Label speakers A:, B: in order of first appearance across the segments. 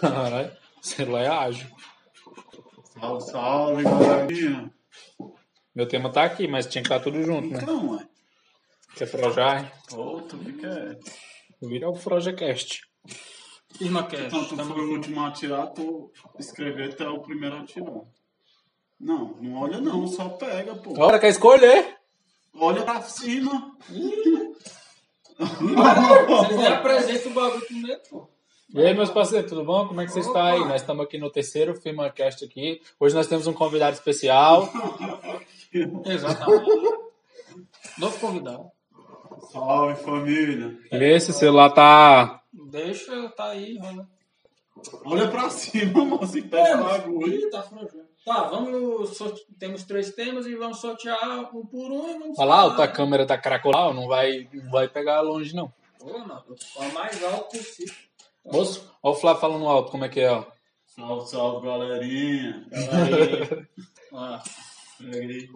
A: Caralho, celular é ágil.
B: Salve, salve, galerinha.
A: Meu tema tá aqui, mas tinha que estar tudo junto, né?
B: Então, ué.
A: Que é Projar,
B: Ô, tu fica.
A: vira o Projacast.
C: Firma Cash. tá
B: Então, tu
C: Tamo
B: foi o
C: junto.
B: último a atirar, tu escrever até o primeiro a atirar. Não, não olha não, só pega, pô.
A: Agora quer escolher?
B: Olha pra cima.
C: Se fizer a presença, o bagulho primeiro, pô.
A: E aí, meus parceiros, tudo bom? Como é que vocês estão aí? Nós estamos aqui no terceiro FirmaCast aqui. Hoje nós temos um convidado especial.
C: Exatamente. Novo convidado.
B: Salve, família.
A: Esse celular tá...
C: Deixa, tá aí, rola.
B: Olha pra cima, moço, e pega o bagulho.
C: Ih, tá franjando. Tá, vamos. sorte- Temos três temas e vamos sortear um por um e vamos.
A: Olha lá, a
C: falar.
A: tua câmera tá cracolau, não vai, não vai pegar longe, não.
C: Pô, não, eu tô o mais alto possível.
A: Moço, olha o Flávio falando alto, como é que é, ó.
B: Salve, salve, galerinha.
C: Ah,
B: Pega aí.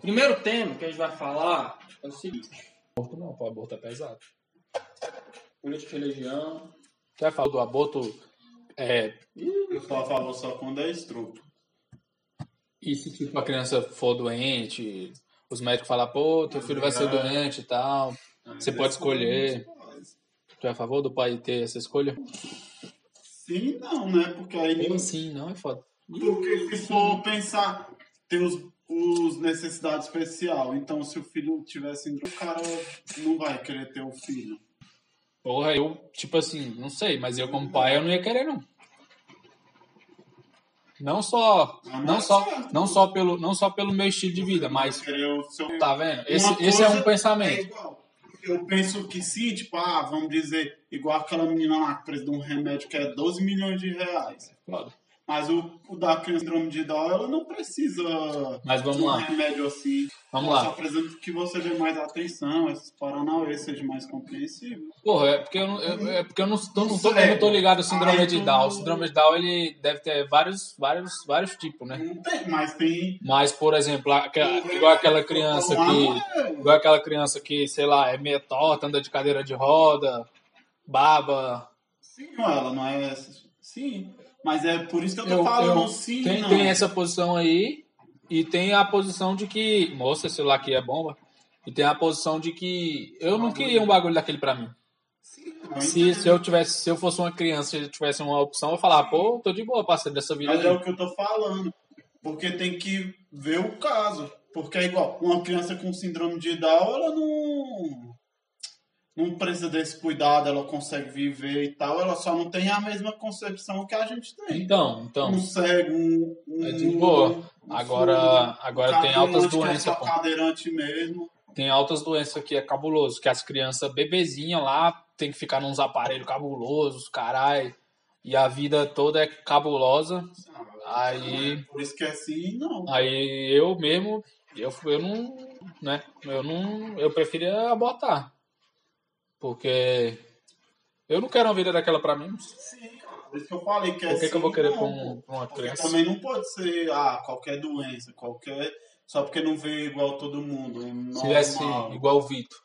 C: primeiro tema que a gente vai falar é o seguinte:
A: Aborto não, pô, aborto é pesado.
C: política e religião.
A: Tu vai falar do aborto é,
B: Eu só falo só quando é estrupo.
A: E se tipo, a criança for doente, os médicos falam, pô, teu filho vai ser doente e tal, você
B: é
A: pode escolher. Tu é a favor do pai ter essa escolha?
B: Sim, não, né? Porque aí
A: Como
B: ninguém
A: assim? Não, é foda.
B: Porque se for pensar, tem os, os necessidades especial. Então, se o filho tiver síndrome, o cara não vai querer ter o filho.
A: Porra, eu, tipo assim, não sei, mas eu como pai eu não ia querer, não. Não só,
B: Ah,
A: não só, não só pelo, não só pelo meu estilo de vida, mas
B: Querer o seu...
A: tá vendo?
B: Uma
A: Esse, esse é
B: coisa
A: um pensamento.
B: igual. Eu penso que sim, tipo, ah, vamos dizer, igual aquela menina lá que precisa de um remédio que é 12 milhões de reais.
A: Foda.
B: Mas o, o da criança com síndrome de Down, ela não precisa
A: Mas vamos
B: de um
A: lá.
B: remédio assim.
A: Vamos
B: Ela
A: lá.
B: Só precisa que você dê mais atenção, esses paranauê, seja mais compreensível.
A: Porra, é porque eu não, eu- é porque eu não, tô- não, tô,
B: Sério?
A: eu não tô ligado ao síndrome
B: Aí
A: de
B: tu-
A: Down. O síndrome de Down ele deve ter vários, vários, vários tipos, né?
B: Não tem, mas tem
A: Mas, por exemplo, aqua- igual aquela criança que. Igual aquela criança que, sei lá, é meia torta, anda de cadeira de roda, baba.
B: Sim, ela não é. Sim. Mas é por isso que eu tô
A: Eu-
B: falando
A: eu-
B: sim.
A: Tem,
B: não.
A: tem essa posição aí, e tem a posição de que. Moça, sei lá que é bomba. E tem a posição de que eu não queria um bagulho daquele pra mim.
B: Mas-
A: Se, se eu tivesse, se eu fosse uma criança e eu tivesse uma opção, eu falava, pô, tô de boa, parceiro dessa vida.
B: Mas é
A: aí.
B: o que eu tô falando. Porque tem que ver o caso. Porque é igual, uma criança com síndrome de Down, ela não. Não precisa desse cuidado, ela consegue viver e tal, ela só não tem a mesma concepção que a gente tem.
A: Então, então.
B: um cego, um. um
A: É de boa.
B: um surdo,
A: Agora, agora tem altas
B: cadeirante que é
A: doenças,
B: só
A: pô.
B: cadeirante mesmo.
A: Tem altas doenças que é cabuloso, que as crianças bebezinhas lá tem que ficar nos aparelhos cabulosos, caralho. E a vida toda é cabulosa. Aí,
B: Por isso que é assim, não.
A: aí eu mesmo, eu, eu não, né? Eu não, eu preferia abortar. Porque eu não quero uma vida daquela pra mim.
B: Por isso que eu falei que é
A: Por que, que eu vou
B: sim,
A: querer
B: não,
A: pra, um- pra uma
B: Porque
A: criança?
B: também não pode ser ah, qualquer doença, qualquer. Só porque não vê igual todo mundo. é
A: Se tivesse
B: normal.
A: igual o Vitor.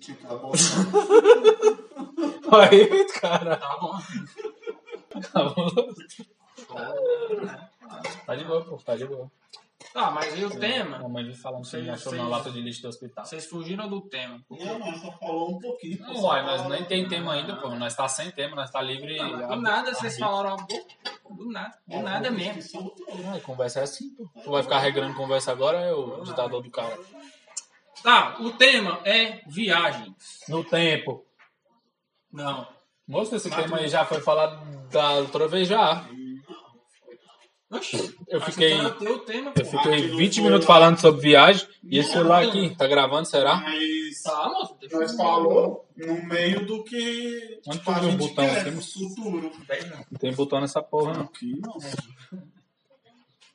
B: Tipo, tá bom.
A: Aí, cara. Tá bom. Tá de boa, pô. Tá de boa.
C: Tá, mas e o
A: Minha
C: tema?
A: mãe me falando que
C: Sim,
A: me achou
C: sim.
A: na lata de lixo do hospital.
C: Vocês fugiram do tema.
B: Não, mas só falou um pouquinho.
A: Não, uai, nós nem tem tema ainda, pô. Nós tá sem tema, nós tá livre.
C: Do nada vocês falaram a boca. Do nada.
B: um
C: Do
B: É,
C: nada mesmo.
A: Ai, conversa é assim, pô. Tu vai ficar regrando conversa agora, é o ditador do cara.
C: Tá, o tema é viagens.
A: No tempo.
C: Não.
A: Moço, esse tema aí já foi falado da outra vez já.
C: Oxi,
A: Eu
C: acho
A: fiquei-
C: que era teu tema,
A: Eu
C: pô.
A: fiquei 20 minutos falando sobre viagem e esse celular aqui, tá gravando, será?
B: Mas
C: Tá, moço. deixa
B: nós
C: eu-
B: falou no meio do que
A: Onde
B: tipo,
A: tu
B: a
A: viu o
B: gente
A: botão?
B: quer
A: Temos-
B: pro futuro.
A: Não tem botão nessa porra, não.
B: Aqui, não.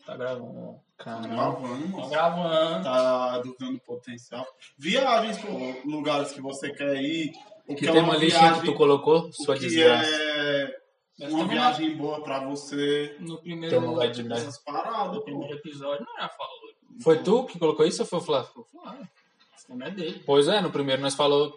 C: Tá gravando.
A: Caramba.
B: Gravando,
C: Tá
B: mano.
C: gravando.
B: Tá educando potencial. Viagens, pô. Lugares que você quer ir. O
A: Que
B: é
A: tema
B: uma
A: lixinha
B: viagem
A: que tu colocou,
B: O
A: sua
B: que
A: desgraça.
B: é
C: Nós
B: uma
C: tamo
B: viagem boa pra você.
C: No
A: Teu
C: primeiro,
A: não vai de merda.
B: Essas paradas,
C: no
B: pô.
A: Né?
C: primeiro episódio não é era falou.
A: Foi tu que colocou isso ou foi o Flávio?
C: Pô, claro. Esse tema é dele.
A: Pois é, no primeiro nós falou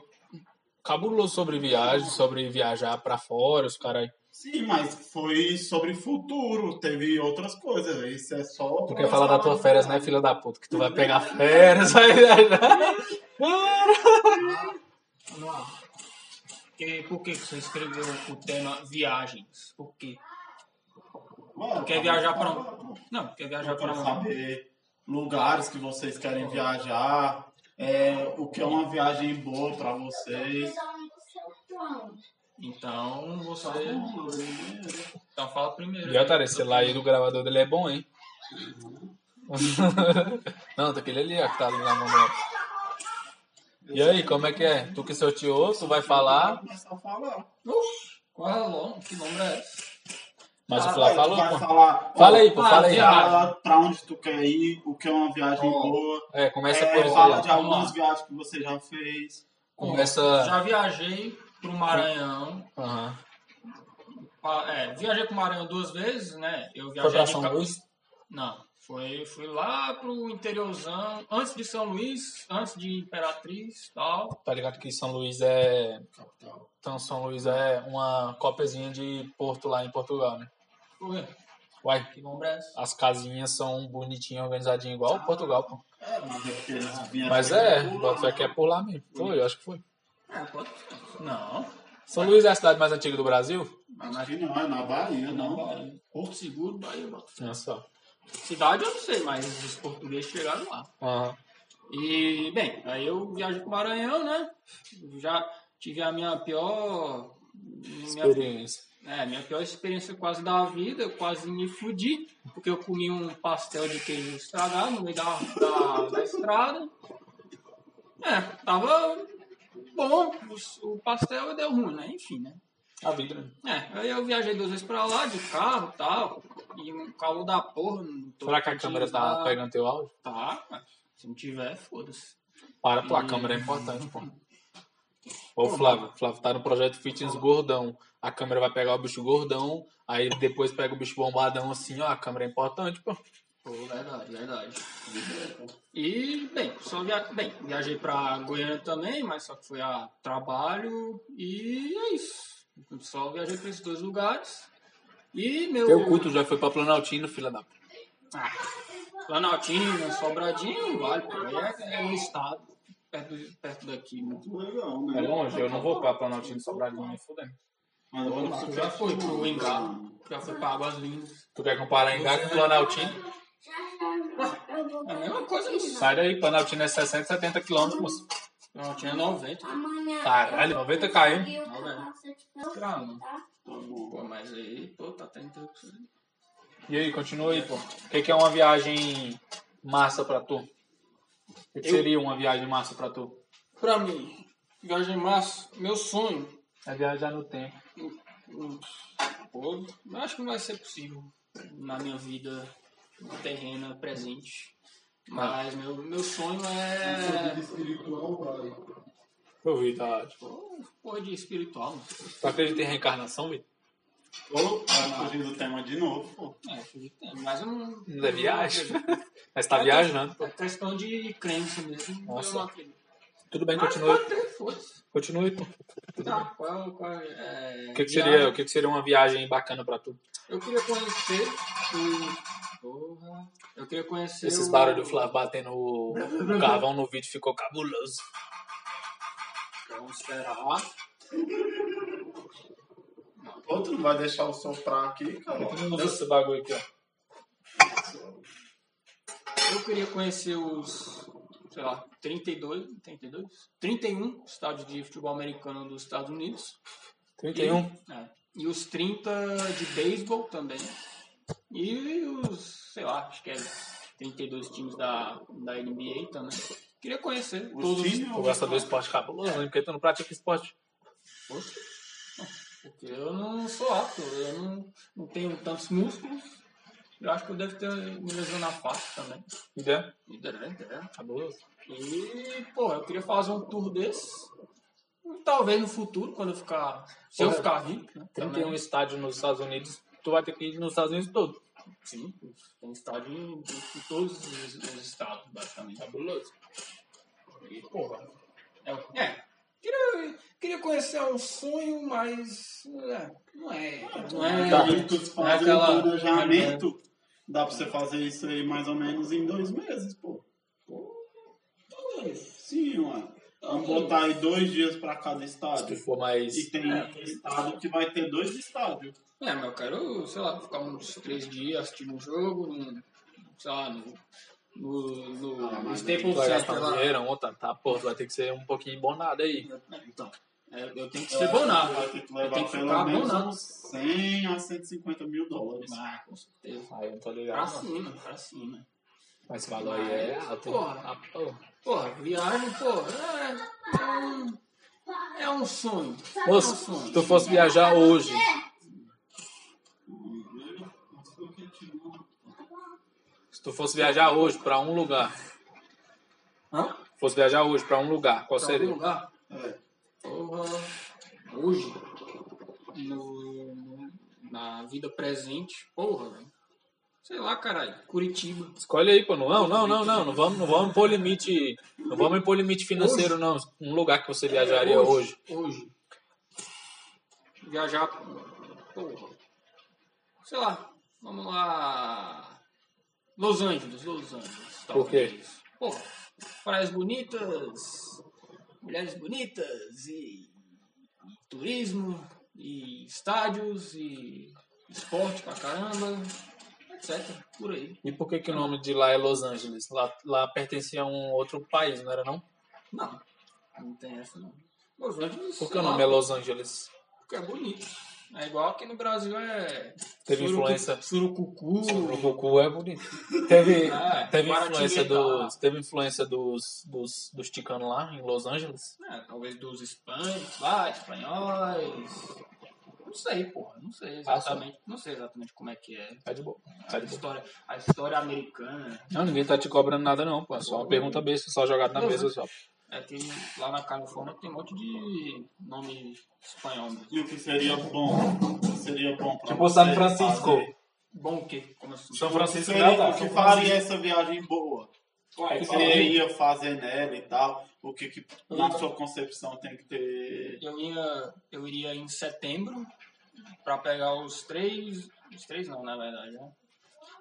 A: cabuloso sobre viagem, sobre viajar pra fora, os caras.
B: Sim, mas foi sobre futuro, teve outras coisas. Isso é só.
A: Tu quer falar da tua férias, né, filha da puta? Que tu vai pegar férias. aí-
C: Não. E por que que você escreveu o tema viagens? Por quê?
B: Mano, tá
C: Quer viajar pra onde? Não, quer viajar
B: Eu
C: pra
B: quero
C: onde?
B: saber lugares que vocês querem viajar, é, o que é uma viagem boa pra vocês.
C: Então, você... Então fala primeiro.
A: E otário, esse lá aí do gravador dele é bom, hein? Não, daquele ali, ó, que tá ali na mão dela. E aí, como é que é? Tu que seu tio, tu vai falar,
B: Começar a falar.
C: Uf, qual é o nome? Que nome é esse?
A: mas o
B: Ah,
A: Flá
B: vai, tu
A: falou,
B: vai
A: pô.
B: falar,
A: Fala
B: ó,
A: aí, pô, fala aí,
B: Fala pra onde tu quer ir, o que é uma viagem
C: Ó,
B: boa.
A: É, começa
B: É,
A: por isso
B: fala
A: aí,
B: de
A: ó.
C: vamos
B: algumas
C: lá.
B: viagens que você já fez.
A: Começa.
C: Já viajei pro Maranhão.
A: Aham.
C: Pa- É, viajei pro Maranhão duas vezes, né? Eu viajei
A: Foi pra
C: de
A: São
B: tá-
C: ca-
A: Luís?
C: Não, foi, fui lá pro interiorzão, antes de São Luís, antes de Imperatriz e tal.
A: Tá ligado que São Luís é. Então, São Luís é uma cópiazinha de Porto lá em Portugal, né?
C: Foi.
A: Uai,
C: Que nome é esse?
A: as casinhas são bonitinhas, organizadinhas, igual Portugal, pô.
B: É, mas é porque eles vieram
A: Mas
B: pra
A: é,
B: Cancún,
A: bota fé que é por lá mesmo. Foi, eu acho que foi.
C: Não.
A: São Luís é a cidade mais antiga do Brasil?
B: mas Aqui não, é na Bahia, não.
C: Porto Seguro, Bahia, Botafogo.
A: Olha só.
C: Cidade eu não sei, mas os portugueses chegaram lá.
A: Aham.
C: E, bem, aí eu viajei pro Maranhão, né? Já tive a minha pior... Minha
A: Experiência.
C: É, minha pior experiência quase da vida, eu quase me fudi, porque eu comi um pastel de queijo estragado no meio da, da, da estrada. É, tava bom, o, o pastel deu ruim, né? Enfim, né?
A: A vida, né?
C: É, aí eu viajei duas vezes pra lá, de carro e tal, e um calor da porra. não tô
A: Será que a
C: curtindo
A: câmera tá
C: lá.
A: pegando teu áudio?
C: Tá, mas se não tiver, foda-se.
A: Para, pô, a
C: Hum.
A: câmera é importante, pô. Ô, Flávio, Flávio tá no projeto Fitness Gordão. A câmera vai pegar o bicho gordão, aí depois pega o bicho bombadão assim, ó. A câmera é importante, pô.
C: Pô, verdade, verdade. E, bem, só via... bem, viajei pra Goiânia também, mas só que foi a trabalho e é isso. Só viajei pra esses dois lugares. E meu.
A: Teu culto já foi pra Planaltino, filha da puta.
C: Ah, Planaltina, Sobradinho, vale, pô, aí é, é um estado perto, perto daqui. né?
B: Muito legal, né?
A: É longe, eu não vou pra Planaltino Sobradinho, nem fudendo.
B: Mas agora
C: Tu
B: você
C: já
B: quer-
C: foi pro Engar, já foi pra Águas Lindas.
A: Tu quer comparar Engar com Planaltino?
C: É a mesma coisa isso.
A: Sai daí, Planaltino é 60, 70 quilômetros, moço.
C: Planaltina é 90.
A: Caralho, 90 km.
C: Pô, mas aí, pô, tá tentando.
A: E aí, continua aí, pô. O que, que é uma viagem massa pra tu? O que, que
C: Eu-
A: seria uma viagem massa pra tu?
C: Pra mim, viagem massa, meu sonho
A: É viajar no tempo.
C: Hum, Pô, eu acho que não vai ser possível na minha vida terrena presente. Mas meu, meu sonho é.
A: Eu vi, tá. Tipo,
C: Pô, Porra de espiritual, mano.
A: tu acredita em reencarnação, Vitor?
B: Ô, tá fugindo do tema de novo, pô.
C: É, acredito que tem, mas eu não.
A: Não é viagem?
C: eu não acredito.
A: Mas tá viajando.
C: É questão de crença mesmo.
A: Nossa.
C: Eu não acredito.
A: Tudo bem,
C: Mas
A: continua.
C: pode ter, foda-se.
A: Continue, pô.
C: Tá, qual, qual é.
A: O que, que seria, o que, que seria uma viagem bacana pra tu?
C: Eu queria conhecer o. Porra. Eu queria conhecer.
A: Esses
C: o-
A: barulhos do Flávio batendo o o carvão no vídeo ficou cabuloso.
C: Vamos esperar.
B: Pô, tu não vai deixar eu soprar aqui, cara.
A: Esse bagulho aqui, ó.
C: Eu queria conhecer os, sei lá, 32, 32? 31 estádios de futebol americano dos Estados Unidos.
A: 31.
C: E, é, e os 30 de beisebol também. E os, sei lá, acho que é 32 times da, da NBA também. Queria conhecer
B: Os
C: todos
B: times
A: Tu gosta do esporte cabuloso, né? Porque tu não pratica esporte.
C: Poxa, porque eu não sou apto, eu não, não tenho tantos músculos. Eu acho que eu devo ter me lesionado fácil também.
A: Entendeu?
C: Liderante, é.
A: Cabuloso.
C: E, pô, eu queria fazer um tour desse. Talvez no futuro, quando eu ficar. Se eu
A: Porra.
C: ficar rico, né?
A: 31
C: Também,
A: estádios um nos Estados Unidos. Tu vai ter que ir nos Estados Unidos todo.
C: sim. Tem estádio em, em todos os, os estados, basicamente.
A: Cabuloso.
C: E, porra. É, é, Queria, queria conhecer é um sonho, mas. é, não é. Não é.
B: Tá. Eles fazem
C: é aquela-
B: um planejamento. Dá pra você fazer isso aí mais ou menos em dois meses, pô.
C: Talvez.
B: Sim, mano. Vamos botar aí dois dias pra cada
C: Ah,
A: Se tu
B: estádio.
A: for mais.
B: E tem um estado que vai ter dois estádios.
C: É, mas eu quero, sei lá, ficar uns três dias assistindo um jogo, num, sei lá, no, no, no,
B: Ah,
C: no
B: mas
A: Tu
C: Staples
A: vai gastar
C: Center
A: um
C: lá.
A: dinheiro, outra, tá? Pô, tu vai ter que ser um pouquinho bonado aí.
C: É, Então, é, eu tenho que ser bonado.
B: Vai ter que né?
C: Eu tenho
B: levar
C: que ficar
B: pelo menos
C: abonado.
B: uns 100 a 150 mil dólares.
C: Ah, com certeza.
A: Aí eu não tô
C: Pra
A: ligado. não.
C: cima, pra cima.
A: Mas esse valor aí é alto.
C: Porra.
A: Ah, pô.
C: Porra, viagem, porra, é, é um, é um sonho. É um
A: Moço, se tu fosse viajar hoje, se tu fosse viajar hoje pra um lugar,
C: Hã?
A: fosse viajar hoje pra um lugar, qual
C: Pra
A: seria?
C: algum lugar?
B: É.
C: Porra, hoje, no, no- na vida presente, porra, velho. Sei lá, caralho, Curitiba.
A: Escolhe aí, pô. Não, não, não, não. Não vamos, não vamos impor limite. Não vamos impor limite financeiro, não. Um lugar que você viajaria hoje.
C: Hoje. Viajar. Porra. Sei lá. Vamos lá. Los Angeles, Los Angeles.
A: Por quê?
C: talvez. Porra. Praias bonitas, mulheres bonitas e, e turismo e estádios e esporte pra caramba, etc. Por aí.
A: E por que, que o nome de lá é Los Angeles? Lá, lá pertencia a um outro país, não era não?
C: Não. Não tem essa não. Los Angeles.
A: Por que
C: sei
A: o
C: lá,
A: nome é Los Angeles?
C: Porque é bonito. É igual aqui no Brasil é.
A: Teve influência.
C: Surucucu.
A: O Goku é bonito. Teve,
C: Ah,
A: teve
C: Guaratinguetá.
A: influência, dos, teve influência dos, dos, dos ticanos lá em Los Angeles?
C: É, talvez dos hispânicos lá, espanhóis. Não sei, porra. Não sei exatamente. não sei exatamente como é que é.
A: Tá de boa. Tá
C: A
A: de boa.
C: história, a história americana.
A: Não, ninguém tá te cobrando nada não, pô. É só uma pergunta besta, só jogado na mesa só.
C: É que lá na Califórnia tem um monte de nome espanhol. mesmo.
B: E o que seria bom? O que seria bom pra
A: Tipo
B: você
A: São Francisco.
B: fazer?
C: Bom o quê? Como assim?
A: São
B: O que
A: Francisco não,
B: seria
A: tá?
B: o que
A: São
B: faria
A: Francisco.
B: essa viagem boa? O
C: Ué,
B: que
C: fala
B: você
C: aí.
B: ia fazer nela e tal? O que, que na sua concepção tem que ter?
C: Eu, ia, eu iria em setembro pra pegar os três. Os três não, na verdade. Né?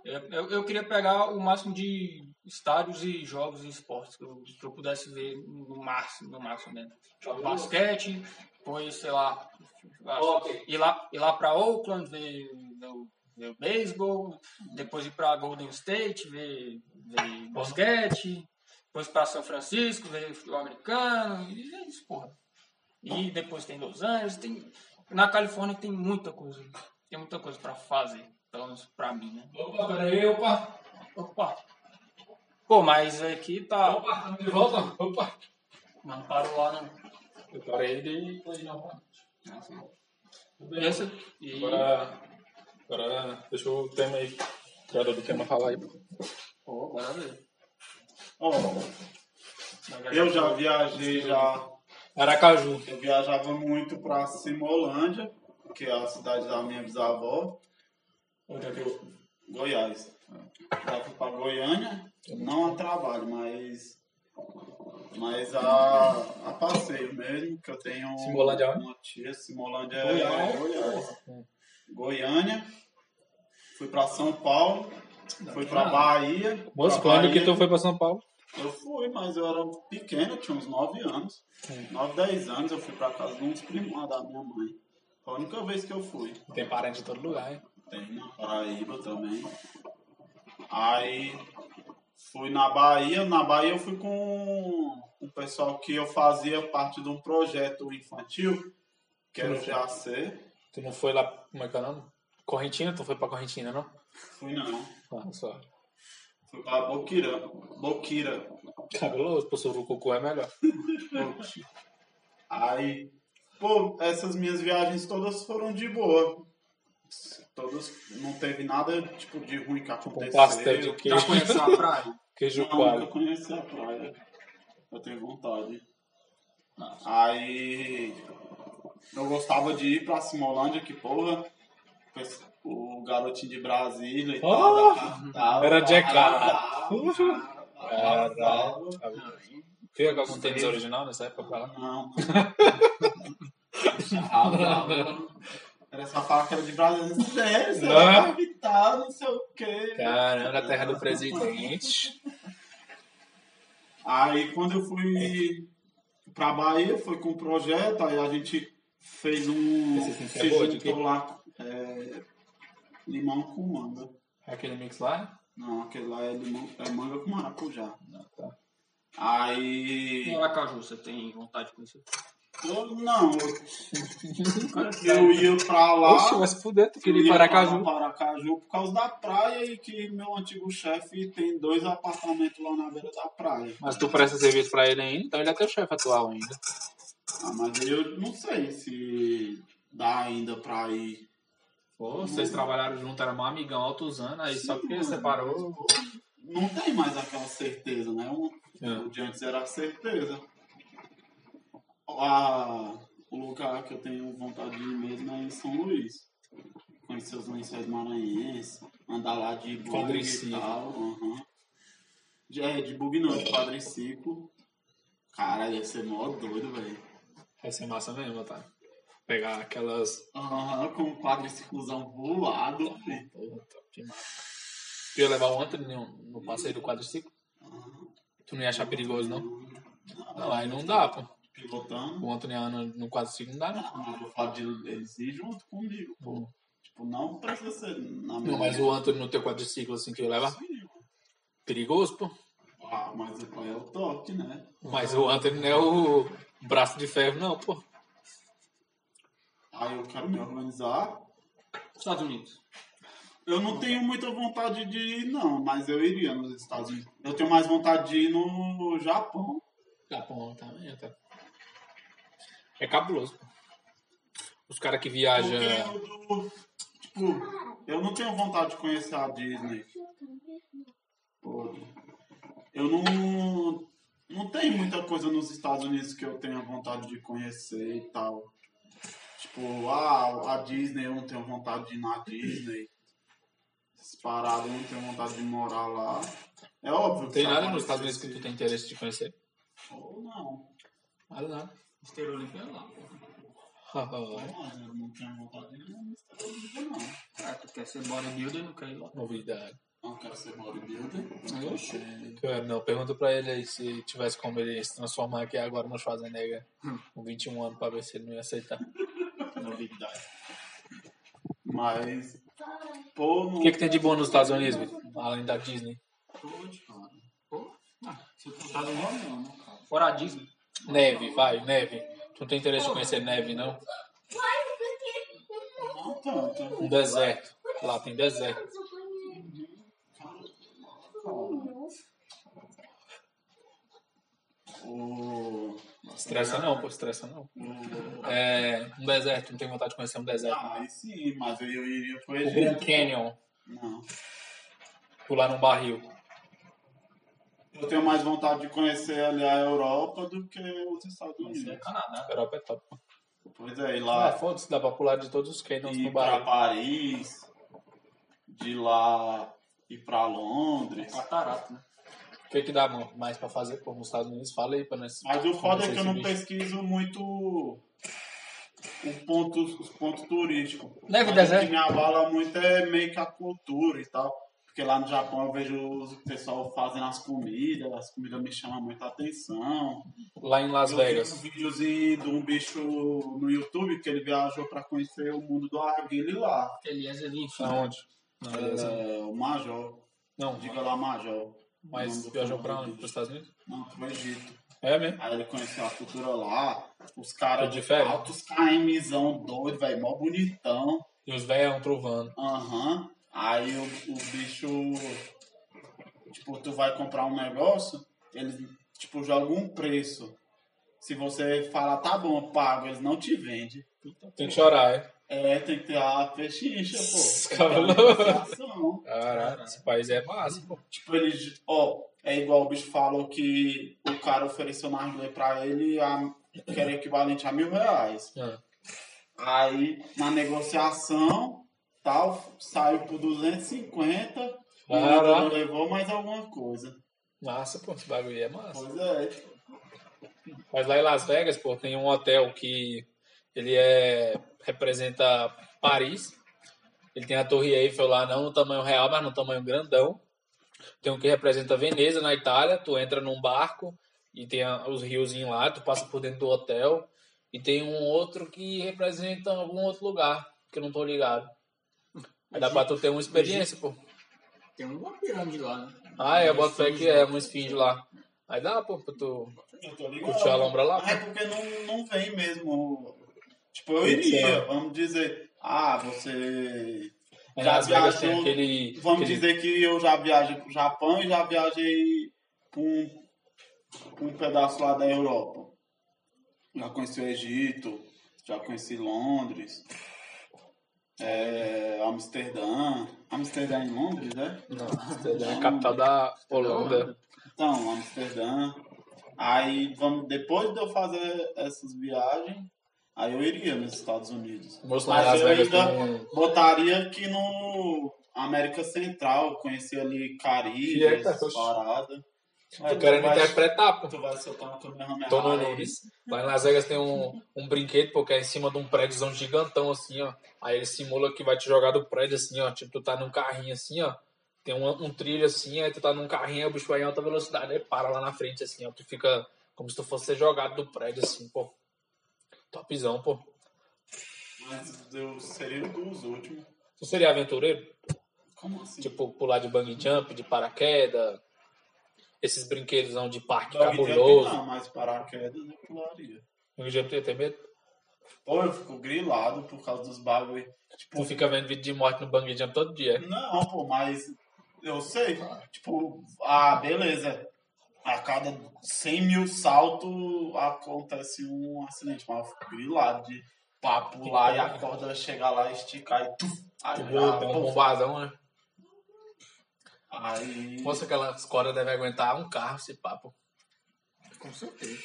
C: Eu, eu, eu queria pegar o máximo de estádios e jogos e esportes que eu, que eu pudesse ver no máximo, no máximo mesmo. Jogar basquete, depois, sei lá,
A: Hóquei.
C: ir lá, ir lá pra Oakland ver, ver, o- ver o beisebol, depois ir pra Golden State ver, ver basquete, depois pra São Francisco ver futebol americano, e é isso, porra. E depois tem Los Angeles, tem... Na Califórnia tem muita coisa. Tem muita coisa pra fazer, pelo menos pra mim, né?
A: Opa, peraí, opa.
C: Opa! Pô, mas aqui tá...
A: Opa, tamo de volta. Opa.
C: Não parou lá, não.
A: Eu parei de play novamente.
C: Beleza? E...
A: Agora, agora deixa o tema aí. Criador do tema falar aí.
C: Pô, bora ver.
B: Ó, eu já viajei já.
A: Aracaju.
B: Eu viajava muito pra Simolândia, que é a cidade da minha bisavó,
C: Onde é que eu-
B: Goiás. Já fui pra Goiânia, não a trabalho, mas mas a, a passeio mesmo, que eu tenho um,
A: Simolândia é onde?
B: uma tia, Simolândia é Goiás. Goiânia, fui pra São Paulo, fui pra Bahia.
A: Moço,
B: pra
A: quando que
B: Bahia.
A: tu foi pra São Paulo?
B: Eu fui, mas eu era pequeno, eu tinha uns 9 anos. 9, 10 anos eu fui pra casa de uns primos lá da minha mãe. Foi a única vez que eu fui.
A: Tem parente em todo lugar, hein?
B: Tem na Paraíba também. Aí fui na Bahia. Na Bahia eu fui com o pessoal que eu fazia parte de um projeto infantil, que era o GAC.
A: Tu não foi lá, como é que é o nome? Correntina? Tu foi pra Correntina, não?
B: Fui não.
A: Ah, só.
B: Fui pra Boquira. Boquira.
A: Cabeloso, pro Surucucu é melhor.
B: Aí, pô, essas minhas viagens todas foram de boa. Todas, não teve nada tipo de ruim que
A: Com
B: aconteceu.
A: um pastel de
C: Já
A: queijo.
C: conheceu a praia?
A: Queijo
B: Não, nunca
A: coalho.
B: conheci a praia. Eu tenho vontade.
C: Nossa.
B: Aí eu gostava de ir pra Simolândia, que porra. pois, O garotinho de Brasília e
A: Oh!
B: tal. da capital,
A: Era de
B: Carnaval,
A: cara.
B: Carnaval.
A: Caralho. Tu ia com algum tênis original nessa época pra lá?
B: Não,
A: Ah, não, não.
B: era só falar que era de Brasília. é, Sério,
A: Não.
B: não. Tá, não sei o quê.
A: Caramba, a terra do presidente.
B: Aí quando eu fui pra Bahia, foi com um projeto, aí a gente fez um.
A: Esse sim que é
B: se
A: boa, de
B: juntou
A: quê?
B: lá. é, limão com manga.
A: É aquele mix lá?
B: Não, aquele lá é, limão, é manga com maracujá.
A: Não, tá.
B: Aí.
C: Em Aracaju, você tem vontade de conhecer?
B: Eu, não, eu ia pra lá.
A: Oxe, vai se fuder, tu queria ir
B: ia
A: para
B: pra
A: Aracaju.
B: Paracaju por causa da praia e que meu antigo chefe tem dois apartamentos lá na beira da praia.
A: Mas tu presta serviço pra ele ainda, então ele é teu chefe atual ainda.
B: Ah, mas eu não sei se dá ainda pra ir.
A: Pô, vocês trabalharam junto, era mó amigão, altos anos, aí só porque separou.
B: Não tem mais aquela certeza, né? O,
A: É.
B: o de antes era a certeza. A, o lugar que eu tenho vontade de ir mesmo é em São Luís. Conhecer os lençóis maranhenses, andar lá de bug e
A: Quadriciclo.
B: tal. aham. De- É, de bug não, de quadriciclo. Cara, ia ser mó doido, velho.
A: Vai ser massa mesmo, tá? Pegar aquelas.
B: Aham, com um quadriciclozão voado, filho.
A: Porra, top demais. Tu ia levar o Anthony no, no passeio do quadriciclo? Tu não ia achar perigoso, não? Não, aí não dá, pô.
B: Pilotando.
A: O Anthony no, no quadriciclo não dá, não.
B: Mas o fato de eles ir junto comigo, pô. Tipo, não precisa ser na
A: Hum. Não,
B: minha.
A: mas o Anthony no teu quadriciclo, assim, que eu ia levar?
B: Sim,
A: Perigoso, pô.
B: Ah, mas o pai é o toque, né?
A: Mas o Anthony não é o braço de ferro, não, pô.
B: Aí eu quero me organizar.
C: Estados Unidos.
B: Eu não tenho muita vontade de ir, não, mas eu iria nos Estados Unidos. Eu tenho mais vontade de ir no Japão.
A: Japão também, até. tá É cabuloso, pô. Os caras que viajam.
B: Porque eu, do- tipo, eu não tenho vontade de conhecer a Disney. Pô, Eu não, não tenho muita coisa nos Estados Unidos que eu tenha vontade de conhecer e tal. Tipo, ah, a Disney, eu não tenho vontade de ir na Disney. Essas paradas, eu não tenho vontade de morar lá. É óbvio
A: Não
B: que
A: tem
B: se
A: nada nos Estados Unidos que
B: aparecesse-
A: tu tem interesse de conhecer.
B: Ou não.
A: Nada, nada.
C: Esteiro Olímpico é lá. pô.
B: Mas eu não tenho vontade de ir nos Estados Unidos, não.
C: Ah, tu quer ser bodybuilder e não quer ir lá.
A: Novidade.
B: Não quero ser bodybuilder.
A: É, Não, pergunta pra ele aí se tivesse como ele se transformar aqui agora no Schwarzenegger com 21 anos pra ver se ele não ia aceitar.
B: É Novidade. Mas. Pô, não.
A: O que, que tem de bom nos Estados Unidos, Vitor? além da Disney?
C: Pode, cara. Ah, se tu
B: Tá
C: tá no
B: no nome, não, né, cara?
C: Fora a Disney.
A: Neve, vai, neve. Tu não tem interesse de conhecer neve, não?
B: Não tanto. né?
A: Um deserto. Lá tem deserto.
B: O.
A: Estressa não, pô, estressa não. É, um deserto, não tem vontade de conhecer um deserto.
B: Ah, aí sim, mas aí eu iria pro
A: O Grand
B: Egito.
A: Canyon,
B: Não.
A: pular num barril.
B: Eu tenho mais vontade de conhecer ali a Europa do que os Estados Unidos.
A: Canadá. Europa é top. pô.
B: Pois é, e
A: Ah,
B: lá.
A: foda-se, dá pra pular de todos os canyons no
B: Ir pra
A: barril.
B: Paris. De lá. Ir pra Londres.
C: Catarata, né?
A: O que, que dá mano, mais pra fazer pô, nos Estados Unidos? Fala aí pra nós.
B: Mas o foda é que eu não
A: Esse bicho.
B: pesquiso muito o ponto, os pontos turísticos.
A: Neve
B: Mas
A: deserto.
B: O que me abala muito é meio que a cultura e tal. Porque lá no Japão eu vejo o pessoal fazendo as comidas, as comidas me chamam muita atenção.
A: Lá em Las
B: eu
A: Vegas.
B: vi uns vídeos de um bicho no YouTube que ele viajou pra conhecer o mundo do arguile lá.
C: Eliezer Lynch.
A: Aonde? Não, Vegas.
B: É, o Major.
A: não,
B: Diga lá, Major. O nome
A: mas
B: do
A: viajou
B: cara
A: pra
B: do
A: onde?
B: bicho.
A: Pros Estados Unidos?
B: Não, pro Egito.
A: É mesmo?
B: Aí ele conheceu a cultura lá, os
A: Tá
B: caras
A: de
B: de
A: férias?
B: altos KMzão doido, velho, mó bonitão.
A: E os velhos um trovando.
B: Aham. Aí o, o bicho. Tipo, tu vai comprar um negócio, eles, tipo, jogam um preço. Se você falar, tá bom, eu pago, eles não te vendem.
A: Tem que chorar, é?
B: É, tem que ter a pechincha,
A: Esse
B: pô.
A: cara é
B: Tem que ter a negociação.
A: Caralho, esse país é massa, pô.
B: Tipo, ele, ó, é igual o bicho falou que o cara ofereceu narguilé pra ele a, que era equivalente a mil reais.
A: Ah,
B: Aí, na negociação, tal, saiu por 250 e
A: Caraca.
B: não levou mais alguma coisa.
A: Massa, pô, esse bagulho aí é massa.
B: Pois é.
A: Mas lá em Las Vegas, pô, tem um hotel que ele é representa Paris. Ele tem a Torre Eiffel lá, não no tamanho real, mas no tamanho grandão. Tem um que representa Veneza, na Itália. Tu entra num barco e tem a- os riozinhos lá, tu passa por dentro do hotel. E tem um outro que representa algum outro lugar, que eu não tô ligado. Aí dá pra tu ter uma experiência, pô.
D: Tem uma pirâmide lá, né?
A: Ah, é, bota fé que é uma esfinge lá. Aí dá, pô, pra tu...
B: Eu tô ligado.
A: Curtiu a lombra lá?
B: Ah, é porque não, não vem mesmo. Tipo, eu
A: Curtiu,
B: iria,
A: né?
B: vamos dizer. Ah, você.
A: Em
B: Já
A: É, Las Vegas tem
B: viajou-
A: aquele...
B: Vamos
A: aquele-
B: dizer que eu já viajei pro Japão e já viajei pra um, pra um pedaço lá da Europa. Já conheci o Egito, já conheci Londres, é, Amsterdã. Amsterdã em Londres, né?
A: Não, é a capital da Holanda.
B: Então, Amsterdã. Aí vamos, depois de eu fazer essas viagens, aí eu iria nos Estados Unidos.
A: Moço lá em
B: Mas
A: Las
B: eu
A: Vegas
B: ainda
A: tem um...
B: botaria aqui no América Central, conhecer ali Caribe,
A: E aí, é tá, É,
B: essas paradas. Aí
A: Tô
B: tu
A: querendo
B: vai-
A: interpretar, pô.
B: Tu vai soltar um Kamehameha.
A: Tô no Nunes. Lá em Las Vegas tem um, um brinquedo, porque é em cima de um prédiozão gigantão, assim, ó. Aí ele simula que vai te jogar do prédio, assim, ó. Tipo, tu tá num carrinho, assim, ó. Tem um, um trilho, assim, aí tu tá num carrinho, aí o bicho vai em alta velocidade, aí para lá na frente, assim, ó. Tu fica como se tu fosse ser jogado do prédio, assim, pô. Topzão, pô.
B: Mas eu seria um dos últimos.
A: Tu seria aventureiro?
B: Como assim?
A: Tipo, pular de bungee jump, de paraquedas, esses brinquedos não, de parque
B: Dog jump
A: cabuloso.
B: Não, mas paraquedas eu pularia.
A: Bungee jump, tu ia ter medo?
B: Ou eu fico grilado por causa dos bagulho. tipo,
A: Tu fica vendo vídeo de morte no bungee jump todo dia.
B: Não, pô, mas eu sei. Tipo, ah, beleza. A cada 100 mil saltos acontece um acidente. Mas eu fico grilado de pá pular e a corda chegar lá, esticar e tu. Aí,
A: Tu
B: ah,
A: viu,
C: Então,
A: tem um
B: pô,
A: bombazão, né?
B: aí
A: Nossa, aquela escola deve aguentar um carro esse papo.
D: Com certeza.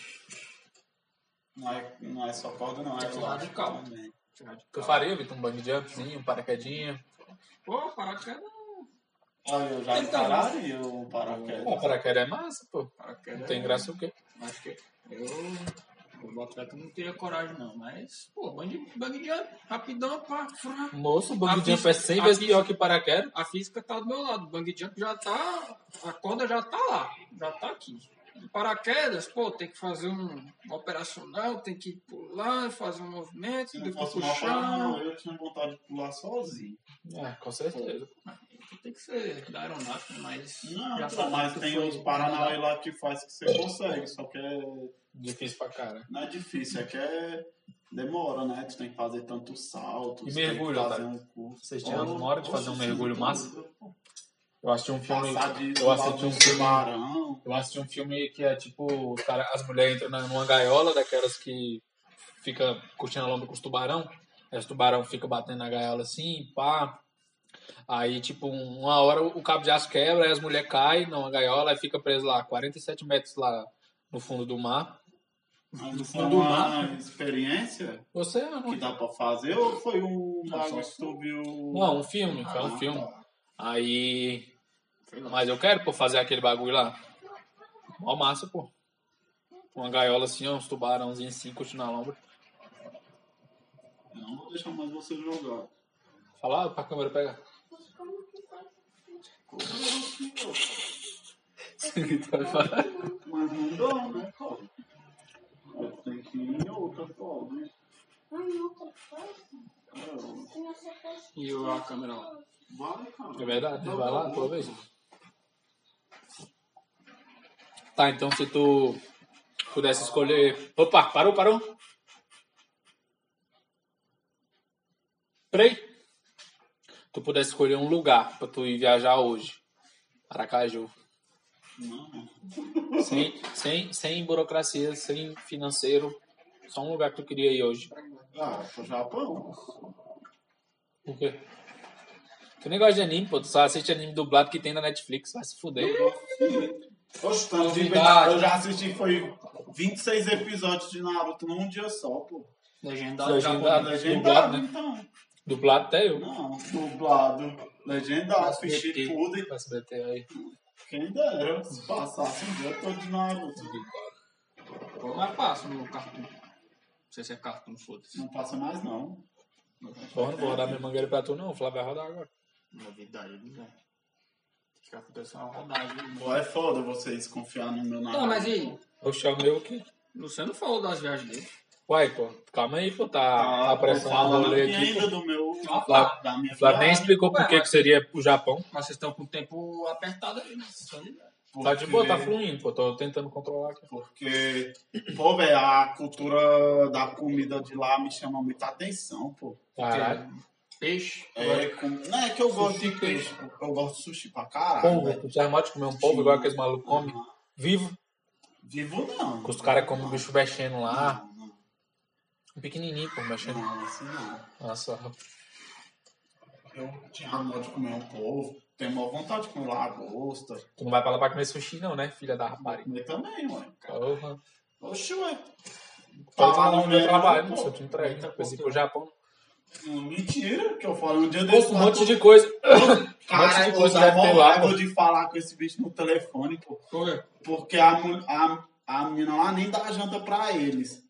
B: não, é, não é só corda, não. É
C: tá
D: Tem que pular de calma.
B: também.
D: Tirar de
A: Tu
D: carro.
A: faria, Vitor, um bungee jumpzinho, um paraquedinha.
C: Pô, paraquedas.
B: Aí eu já
D: Então,
B: encararia o paraquedas.
A: Pô, paraquedas é massa, pô.
D: Paraquedas.
A: Não tem graça o quê?
D: Acho que
C: Eu, é eu boto fé que eu não teria coragem, não. Mas, pô, bungee bungee jump, rapidão, pá, frá.
A: Moço, bungee
C: Aqui-
A: jump é 100 vezes
C: aqui-
A: pior que paraquedas.
C: A física tá do meu lado. O bungee jump já tá. A corda já tá lá. Já tá aqui. E paraquedas, pô, tem que fazer um operacional, tem que pular, fazer um movimento,
B: Se não
C: depois
B: fosse uma
C: puxar.
B: parada, eu tinha vontade de pular sozinho.
A: É, com certeza.
C: Tem que ser da aeronáutica, mas.
B: Não,
C: já
B: pô,
C: sabe
B: mas
C: que
B: tem
C: foi
B: os Paranauê lá que faz que você consegue, só que é
A: Difícil pra cara.
B: Não é difícil, é que é... demora, né? Tu tem que fazer tanto salto.
A: E
B: tu tem que
A: mergulho,
B: fazer
A: tá?
B: um curso.
A: Vocês tinham
B: Oh,
A: uma hora de fazer um
B: nossa,
A: mergulho
B: sim,
A: massa?
B: tudo.
A: Eu assisti um filme.
B: Passar de
A: Eu assisti
B: pular
A: um
B: de
A: filme.
B: tubarão.
A: Eu assisti um filme que é tipo, os cara, as mulheres entram na- numa gaiola daquelas que fica curtindo a lomba com os tubarão. Aí os tubarão fica batendo na gaiola assim, pá. Aí, tipo, um- uma hora o cabo de aço quebra, aí as mulheres caem numa gaiola e fica preso lá, 47 metros lá no fundo do mar.
B: Mas isso é
A: fundo Um do
B: uma experiência
A: Você é
B: que
A: um...
B: dá pra fazer ou foi um
D: Não,
B: bagulho
D: só-
B: que tu viu?
A: Não, um filme, é
B: Ah,
A: um filme.
B: tá.
A: Aí.
D: Foi lá.
A: Mas eu quero, pô, fazer aquele bagulho lá. Mó massa, pô. Uma gaiola assim, ó, uns tubarãozinhos assim, curtindo a lomba.
B: Eu Não vou deixar mais você jogar.
A: Fala pra câmera pegar. Então,
B: Mas não dá, né? cara? Eu tenho que ir em outra forma. né? É,
C: E eu- a câmera lá.
B: Vai, cara.
A: É verdade, vai lá, tua vez. Tá, então se tu pudesse escolher. Opa, parou, parou. Peraí. Tu pudesse escolher um lugar pra tu ir viajar hoje. Aracaju.
B: Não, né?
A: Sem, sem, sem burocracia, sem financeiro. Só um lugar que tu queria ir hoje.
B: Ah, pro Japão?
A: Por quê? Tu nem gosta de anime, pô. Tu só assiste anime dublado que tem na Netflix. Vai se fuder.
B: Oxe, tanto de
A: Novidade.
B: tá eu já assisti, foi 26 episódios de Naruto num dia só, pô.
D: Legendado
A: Legenda-
D: japonês.
A: Dublado,
B: Legendado,
A: né?
B: então.
A: Dublado até eu.
B: Não, dublado. Legendado, assisti
A: SBT.
B: tudo e
A: SBT aí.
B: um quem dera se passasse o dia todo de Naruto.
C: Foi mais fácil no cartoon. Não sei se é cartoon, foda-se.
B: Não passa mais, não.
A: Porra, não vou rodar minha mangueira pra tu, não. O Flávio vai rodar agora.
D: Novidade, né? Tem que acontecer uma rodagem. né?
B: Pô, é foda vocês confiar no meu nada.
C: Não, mas e
A: Oxe, é o meu que.
C: Luciano falou das viagens dele.
A: Uai, pô, calma aí, pô. Tá,
B: Ah,
A: tá
B: tô
A: pressionando o
B: falando
A: rolê
B: aqui
A: aqui.
B: ainda do meu...
A: Flá-
B: Da minha
A: O Flávio nem
B: viagem.
A: explicou por que que seria pro Japão.
C: Mas vocês estão com o tempo apertado aí, né? Vocês estão ligados.
A: Tá de boa, tá
B: Porque-
A: fluindo, pô. Tô tentando controlar aqui.
B: Porque, pô, velho, a cultura da comida de lá me chama muita atenção, pô.
A: Caralho.
C: Peixe.
B: É, com... não é que eu gosto de
C: Sushi,
B: peixe, pô. eu gosto de sushi pra caralho.
A: Polvo,
B: velho.
A: tu já de comer um polvo igual aqueles malucos comem.
B: Não,
A: Vivo.
B: Vivo não.
A: Que os caras comem o bicho mexendo lá.
B: Não, não,
A: Um pequenininho, pô, mexendo.
B: não, assim não.
A: Nossa,
B: Eu tinha amor de comer um polvo, tenho maior vontade de comer lagosta.
A: tu não vai pra lá pra comer sushi, não, né, filha da rapariga?
B: Comer também, ué.
A: Porra.
B: Oxi, ué.
A: Tô
B: Tava
A: falando
B: no
A: do meu
B: verão,
A: trabalho,
B: pô.
A: não sei, eu te entrego.
B: Muita
A: Eu pensei pro
B: cultura.
A: Japão.
B: Hum, Mentira, que eu falo um dia desse.
A: Compro um monte de coisa. monte de
B: Caralho, eu
A: coisa
B: tava
A: deve ter lá,
B: raiva
A: pô.
B: de falar com esse bicho no telefone, pô.
C: Foi.
B: Porque a, mu- a, a menina lá nem dá janta pra eles.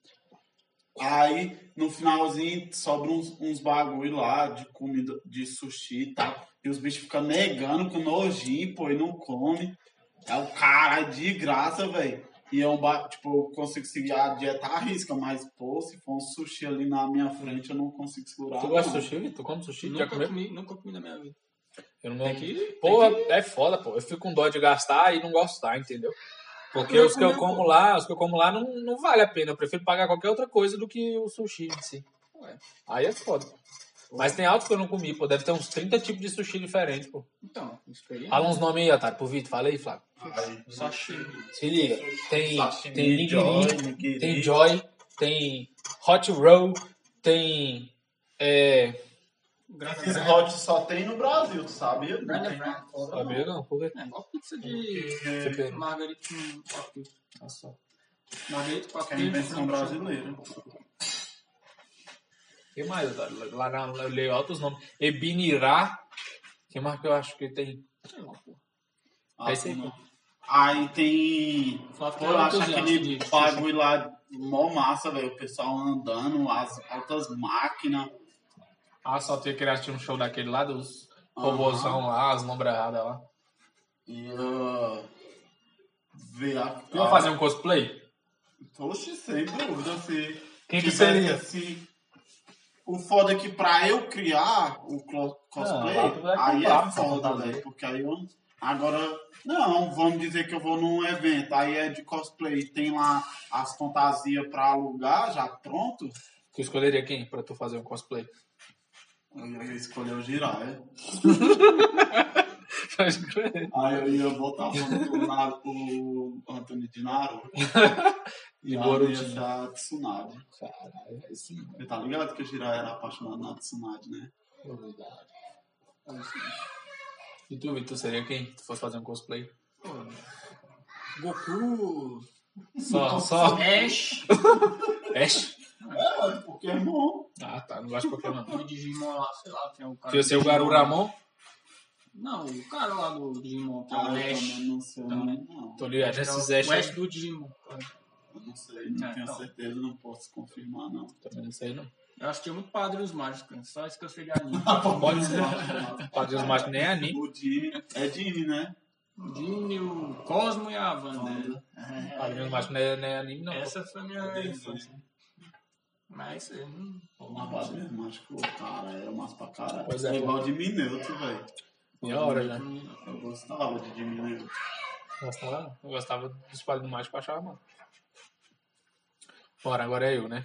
B: Aí, no finalzinho, sobra uns, uns bagulho lá de comida, de sushi e tal. E os bichos ficam negando com nojinho, pô, e não come. É o cara de graça, velho. E é um ba... tipo, eu consigo seguir a dieta à risca, mas, pô, se for um sushi ali na minha frente, eu não consigo segurar.
A: Tu gosta de
B: não.
A: sushi? Tu come sushi? Já
C: Nunca
A: comeu?
C: comi, nunca comi na minha vida.
A: Eu não
C: Tem que- tem
A: Porra,
C: que-
A: é foda, pô. Eu fico com dó de gastar e não gostar, entendeu? Porque
C: Eu
A: os que eu
C: comi, pô.
A: como lá, os que eu como lá não, não vale a pena. Eu prefiro pagar qualquer outra coisa do que o sushi em si.
C: Ué.
A: Aí é foda. Mas tem altos que eu não comi, pô. Deve ter uns 30 tipos de sushi diferentes, pô.
C: Então, experiência.
A: Fala uns nomes aí, Otário, pro Vitor. Fala aí, Flávio.
B: Aí,
C: Sashimi.
A: Se liga. Tem,
B: sashimi,
A: tem
B: joy,
A: nigiri,
B: nigiri.
A: tem joy, tem hot roll, tem... É...
B: Esses hot só tem no Brasil, tu sabia? Não
C: Grana
B: tem lá
C: Branca.
B: fora, não.
A: Sabia não? Por quê?
C: É igual pizza de
A: Você-
C: margarita com coquinho.
A: Nossa.
C: Margarita com
B: Que é a
C: coquinho.
B: invenção brasileira.
A: que mais, Otário? Lá na, eu leio altos nomes. Ebinirá. Que mais que eu acho que tem?
C: Sei lá, pô.
B: Ah,
A: Aí sim.
B: não. Aí tem.
C: Só que
B: Pô,
C: é
B: eu acho
C: entusiasta
B: aquele
C: de-
B: bagulho lá mó massa, velho. O pessoal andando, as altas máquinas.
A: Ah, só tinha que assistir um show daquele lá, dos robôzão lá, as nombres erradas lá.
B: E. ah, ver a.
A: Tu ia fazer um cosplay?
B: Oxe, sem dúvida. Se
A: Quem que
B: tivesse,
A: seria?
B: assim, O foda é que pra eu criar o clo- cosplay,
A: lá tu vai
B: aí
A: comprar,
B: é foda,
A: pô.
B: velho. Porque aí eu. Agora, não, vamos dizer que eu vou num evento, aí é de cosplay, tem lá as fantasias pra alugar já pronto.
A: Tu escolheria quem pra tu fazer um cosplay?
B: Eu ia escolher o Jiraiya.
A: Quem
B: Aí eu ia botar o, Na- o Anthony de Naruto.
A: E
B: e
A: Boruto.
B: Boruto. ia achar a Tsunade. Você tá ligado que o Jiraiya era apaixonado na Tsunade, né?
A: E tu, Vitor, seria quem? Se tu fosse fazer um cosplay?
C: Goku.
A: Só, só.
C: Ash.
A: Ash?
B: É, Pokémon.
A: Ah, tá, não gosto de Pokémon.
C: O Digimon lá, sei lá, que é o cara.
A: Tu ia ser o
C: do Digimon.
A: Garuramon?
C: Não, o cara lá do Digimon, que é
B: Ah,
C: o
B: eu também
C: Ash.
B: não sei o nome, não.
A: Então, Tô ligado,
C: É
A: esses
C: o- O Ash
A: Ash.
C: do Digimon.
B: Eu não sei, não
C: Ah,
A: Tá,
B: tenho
C: então.
B: certeza, não posso confirmar, não.
A: Também não sei, não.
C: Eu assisti muito Padre dos Mágicos, né? só isso que eu sei de anime.
A: Ah, Pode ser. Pode os mais nem é anime.
B: O Jimmy é Jimmy, né?
C: O Jimmy, o Cosmo e a Wanda.
A: Pode os mais nem é nem é anime, não.
C: Essa foi a
A: É,
C: minha infância.
B: Entendi.
C: Mas eu não-
B: Uma vasilha mágica, cara, era massa pra caralho.
A: Pois é.
B: Igual de Neutro, velho.
A: Minha hora né? já.
B: Eu gostava de Jimmy Neutro.
A: Gostava, eu gostava do espalho do mágico, eu achava mano. Bora, agora é eu, né?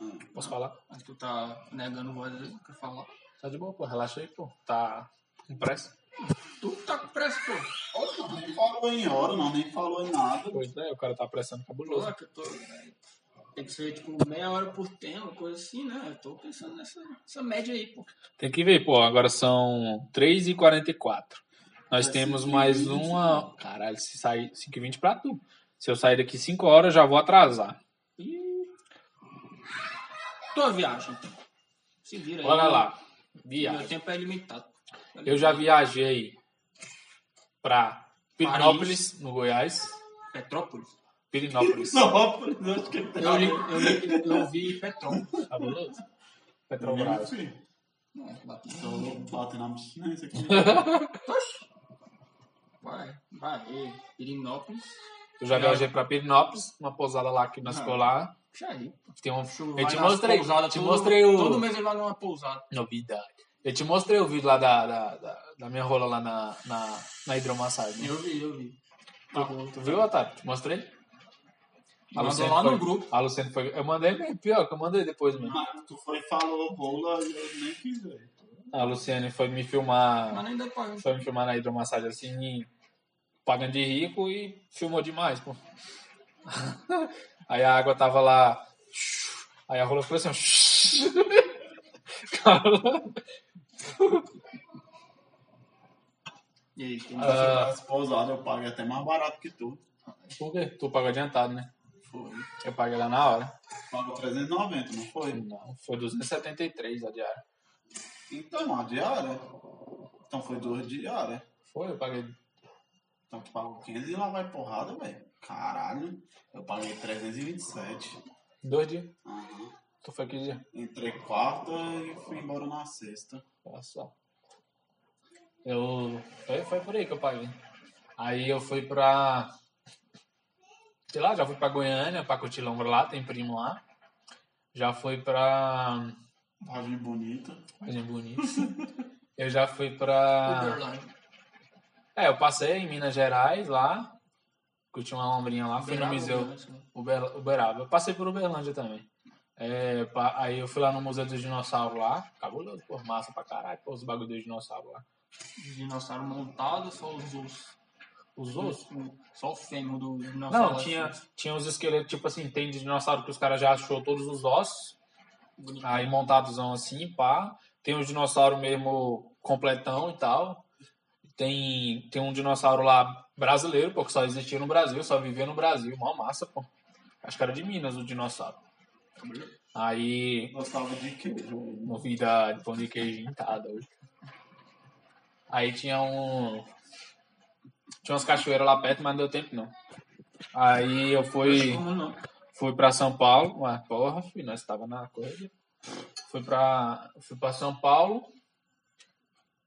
B: É.
A: Posso falar?
C: Mas tu tá negando voz aí, quer falar?
A: Tá de boa, pô. Relaxa aí, pô. Tá com pressa.
C: Tu que tá com pressa, pô.
B: Olha, não, nem falou em hora, não, nem falou em nada.
A: Pois é, o cara tá apressando cabuloso.
C: Pô, que eu tô. né? Tem que ser tipo meia hora por tema, coisa assim, né? Eu tô pensando nessa, nessa média aí, pô.
A: Tem que ver, pô. Agora são 3h44. Nós
B: É
A: temos
B: 5h20,
A: mais uma. Caralho, se sair 5h20 pra tu. Se eu sair daqui 5 horas, eu já vou atrasar.
C: Tua viagem, então. Se vira aí.
A: Bora lá.
C: Meu
A: Viagem.
C: tempo é limitado.
A: Eu já viajei pra Pirinópolis, no Goiás.
C: Petrópolis?
A: Pirinópolis.
B: Pirinópolis, eu acho que ele
C: Eu, li, eu, li, eu vi Petron.
A: Fabuloso. Tá
C: Uhum.
A: Petrobras.
D: Não, dá pra-
B: Bate na abstinência aqui.
C: Vai, vai. e Pirinópolis.
A: Eu já viajei pra Pirinópolis, uma pousada lá que nós
D: Ah.
A: ficou lá.
C: Puxa aí.
A: Tem um...
C: Uhum. Chuva
A: Eu te
C: vai nas
A: mostrei,
C: pousadas,
A: te
C: todo-
A: mostrei o...
C: Todo mês ele vai numa pousada.
A: Novidade. Eu te mostrei o vídeo lá da, da, da, da minha rola lá na, na, na hidromassagem.
C: Eu vi, eu vi. Tá bom.
A: Tu viu, Otávio? Te mostrei?
C: Mandou
A: Luciene
C: lá
A: Tá, foi-
C: no grupo.
A: A Luciene foi. Eu mandei mesmo, pior que eu mandei depois mesmo.
B: Mas tu foi e falou rola, eu nem quis ver.
A: A Luciene foi me filmar.
C: Mas nem depois.
A: Foi me filmar na hidromassagem assim, pagando de rico e filmou demais, pô. Aí a água tava lá. Aí a rola foi assim, ó. Cara,
D: E aí, tem
A: Ah.
B: Pra essa pousada eu paguei até mais barato que tu.
A: Por quê? Tu pagou adiantado, né?
B: Foi.
A: Eu paguei lá na hora.
B: Pagou 390, não foi?
A: Não, foi 273 a diária.
B: Então, a diária. Então foi duas diárias.
A: Foi, eu paguei.
B: Então tu pagou 500 e lá vai porrada, velho. Caralho. Eu paguei 327.
A: Dois dias.
B: Aham.
A: Tu foi que dia?
B: Entrei quarta e fui embora na sexta.
A: Olha só. Eu. Foi, foi por aí que eu paguei. Aí eu fui pra. Sei lá, já fui pra Goiânia, pra curtir Longo lá, tem primo lá. Já fui pra.
B: Vagem bonita.
A: Coisa bonita. Eu já fui pra.
C: Uberlândia.
A: É, eu passei em Minas Gerais lá. Curti uma lombrinha lá, fui no
C: Uberaba, né?
A: museu.
C: Uberlândia.
A: Uber, Uberaba. Eu passei por Uberlândia também. É, pa- aí eu fui lá no Museu dos Dinossauros lá. Cabuloso, pô, massa pra caralho, pô, os bagulho dos dinossauros lá.
C: Os dinossauros montados, só os ossos.
A: Os ossos.
C: Só o fêmur do dinossauro.
A: Não, tinha,
C: assim,
A: tinha os esqueletos, tipo assim, tem de dinossauro que os caras já achou todos os ossos,
C: bonito.
A: aí montadosão assim, pá. Tem os dinossauro mesmo completão e tal. Tem, tem um dinossauro lá brasileiro, porque só existia no Brasil, só vivia no Brasil. Mó massa, pô. Acho que era de Minas o dinossauro. Aí,
B: Gostava de queijo.
A: novidade, pão de queijo entada hoje. Aí tinha um. Tinha umas cachoeiras lá perto, mas não deu tempo não. Aí eu fui.
C: Como é não?
A: Fui pra São Paulo, mas porra, filho, nós né? estava na corrida. Fui pra, fui pra São Paulo,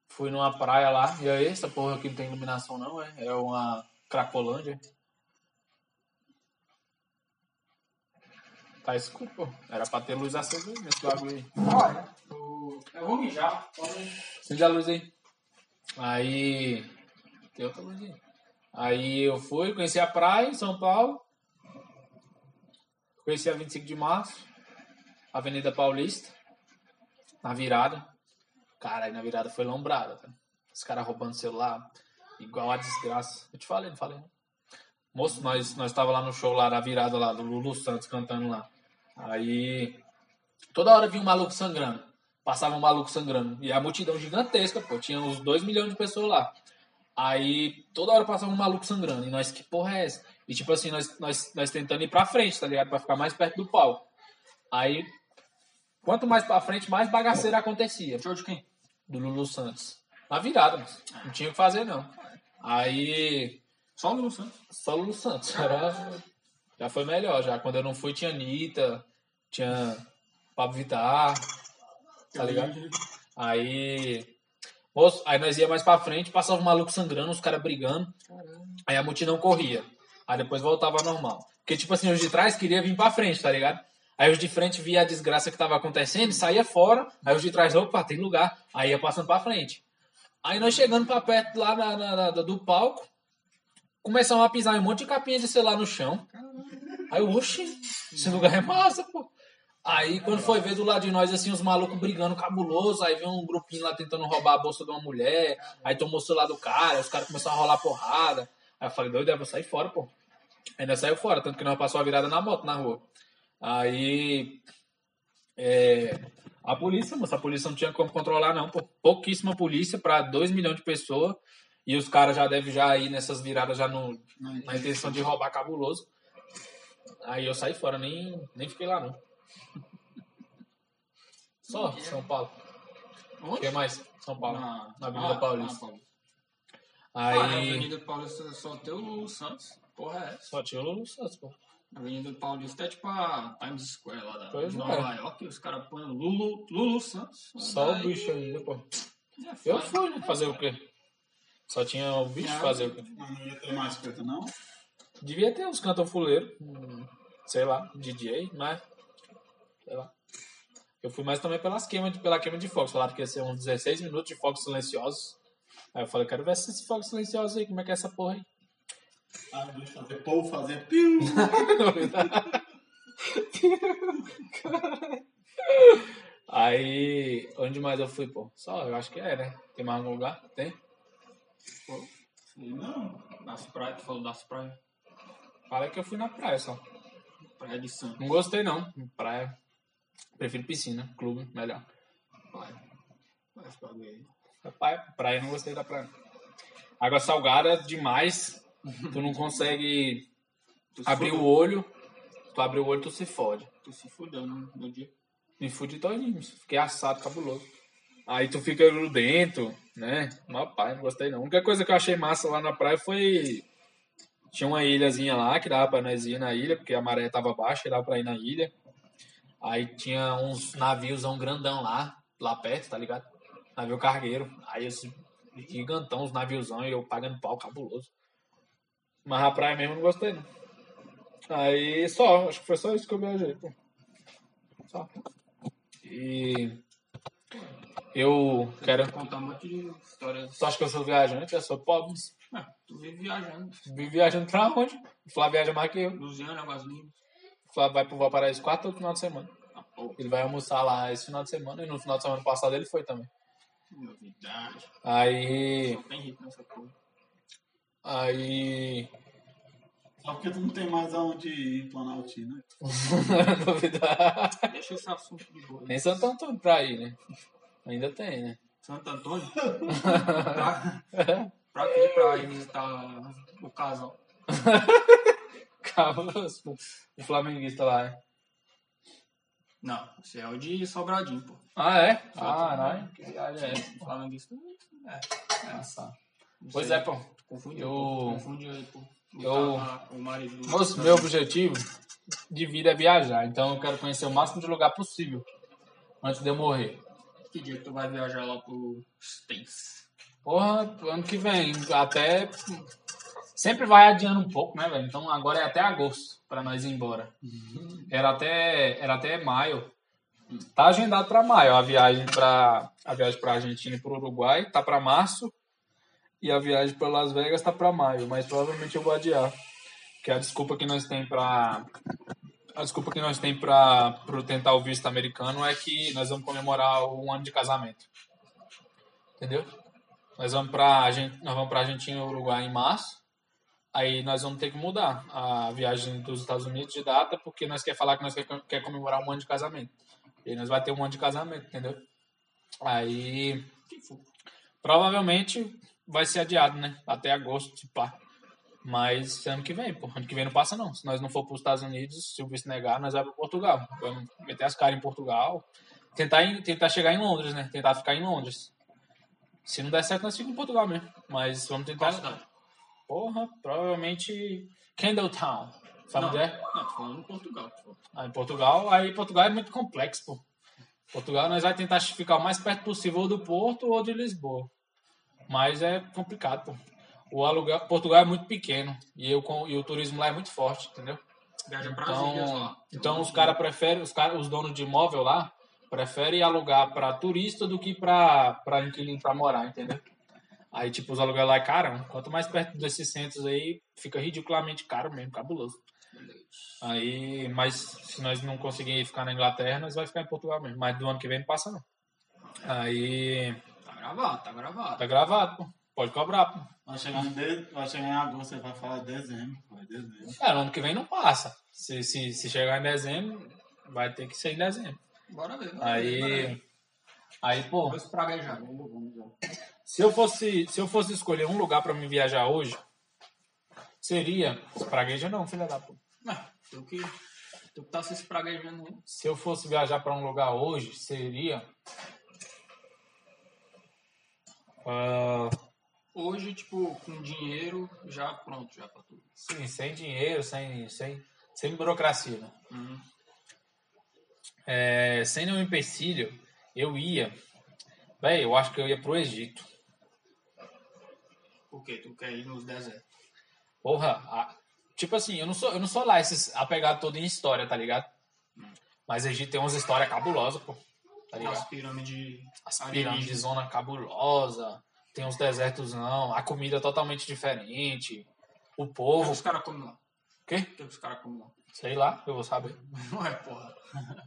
A: fui numa praia lá, e aí, essa porra aqui não tem iluminação não, é, é uma Cracolândia. Tá escuro, pô. Era pra ter luz acesa aí nesse bagulho aí.
C: Olha, o- eu vou mijar. Vamos...
A: Acende a luz aí. Aí. Tem outra luz aí. Aí eu fui, conheci a praia em São Paulo. Conheci a 25 de março. Avenida Paulista. Na virada. Caralho, na virada foi lombrada, cara. Os caras roubando celular. Igual a desgraça. Eu te falei, não falei. não? Moço, nós, nós tava lá no show lá da virada lá do Lulu Santos cantando lá. Aí. Toda hora vinha um maluco sangrando. Passava um maluco sangrando. E a multidão gigantesca, pô. Tinha uns 2 milhões de pessoas lá. Aí toda hora passava um maluco sangrando. E nós, que porra é essa? E tipo assim, nós, nós, nós tentando ir pra frente, tá ligado? Pra ficar mais perto do palco. Aí, quanto mais pra frente, mais bagaceira acontecia
C: Show de quem?
A: do Lulu Santos. Na virada, mas não tinha o que fazer, não. Aí,
C: Só o Lulu Santos.
A: só o Lulu Santos. Era- Já foi melhor, já. Quando eu não fui, tinha Anitta, tinha Pablo Vittar, tá ligado? Aí, moço, aí nós ia mais pra frente, passava um maluco sangrando, os caras brigando. Aí a multidão corria. Aí depois voltava ao normal. Porque, tipo assim, os de trás queria vir pra frente, tá ligado? Aí os de frente via a desgraça que tava acontecendo, saía fora. Aí os de trás, opa, tem lugar. Aí ia passando pra frente. Aí nós chegando pra perto lá na- na- na- do palco, começamos a pisar em um monte de capinha de celular no chão. Aí eu, oxe, esse lugar é massa, pô. Aí quando foi ver do lado de nós, assim, os malucos brigando cabuloso, aí veio um grupinho lá tentando roubar a bolsa de uma mulher, aí tomou o celular do cara, aí os caras começaram a rolar porrada. Aí eu falei, doido, eu vou sair fora, pô. Ainda saiu fora, tanto que nós passou a virada na moto, na rua. Aí. é, a polícia, moça, a polícia não tinha como controlar, não, pô. Pouquíssima polícia pra 2 milhões de pessoas. E os caras já devem já ir nessas viradas já no, na intenção de roubar cabuloso. Aí eu saí fora, nem, nem fiquei lá, não. Só São Paulo. O
C: Onde?
A: que mais? São é Paulo.
C: Na,
A: Na Avenida Paulista.
C: Ah, na
A: Aí.
C: Avenida Paulista só tem o Lulu Santos. Porra, é essa?
A: Só tinha o Lulu Santos, pô.
C: A Avenida Paulista é tipo a Times Square lá da
A: Pois
C: de
A: é.
C: Nova York. Os caras põem o Lulu, Lulu Santos.
A: Só o
C: Daí
A: bicho ainda, pô.
C: é
A: Eu
C: foda.
A: fui, né? Fazer o quê? Só tinha o bicho
C: Ah.
A: fazer o quê?
B: Mas não ia ter mais coisa, não?
A: Devia ter uns cantofuleiros, hum, sei lá, DJ, mas. Sei lá. Eu fui mais também pelas queima de, pela queima de fogos. Falaram que ia ser uns 16 minutos de fogos silenciosos. Aí eu falei, quero ver esses fogos silenciosos aí, como é que é essa porra aí?
B: Ah, deixa eu fazer povo fazer piu.
A: aí, onde mais eu fui, pô? Só, eu acho que é, né? Tem mais algum lugar? Tem?
B: Não.
C: Das praias, tu falou das praias.
A: Falei que eu fui na praia só.
C: Praia de Santos.
A: Não gostei, não. Praia. Prefiro piscina, clube, melhor.
C: Vai. Vai ficar aí.
A: Praia, praia não gostei da praia. Água salgada é demais. Tu não consegue
C: Tu se
A: abrir o
C: fudeu.
A: olho. Tu abre o olho, tu se fode.
C: Tu se fudeu no, no dia.
A: Me fude todinho. Fiquei assado, cabuloso. Aí tu fica grudento, né? Mó pai, não gostei não. A única coisa que eu achei massa lá na praia foi... Tinha uma ilhazinha lá, que dava pra nós ir na ilha, porque a maré tava baixa, e dava pra ir na ilha. Aí tinha uns naviozão grandão lá, lá perto, tá ligado? Navio cargueiro. Aí esse gigantão, os naviozão, e eu pagando pau, cabuloso. Mas a praia mesmo eu não gostei, não. Aí só, acho que foi só isso que eu viajei, pô. Só. E eu quero.
C: Contar um monte de histórias.
A: Tu acha que eu sou viajante? Eu sou pobre.
C: Ah, tu vive viajando.
A: Vim viajando pra onde? O Flávio viaja mais que eu.
C: Luziana, Águas Lindas.
A: O Flávio vai pro Valparaíso quatro todo final de semana.
C: Ah, porra.
A: Ele vai almoçar lá esse final de semana e no final de semana passado ele foi também.
C: Novidade.
A: Aí.
C: Só tem rico nessa porra.
A: Aí.
B: Só porque tu não tem mais aonde ir em Planaltina.
A: Novidade.
C: Deixa esse assunto de boa.
A: Nem Santo Antônio pra ir, né? Ainda tem, né?
C: Santo Antônio? pra, pra quê? Pra ir visitar o casal.
A: Cabras, pô. o flamenguista lá, né?
C: Não, você é o de Sobradinho, pô.
A: Ah, é?
C: Caralho,
A: que viagem é essa?
C: Flamenguista. É.
A: Pois é, pô.
C: Confunde,
A: Eu-
C: pô. Confunde aí, pô.
A: Eu-
C: Tava O marido do-
A: Moço, meu objetivo de vida é viajar, então eu quero conhecer o máximo de lugar possível antes de eu morrer.
C: Que dia que tu vai viajar lá pro States?
A: Porra, ano que vem, até. Sempre vai adiando um pouco, né, velho? Então agora é até agosto pra nós ir embora. Era até, era até maio. Tá agendado pra maio a viagem pra a viagem para Argentina e pro Uruguai, tá pra março. E a viagem pra Las Vegas tá pra maio, mas provavelmente eu vou adiar. Que é a desculpa que nós tem pra a desculpa que nós tem pra pro tentar o visto americano é que nós vamos comemorar um ano de casamento. Entendeu? Nós vamos pra, Argen- nós vamos pra Argentina e Uruguai em março. Aí nós vamos ter que mudar a viagem dos Estados Unidos de data, porque nós quer falar que nós quer, quer comemorar um ano de casamento. E aí nós vai ter um ano de casamento, entendeu? Aí. Provavelmente vai ser adiado, né? Até agosto, se pá. Mas ano que vem, pô. Ano que vem não passa, não. Se nós não for para os Estados Unidos, se o visto negar, nós vamos para Portugal. Vamos meter as caras em Portugal. Tentar, em- tentar chegar em Londres, né? Tentar ficar em Londres. Se não der certo, nós ficamos em Portugal mesmo. Mas vamos tentar.
C: Qual cidade?
A: Porra, provavelmente Candletown. Sabe
C: não,
A: onde é?
C: Não, tô falando em Portugal, pô.
A: Ah, em Portugal. Aí Portugal é muito complexo, pô. Portugal nós vai tentar ficar o mais perto possível ou do Porto ou de Lisboa. Mas é complicado, pô. O aluguel, Portugal é muito pequeno e, eu, com- e o turismo lá é muito forte, entendeu?
C: Viaja pra Brasília
A: Então,
C: lá.
A: então os caras preferem, os, cara, os donos de imóvel lá preferem alugar para turista do que para inquilino para morar, entendeu? Aí, tipo, os aluguel lá é caro. Quanto mais perto desses centros aí, fica ridiculamente caro mesmo, cabuloso. Aí, mas se nós não conseguir ficar na Inglaterra, nós vai ficar em Portugal mesmo. Mas do ano que vem não passa, não. Aí,
C: Tá gravado, tá gravado.
A: tá gravado, pô. Pode cobrar, pô.
B: Vai chegar em, de... vai chegar em agosto, você vai falar dezembro. Vai dezembro.
A: É, ano que vem não passa. Se, se, se chegar em dezembro, vai ter que ser em dezembro.
C: Bora ver. bora ver, bora ver.
A: Aí. Aí, pô,
C: Vamos praguejar. Vamos, vamos, vamos.
A: se eu fosse, se eu fosse escolher um lugar pra me viajar hoje, seria. Pragueja não, filha da puta.
C: Ah, tu que, tu que tá se espraguejando aí.
A: Se eu fosse viajar pra um lugar hoje, seria. ah,
C: Hoje hoje, tipo, com dinheiro, já pronto, já pra tudo.
A: Sim, sem dinheiro, sem, sem, sem burocracia, né?
C: Uhum.
A: É, sem nenhum empecilho, eu ia. Véi, eu acho que eu ia pro Egito.
C: Porque tu quer ir nos desertos.
A: Porra, a- tipo assim, eu não sou, eu não sou lá esses apegado todo em história, tá ligado? Mas Egito tem umas histórias cabulosas, pô. Tá ligado?
C: As pirâmides.
A: As pirâmides, zona cabulosa, tem uns desertos não, a comida é totalmente diferente, o
C: O que
A: povo,
C: os caras comem lá?
A: Quê?
C: O que os caras comem lá?
A: sei lá, eu vou saber.
C: Não é, porra.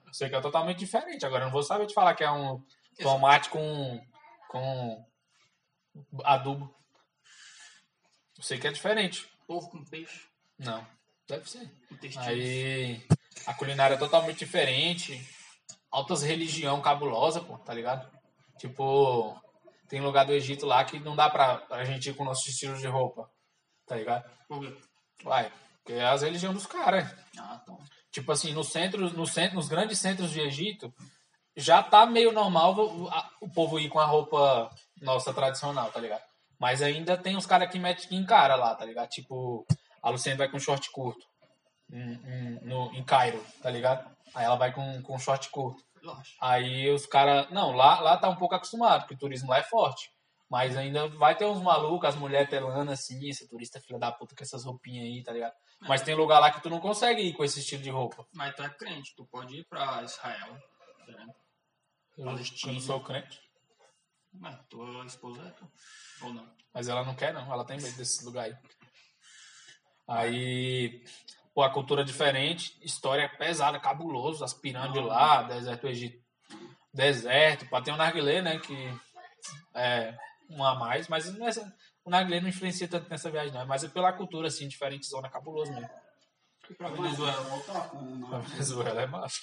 A: Eu sei que é totalmente diferente. Agora eu não vou saber te falar que é um tomate com, com adubo. Eu sei que é diferente.
C: Povo com peixe,
A: Não, deve ser.
C: intestino.
A: Aí a culinária é totalmente diferente. Altas religião cabulosa, pô, tá ligado? Tipo, tem lugar do Egito lá que não dá pra, pra gente ir com nossos estilos de roupa, tá ligado?
C: Por quê?
A: Vai, porque é as religiões dos caras.
C: Ah, então.
A: Tipo assim, no centro, no centro, nos grandes centros de Egito, já tá meio normal vo- a- o povo ir com a roupa nossa tradicional, tá ligado? Mas ainda tem uns caras que metem que encara lá, tá ligado? Tipo, a Luciene vai com short curto em, em- no, em Cairo, tá ligado? Aí ela vai com, com short curto.
C: Relaxa.
A: Aí os caras. Não, lá, lá tá um pouco acostumado, porque o turismo lá é forte. Mas ainda vai ter uns malucos, as mulheres telando assim, esse turista filha da puta com essas roupinhas aí, tá ligado? Mas tem lugar lá que tu não consegue ir com esse estilo de roupa.
C: Mas tu é crente, tu pode ir pra Israel. né?
A: Eu,
C: Palestina.
A: eu não sou crente,
C: Mas tua esposa é tu. Ou não?
A: mas ela não quer, não. Ela tem medo desse lugar aí. Aí, pô, a cultura é diferente, história é pesada, cabuloso, as pirâmides lá, deserto do Egito. Deserto, pá, tem o narguilé, né, que é um a mais, mas não é- o narguilé não influencia tanto nessa viagem, não. Mas é pela cultura, assim, diferente zona, cabuloso mesmo.
C: E pra Venezuela?
B: voltar com
A: A
B: não.
A: Venezuela é massa.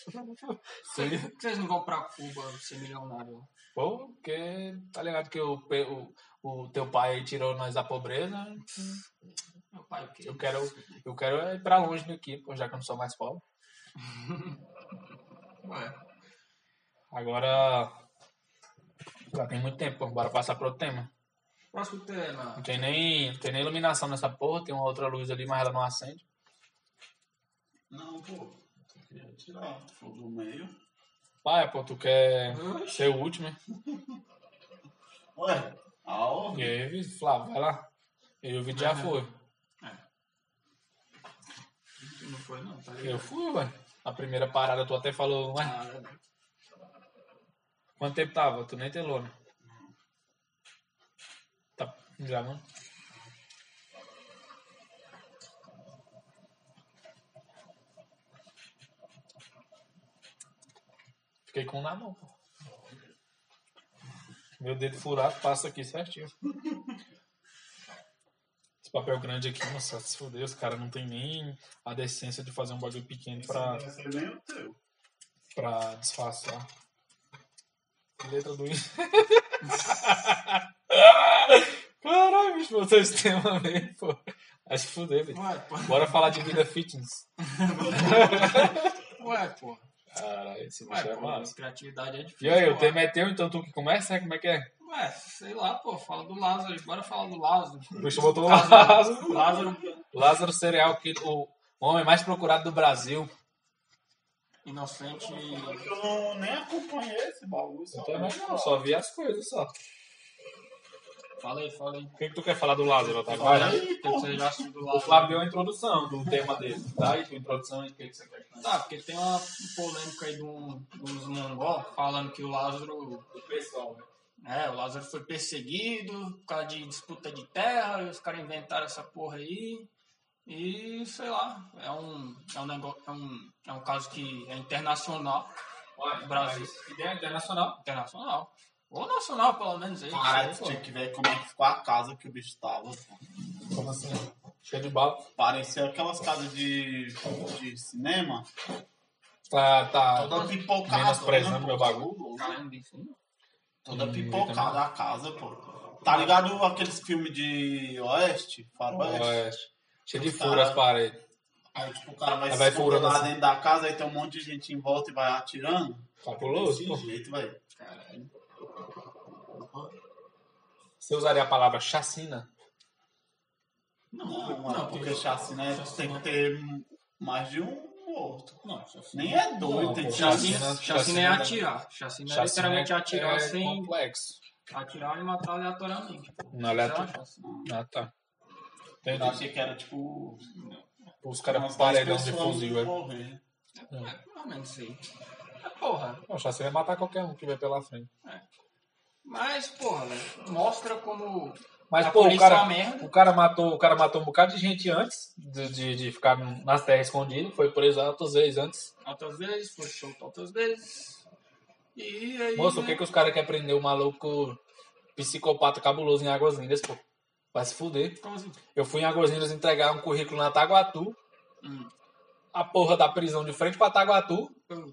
C: Vocês vocês não vão pra Cuba ser milionário?
A: Pô, porque tá ligado que o, pe- o, o teu pai tirou nós da pobreza,
C: Meu pai, o quê?
A: Eu quero, eu quero é ir pra longe daqui, pô, já que eu não sou mais pobre.
C: Ué,
A: Agora. Já tem muito tempo, pô, bora passar pro outro tema.
C: próximo tema.
A: Não tem nem, não tem nem iluminação nessa porra, tem uma outra luz ali, mas ela não acende.
B: Não, pô. Queria tirar o fogo do meio.
A: Pai, pô, tu quer
C: Oxi.
A: ser o último, hein?
B: Ué, a
A: E
B: ordem.
A: aí, Vitor, Flávio, vai lá. E o vídeo já foi.
C: Não foi, não, tá ligado?
A: Eu fui, ué. A primeira parada tu até falou, ué,
C: Ah, é, né?
A: quanto tempo tava? Tu nem telou, né? Tá, já não? Fiquei com um na mão, pô. Meu dedo furado passa aqui certinho. Esse papel grande aqui, nossa, se fudeu, os caras não tem nem a decência de fazer um bagulho pequeno pra,
B: Esse não deve ser nem o teu.
A: pra disfarçar. Letra do I. Caralho, bicho, vocês têm uma vez, pô. Acho que fudeu, bicho.
C: Ué, pô.
A: Bora falar de vida fitness.
C: Ué, pô.
A: Caralho, esse bicho
C: Ué,
A: é
C: pô.
A: massa.
C: Criatividade é difícil.
A: E aí, o
C: pô.
A: tema é teu, então tu que começa, né? Como é que é?
C: Ué, sei lá, pô. Fala do Lázaro. Bora falar do Lázaro.
A: O bicho botou o Lázaro.
C: Lázaro
A: Lázaro Cereal, que o homem mais procurado do Brasil.
C: inocente.
B: Eu não, nem acompanhei esse bagulho. só-
A: Então, né, eu só vi as coisas só. O
C: Fala aí, fala aí.
A: que, que tu quer falar do Lázaro, Otávio?
B: Olha
A: Vai, né?
B: aí,
C: Tem que
B: pô.
C: ser já assunto do
A: O
C: Lázaro.
A: Flávio deu a introdução do tema dele, tá? E tua introdução aí, o que, que você quer?
C: Tá, porque tem uma polêmica aí de um- dos mongol falando que o Lázaro
A: Do pessoal, né?
C: É, o Lázaro foi perseguido por causa de disputa de terra, e os caras inventaram essa porra aí. E sei lá, é um, é um, negócio, é um, é um caso que é internacional.
A: Olha,
C: Brasil.
A: mas Ideia internacional.
C: Internacional. Ou nacional, pelo menos. Aí,
B: Caralho,
C: sei,
B: tu
C: pô.
B: tinha que ver como é que ficou a casa que o bicho tava. pô.
A: Como assim? Cheio de bala.
B: Parecia aquelas casas de, de cinema.
A: Tá, tá.
B: Toda pipocada.
A: Menosprezando
B: toda-
A: meu bagulho. Hum,
C: Caralho, isso.
B: Toda pipocada a casa, pô. Tá ligado aqueles filmes de oeste, faroeste?
A: Oeste. é, Cheio
C: Tá.
A: de furo as paredes.
B: Aí tipo, o cara vai,
A: Aí vai
B: se esconder lá
A: furando assim.
B: dentro da casa, aí tem um monte de gente em volta e vai atirando.
A: Fabuloso,
B: Desse
A: pô.
B: jeito, velho.
C: Caralho.
A: Você usaria a palavra chacina?
B: Não,
D: Não,
B: porque
D: tem-
B: chacina é- tem que ter mais de um morto.
D: Não, só se-
B: Nem é doido,
A: Não,
B: tem
A: pô,
B: que tirar
A: chacina-
C: Chacina,
A: chacina
C: chacina é
A: dá-
C: atirar. Chacina, é literalmente atirar
A: é
C: sem
A: complexo.
C: atirar e matar aleatoriamente.
A: Não,
C: Isso é uma
A: aleatório.
C: chacina.
A: Ah, tá.
B: Eu
A: Entendi.
B: achei que era tipo.
C: Tá.
A: Os caras
B: umas
A: paredão
B: dez
A: de
B: pessoas
A: fuzil. É.
B: morrer.
C: É, pelo menos isso aí. É, porra.
A: Não, chacina é matar qualquer um que vier pela frente.
C: Mas, porra, velho, mostra como.
A: Mas,
C: a
A: pô, o
C: polícia é
A: cara,
C: uma merda.
A: o, cara matou, o cara matou um bocado de gente antes de, de, de ficar nas terras escondido. Foi preso outras vezes antes.
C: Outras vezes, foi solto outras vezes. E aí.
A: Moço, o
C: né,
A: que, que os caras querem prender o maluco psicopata cabuloso em Águas Lindas, pô? Vai se fuder.
C: Como assim?
A: Eu fui em Águas Lindas entregar um currículo na Taguatu.
C: Hum.
A: A porra da prisão de frente pra Taguatu.
C: Eu-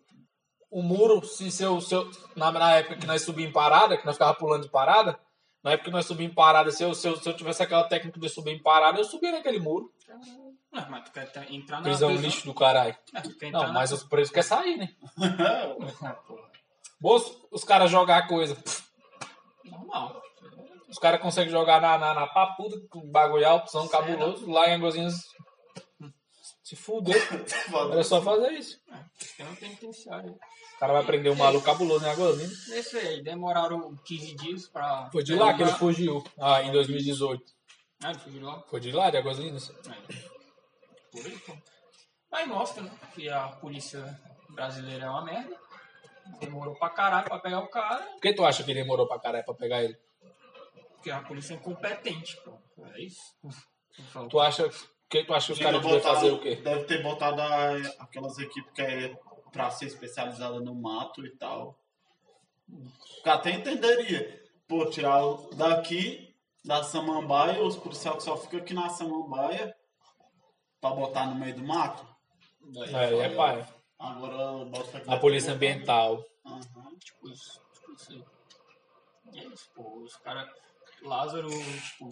A: O muro, se seu, seu, na, na época que nós subimos em parada, que nós ficava pulando de parada, na época que nós subimos em parada, se eu, se eu, se eu tivesse aquela técnica de subir em parada, eu subia naquele muro.
C: Não, mas tu quer te- entrar na
A: Prisão lixo do caralho.
C: É, tu quer entrar
A: Não, mas
C: na...
A: os presos querem sair, né?
C: Ah, porra,
A: Moço, os caras jogar a coisa.
C: normal.
A: Os caras conseguem jogar na, na, na papuda, com um bagulho alto, são
C: Sério?
A: cabuloso, lá em Angozinhos. Se fuder. Era só fazer isso.
C: É, tem um penitenciário.
A: O cara vai prender um maluco cabuloso em Angozinhos.
C: Esse aí, demoraram 15 dias pra.
A: Foi de lá que ele
C: derrubar.
A: fugiu, ah, em 2018.
C: Ah, ele foi de lá.
A: Foi de lá, de Angozinhos.
C: É. Por aí, pô. Mas mostra né, que a polícia brasileira é uma merda. Demorou pra caralho pra pegar o cara,
A: Por que tu acha que ele demorou pra caralho pra pegar ele?
C: porque a polícia é incompetente, pô. É isso? Então,
A: Tu acha que tu acha que os
B: Devia
A: caras deviam
B: botar-
A: fazer o quê?
B: Deve ter botado a- aquelas equipes que é pra ser especializada no mato e tal. Eu até entenderia. Pô, tirar o- daqui, da Samambaia, os policiais que só ficam aqui na Samambaia pra botar no meio do mato.
A: É, é pai.
B: Agora bota aqui.
A: A polícia ambiental.
B: Aham.
C: Tipo isso. Tipo isso aí. E é isso, pô. Os caras. Lázaro, tipo.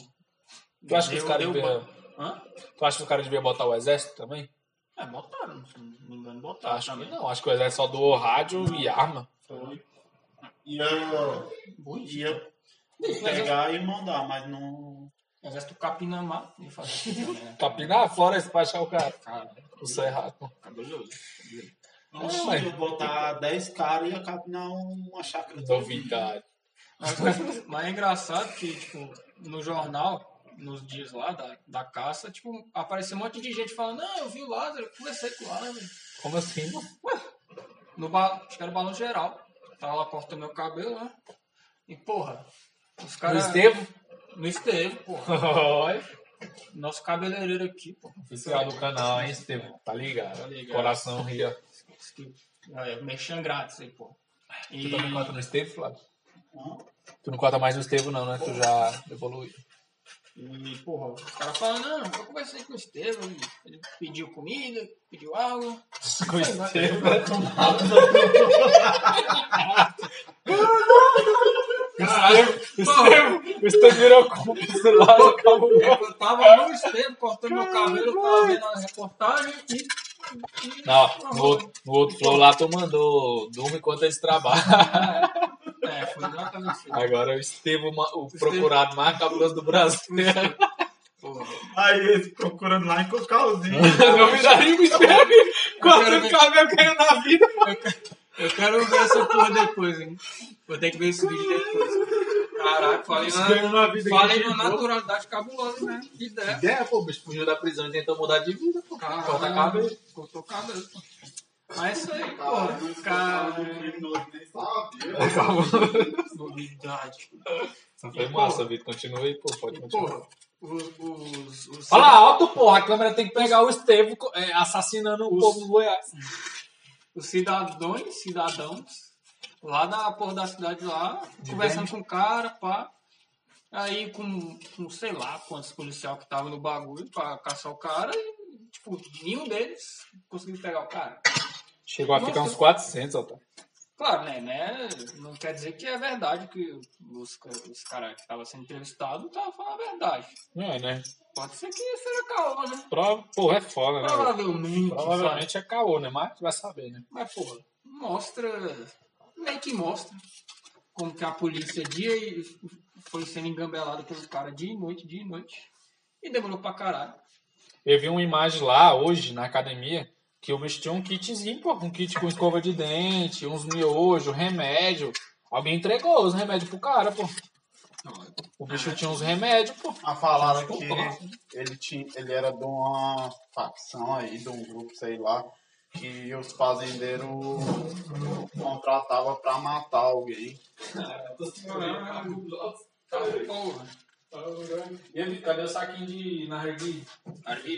A: Tu acha que os
C: deu-
A: caras
C: deu
A: deviam-
C: ban- Hã?
A: Tu acha que os caras deviam botar o exército também?
C: É, botaram, se não me engano, botaram.
A: Acho que
C: também.
A: não. Acho que o exército só doou rádio e arma.
C: Foi.
B: Ia,
C: Bonito.
B: ia
C: Mas
B: pegar e mandar, mas não.
C: o Exército Capinamá. ia fazer isso também, né?
A: Capinar a floresta ah, pra achar o cara. é
C: Cara,
A: O Cerrado.
C: cabuloso.
B: Não
A: É, ué.
B: ia botar 10 caras e ia capinar uma chácara.
A: Novidade.
C: Mas, mas é engraçado que, tipo, no jornal, nos dias lá da, da caça, tipo, apareceu um monte de gente falando, não, eu vi o Lázaro, eu conversei com o Lázaro.
A: Como assim, mano?
C: No ba... Acho que era o balão geral. Tava lá cortando meu cabelo, né? E, porra, os
A: No
C: caras...
A: Estevo?
C: No Estevam, porra.
A: Oi.
C: Nosso cabeleireiro aqui, porra.
A: Oficial do canal, hein, Estevam? Tá ligado?
C: Tá ligado.
A: Coração ria.
C: Esse que- É, mexendo grátis aí, porra.
A: Tu tá
C: E...
A: também corta no Estevo, Flávio?
B: Não.
A: Tu não corta mais no Estevo, não, né? Tu já evoluiu.
C: E, porra, os caras falam, não, eu conversei com o Estevam, ele pediu comida, pediu água.
A: Com o Estevo vai tomar.
C: Caralho,
A: Estevam- O Estevam virou cúmplice lá do Cabo
C: eu tava no Estevam cortando meu cabelo, eu tava vendo a reportagem e... e-
A: Não, no outro, no outro flow lá tu mandou durma enquanto eles trabalham.
C: É, foi exatamente isso.
A: Agora é o Estevam, ma- o procurado mais cabuloso do Brasil.
C: Porra.
B: Aí eles procurando lá em Cocalzinho.
A: Não me daria o Estevam cortando o cabelo caiu na vida.
C: Eu quero ver essa porra depois, hein? Vou ter que ver esse vídeo depois. Caraca, falei
A: Estranho na vida
C: na,
A: que
C: falei na
A: chegou.
C: naturalidade cabulosa, né? Que ideia.
A: ideia, É, pô, o bicho fugiu da prisão e tentou mudar de vida, pô. Corta a
C: Caralho,
A: cabeça.
C: cortou o cabelo. pô. Mas é isso aí,
A: Tá
C: porra. Cara,
B: nem sabia.
C: novidade.
A: Foi massa, Vitor. Continua aí, pô. Pode
C: E,
A: continuar.
C: Porra, os, os, os,
A: Fala alto, porra. A câmera tem que pegar o Estevam é, assassinando o
C: Os-
A: povo do Goiás.
C: os cidadãos, cidadãos, lá da porra da cidade lá, conversando com o cara, pá. Aí com, com sei lá quantos policial que tava no bagulho pra caçar o cara e, tipo, nenhum deles conseguiu pegar o cara.
A: Chegou a ficar
C: Nossa.
A: uns tá. 400, Otávio.
C: Claro, né, né? Não quer dizer que é verdade que os, ca- os caras que estavam sendo entrevistados estavam falando a verdade.
A: Não é, né?
C: Pode ser que seja caô, né?
A: Prova, porra, é foda, né? velho?
C: Provavelmente. sabe?
A: Provavelmente é caô, né? Mas tu vai saber, né?
C: Mas, porra, mostra. Meio que mostra como que a polícia dia e foi sendo engambelada pelos caras dia e noite, dia e noite. E demorou pra caralho.
A: Eu vi uma imagem lá hoje na academia que eu tinha um kitzinho, pô, um kit com escova de dente, uns miojos, remédio. Alguém entregou os remédios pro cara, pô. O bicho tinha uns remédios, pô.
B: Ah, falaram que
A: Desculpa.
B: ele, tinha, ele era de uma facção aí, de um grupo, sei lá, que os fazendeiros contratavam pra matar alguém.
A: Ah, é,
C: Tá Porra.
A: E aí, cadê o saquinho de narguilha?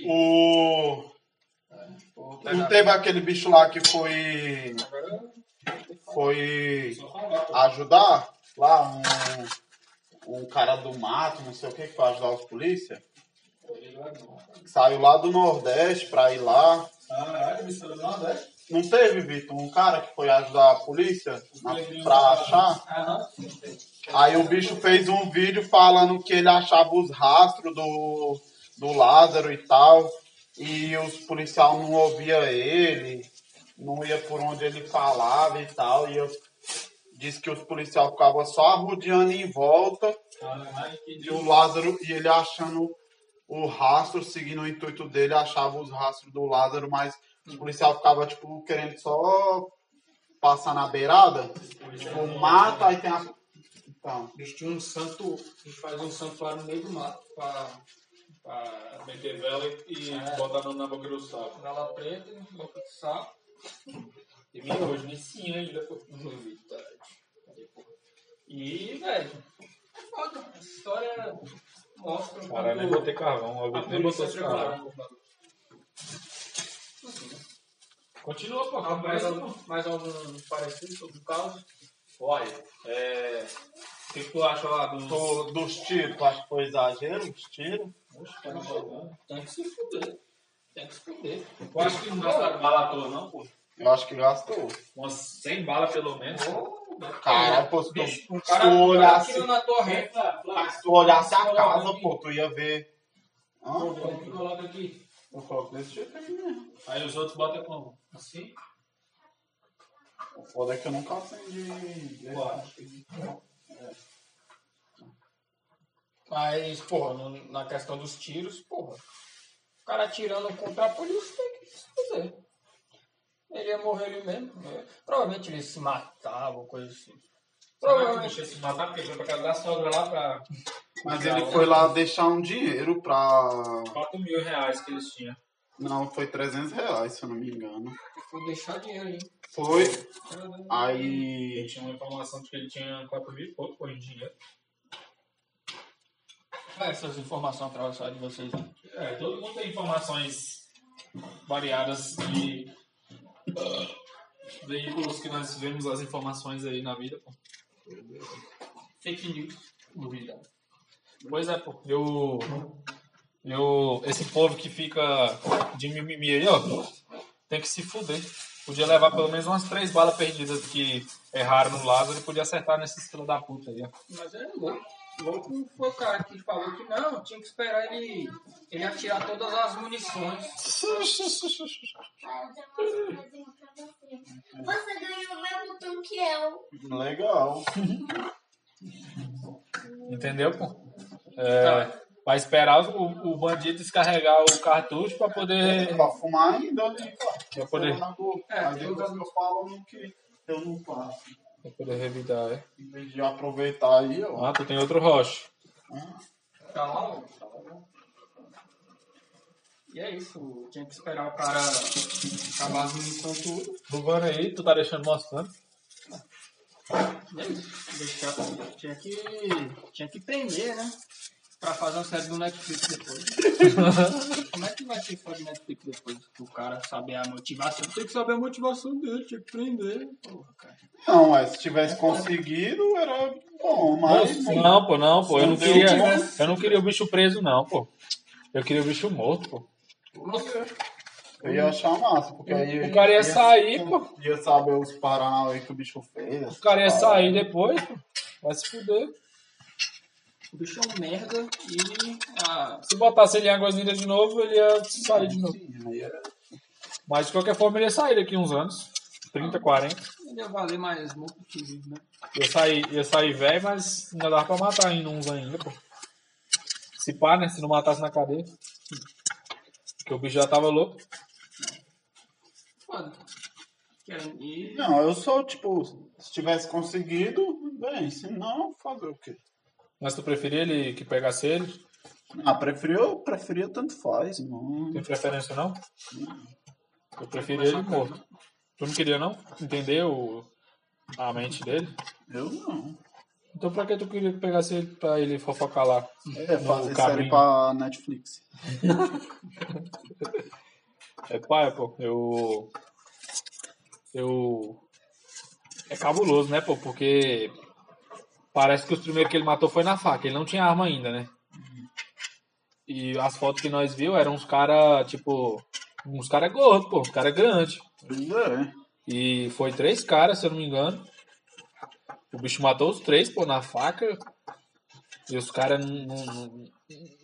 B: O...
A: tá
B: Não teve aquele bicho lá que foi. Foi ajudar lá um, um cara do mato, não sei o que, que foi ajudar os polícia. Saiu lá do Nordeste pra ir lá. Não teve, Vitor, um cara que foi ajudar a polícia na, pra achar? Aí o bicho fez um vídeo falando que ele achava os rastros do, do Lázaro e tal. E os policiais não ouviam ele, não ia por onde ele falava e tal. E eu disse que os policiais ficavam só arrodeando em volta.
A: é
B: E o um Lázaro, e ele achando o rastro, seguindo o intuito dele, achava os rastros do Lázaro, mas
C: Uhum.
B: os policiais ficavam, tipo, querendo só passar na beirada. Tipo, mata, aí tem a. Então.
C: A gente tinha um santo, a gente fazia um santuário no meio do mato pra, pra
A: Meter vela e
C: É.
A: botar no- na boca do sapo.
C: vela preta, boca de sapo.
A: E minha hoje, sim
C: né,
A: ainda, pô.
C: tá, E, velho, é foda. Essa história mostra um
A: Cara, nem botei carvão,
C: a
A: eu nem
C: polícia
A: botou
C: é
A: esse carvão.
C: preparada.
A: Continua, pô.
C: Ah, Mais,
A: conversa, pô.
C: algum- mais algum parecido sobre o caso?
A: Olha, é... o que que tu acha lá dos...
B: Do- dos tiros, tu acha que foi exagero os tiros?
A: tá
C: Tem que se fuder. Tem que se fuder.
A: Eu acho que não gastaram bala à toa, não, pô.
B: Eu acho que gastou.
A: Umas 100 balas, pelo menos.
B: Cara, pô, se tu,
C: Bicho, um
B: se
C: cara,
B: tu
C: um cara
B: olhasse,
C: atirou na torreta, Flávio.
B: se tu olhasse a
C: Olha,
B: casa,
C: aqui.
B: pô, tu ia ver. Hã?
C: Coloca- Coloca aqui.
B: Eu coloco tipo, desse jeito aqui mesmo.
A: Aí os outros botam como? Assim?
B: O foda é que eu nunca acendi.
C: Mas, porra, no- na questão dos tiros, porra. O cara atirando contra a polícia tem que se fazer. Ele ia morrer ele mesmo. né? Provavelmente ele se matava ou coisa assim. Provavelmente.
A: Deixa se matar, porque foi pra casa da sogra lá pra
B: Mas ele foi lá deixar um dinheiro pra.
A: 4 mil reais que eles tinham.
B: Não, foi 300 reais, se eu não me engano.
C: Vou deixar dinheiro aí.
B: Foi.
C: Caramba.
A: Eu
B: Aí.
A: tinha uma informação de que ele tinha 4 mil e pouco, pô, em dinheiro.
C: Ah, Essas informações atravessadas de vocês. né?
A: É, todo mundo tem informações variadas de ah, veículos que nós vemos as informações aí na vida, pô.
C: Fake news. Duvida.
A: Pois é, pô. Eu, eu, esse povo que fica de mimimi aí, ó, tem que se fuder. Podia levar pelo menos umas três balas perdidas que erraram no Lázaro e podia acertar nesses filhos da puta aí, ó.
C: Mas é louco. Louco foi o cara que falou que não, tinha que esperar ele, ele atirar todas as munições.
E: Ah, eu tenho mais um presente pra você. Você ganhou o mesmo botão que eu.
B: Legal.
A: Entendeu, pô? É, vai esperar o, o bandido descarregar o cartucho pra poder.
B: Pra fumar ainda ali,
A: É. Pra poder,
C: É,
B: Mas
C: eu-
B: depois eu falo que eu não faço.
A: pra poder revidar, é.
B: Em vez de aproveitar aí, ó.
A: Ah, tu tem outro roche.
C: Tá lá, ó. Tá lá. E é isso, tinha que esperar o cara acabar as munições tudo.
A: Bugando aí, tu tá deixando mostrando.
C: E é isso. Deixar, tinha, que, tinha que prender, né? Pra fazer uma série do Netflix depois. Como é que vai ser só do Netflix depois? Que o cara saber a motivação. Tem que saber a motivação dele, tinha que prender. Porra, cara.
B: Não, mas se tivesse conseguido, era bom, mas.
A: Moço, não, pô, não, pô. Eu não
B: Se eu
A: queria.
B: tivesse-
A: Eu não queria o bicho preso, não, pô. Eu queria o bicho morto, pô.
B: Eu ia achar massa, porque aí.
A: O cara ia sair, pô.
B: Ia saber os paranauê que o bicho fez.
A: O cara ia sair depois, pô. Vai se fuder.
C: O bicho é um merda e. Ah,
A: Se botasse ele em agozinha de novo, ele ia sair de novo.
B: Sim, assim, aí é era-
A: Mas de qualquer forma, ele ia sair daqui uns anos. 30, 40.
C: ele ia valer mais muito que vivo, né?
A: Ia sair, ia sair velho, mas ainda dava pra matar ainda uns ainda, pô. Se pá, né? Se não matasse na cadeia. Porque o bicho já tava louco.
C: Foda. Querem ir.
B: Não, eu sou, tipo, se tivesse conseguido, bem, se não, fazer o quê?
A: Mas tu preferia ele que pegasse ele?
B: Ah, preferiu, preferiu, tanto faz, mano.
A: Tem preferência não? Eu preferia ele morto. Tu não queria não? Entender o... a mente dele?
B: Eu não.
A: Então pra que tu queria que pegasse ele pra ele fofocar lá?
B: É, fazer série
A: caminho.
B: pra Netflix.
A: É pai, pô. Eu. Eu. É cabuloso, né, pô? Porque. Parece que os primeiros que ele matou foi na faca. Ele não tinha arma ainda, né? E as fotos que nós viu eram uns cara, tipo. Uns cara gordo, pô. Uns cara grande.
B: É.
A: E foi três caras, se eu não me engano. O bicho matou os três, pô, na faca. E os caras. não- não- não-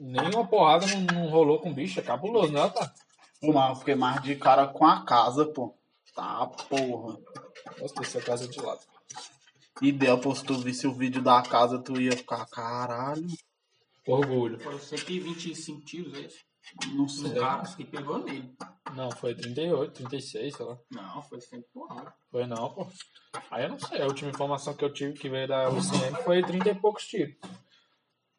A: Nem uma porrada não, não rolou com o bicho. É cabuloso, né, tá?
B: Pô, mas eu fiquei mais de cara com a casa, pô. Tá, porra.
A: Nossa, essa casa de lado.
B: Ideal, pô, se tu visse o vídeo da casa, tu ia ficar, caralho.
A: Orgulho.
C: Foram 125 tiros, é isso? é um
B: Não
C: No
B: sei.
C: cara que pegou nele.
A: Não, foi 38, 36, sei lá.
C: Não, foi sempre porrada.
A: Foi não, pô. Aí eu não sei, a última informação que eu tive que veio da UCM foi 30 e poucos tiros.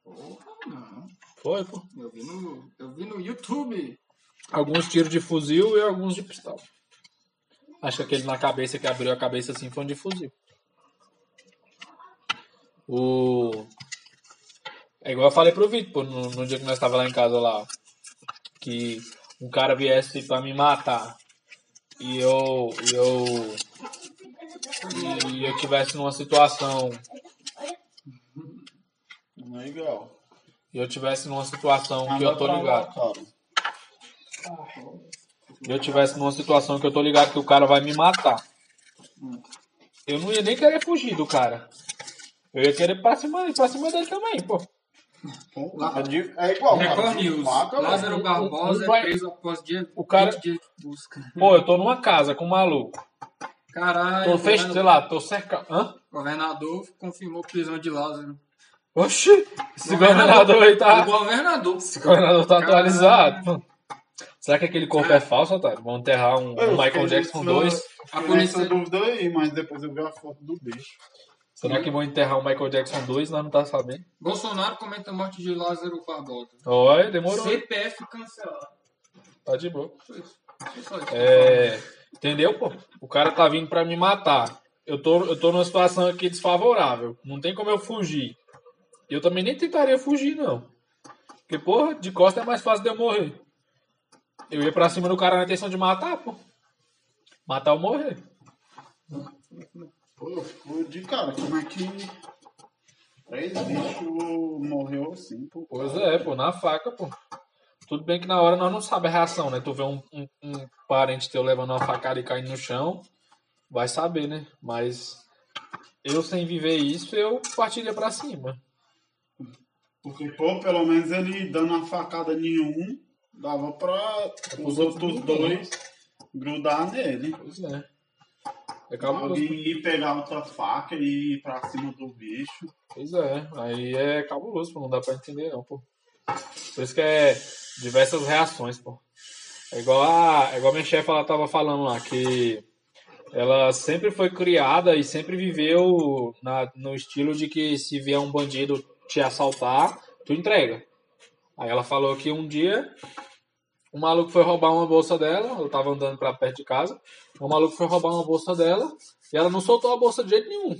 C: Porra, não.
A: Foi, pô.
C: Eu vi no, eu vi no YouTube.
A: Alguns tiros de fuzil e alguns de pistola. Acho que aquele na cabeça que abriu a cabeça assim foi um de fuzil. O. É igual eu falei pro Vitor, pô, no, no dia que nós tava lá em casa lá. Que um cara viesse pra me matar. E eu. E eu. E eu tivesse numa situação
B: Legal.
A: e eu tivesse numa situação É que
B: Manda
A: eu tô
B: pra lá,
A: ligado.
B: cara.
A: E eu tivesse numa situação que eu tô ligado que o cara vai me matar. Eu não ia nem querer fugir do cara. Eu ia querer ir pra cima, ir pra cima dele também, pô.
B: Pô, cara, de- É igual, cara.
C: Record
B: de
C: News.
B: faca, mano.
C: Lázaro Barbosa
A: Um vai-
C: é preso após dia,
A: O cara-
C: 20 dias de busca.
A: Pô, eu tô numa casa com um maluco.
C: Caralho.
A: Tô fechado, sei lá, tô cercado. Hã?
C: governador confirmou prisão de Lázaro.
A: Oxi! Esse
C: é
A: governador aí
C: O
A: tá.
C: governador.
A: Esse governador tá
C: Caralho.
A: atualizado. Será que aquele corpo é falso, Otário? Vão enterrar um, um
B: Eu
A: Michael
B: fiquei
A: Jackson
B: nessa-
A: 2?
C: A
B: fiquei
C: polícia-
B: Nessa dúvida aí, mas depois eu vi a foto do bicho.
A: Será que vão enterrar um Michael Jackson 2? Nós não tá sabendo.
C: Bolsonaro comenta a morte de Lázaro Barbosa.
A: Olha, demorou.
C: CPF cancelado.
A: Tá de boa.
C: Foi isso. Foi só isso.
A: É, entendeu, pô? O cara tá vindo pra me matar. Eu tô, eu tô numa situação aqui desfavorável. Não tem como eu fugir. Eu também nem tentaria fugir, não. Porque, porra, de costa é mais fácil de eu morrer. Eu ia pra cima do cara na intenção de matar, pô. Matar ou morrer.
B: Pô, eu fico de cara, como é que três bichos morreu assim, pô?
A: Pois é, pô, na faca, pô. Tudo bem que na hora nós não sabemos a reação, né? Tu vê um, um- um parente teu levando uma facada e caindo no chão, vai saber, né? Mas eu sem viver isso, eu partiria pra cima.
B: Porque, pô, pelo menos ele dando uma facada nenhum, dava pra os outros dois grudar nele.
A: Pois é. É cabuloso.
B: Alguém ir pegar outra faca e ir pra cima do bicho.
A: Pois é. Aí é cabuloso, pô. Não dá pra entender, não, pô. Por isso que é diversas reações, pô. É igual a, é igual a minha chefe, ela tava falando lá, que ela sempre foi criada e sempre viveu na, no estilo de que se vier um bandido te assaltar, tu entrega. Aí ela falou que um dia um maluco foi roubar uma bolsa dela, eu tava andando pra perto de casa, um maluco foi roubar uma bolsa dela e ela não soltou a bolsa de jeito nenhum.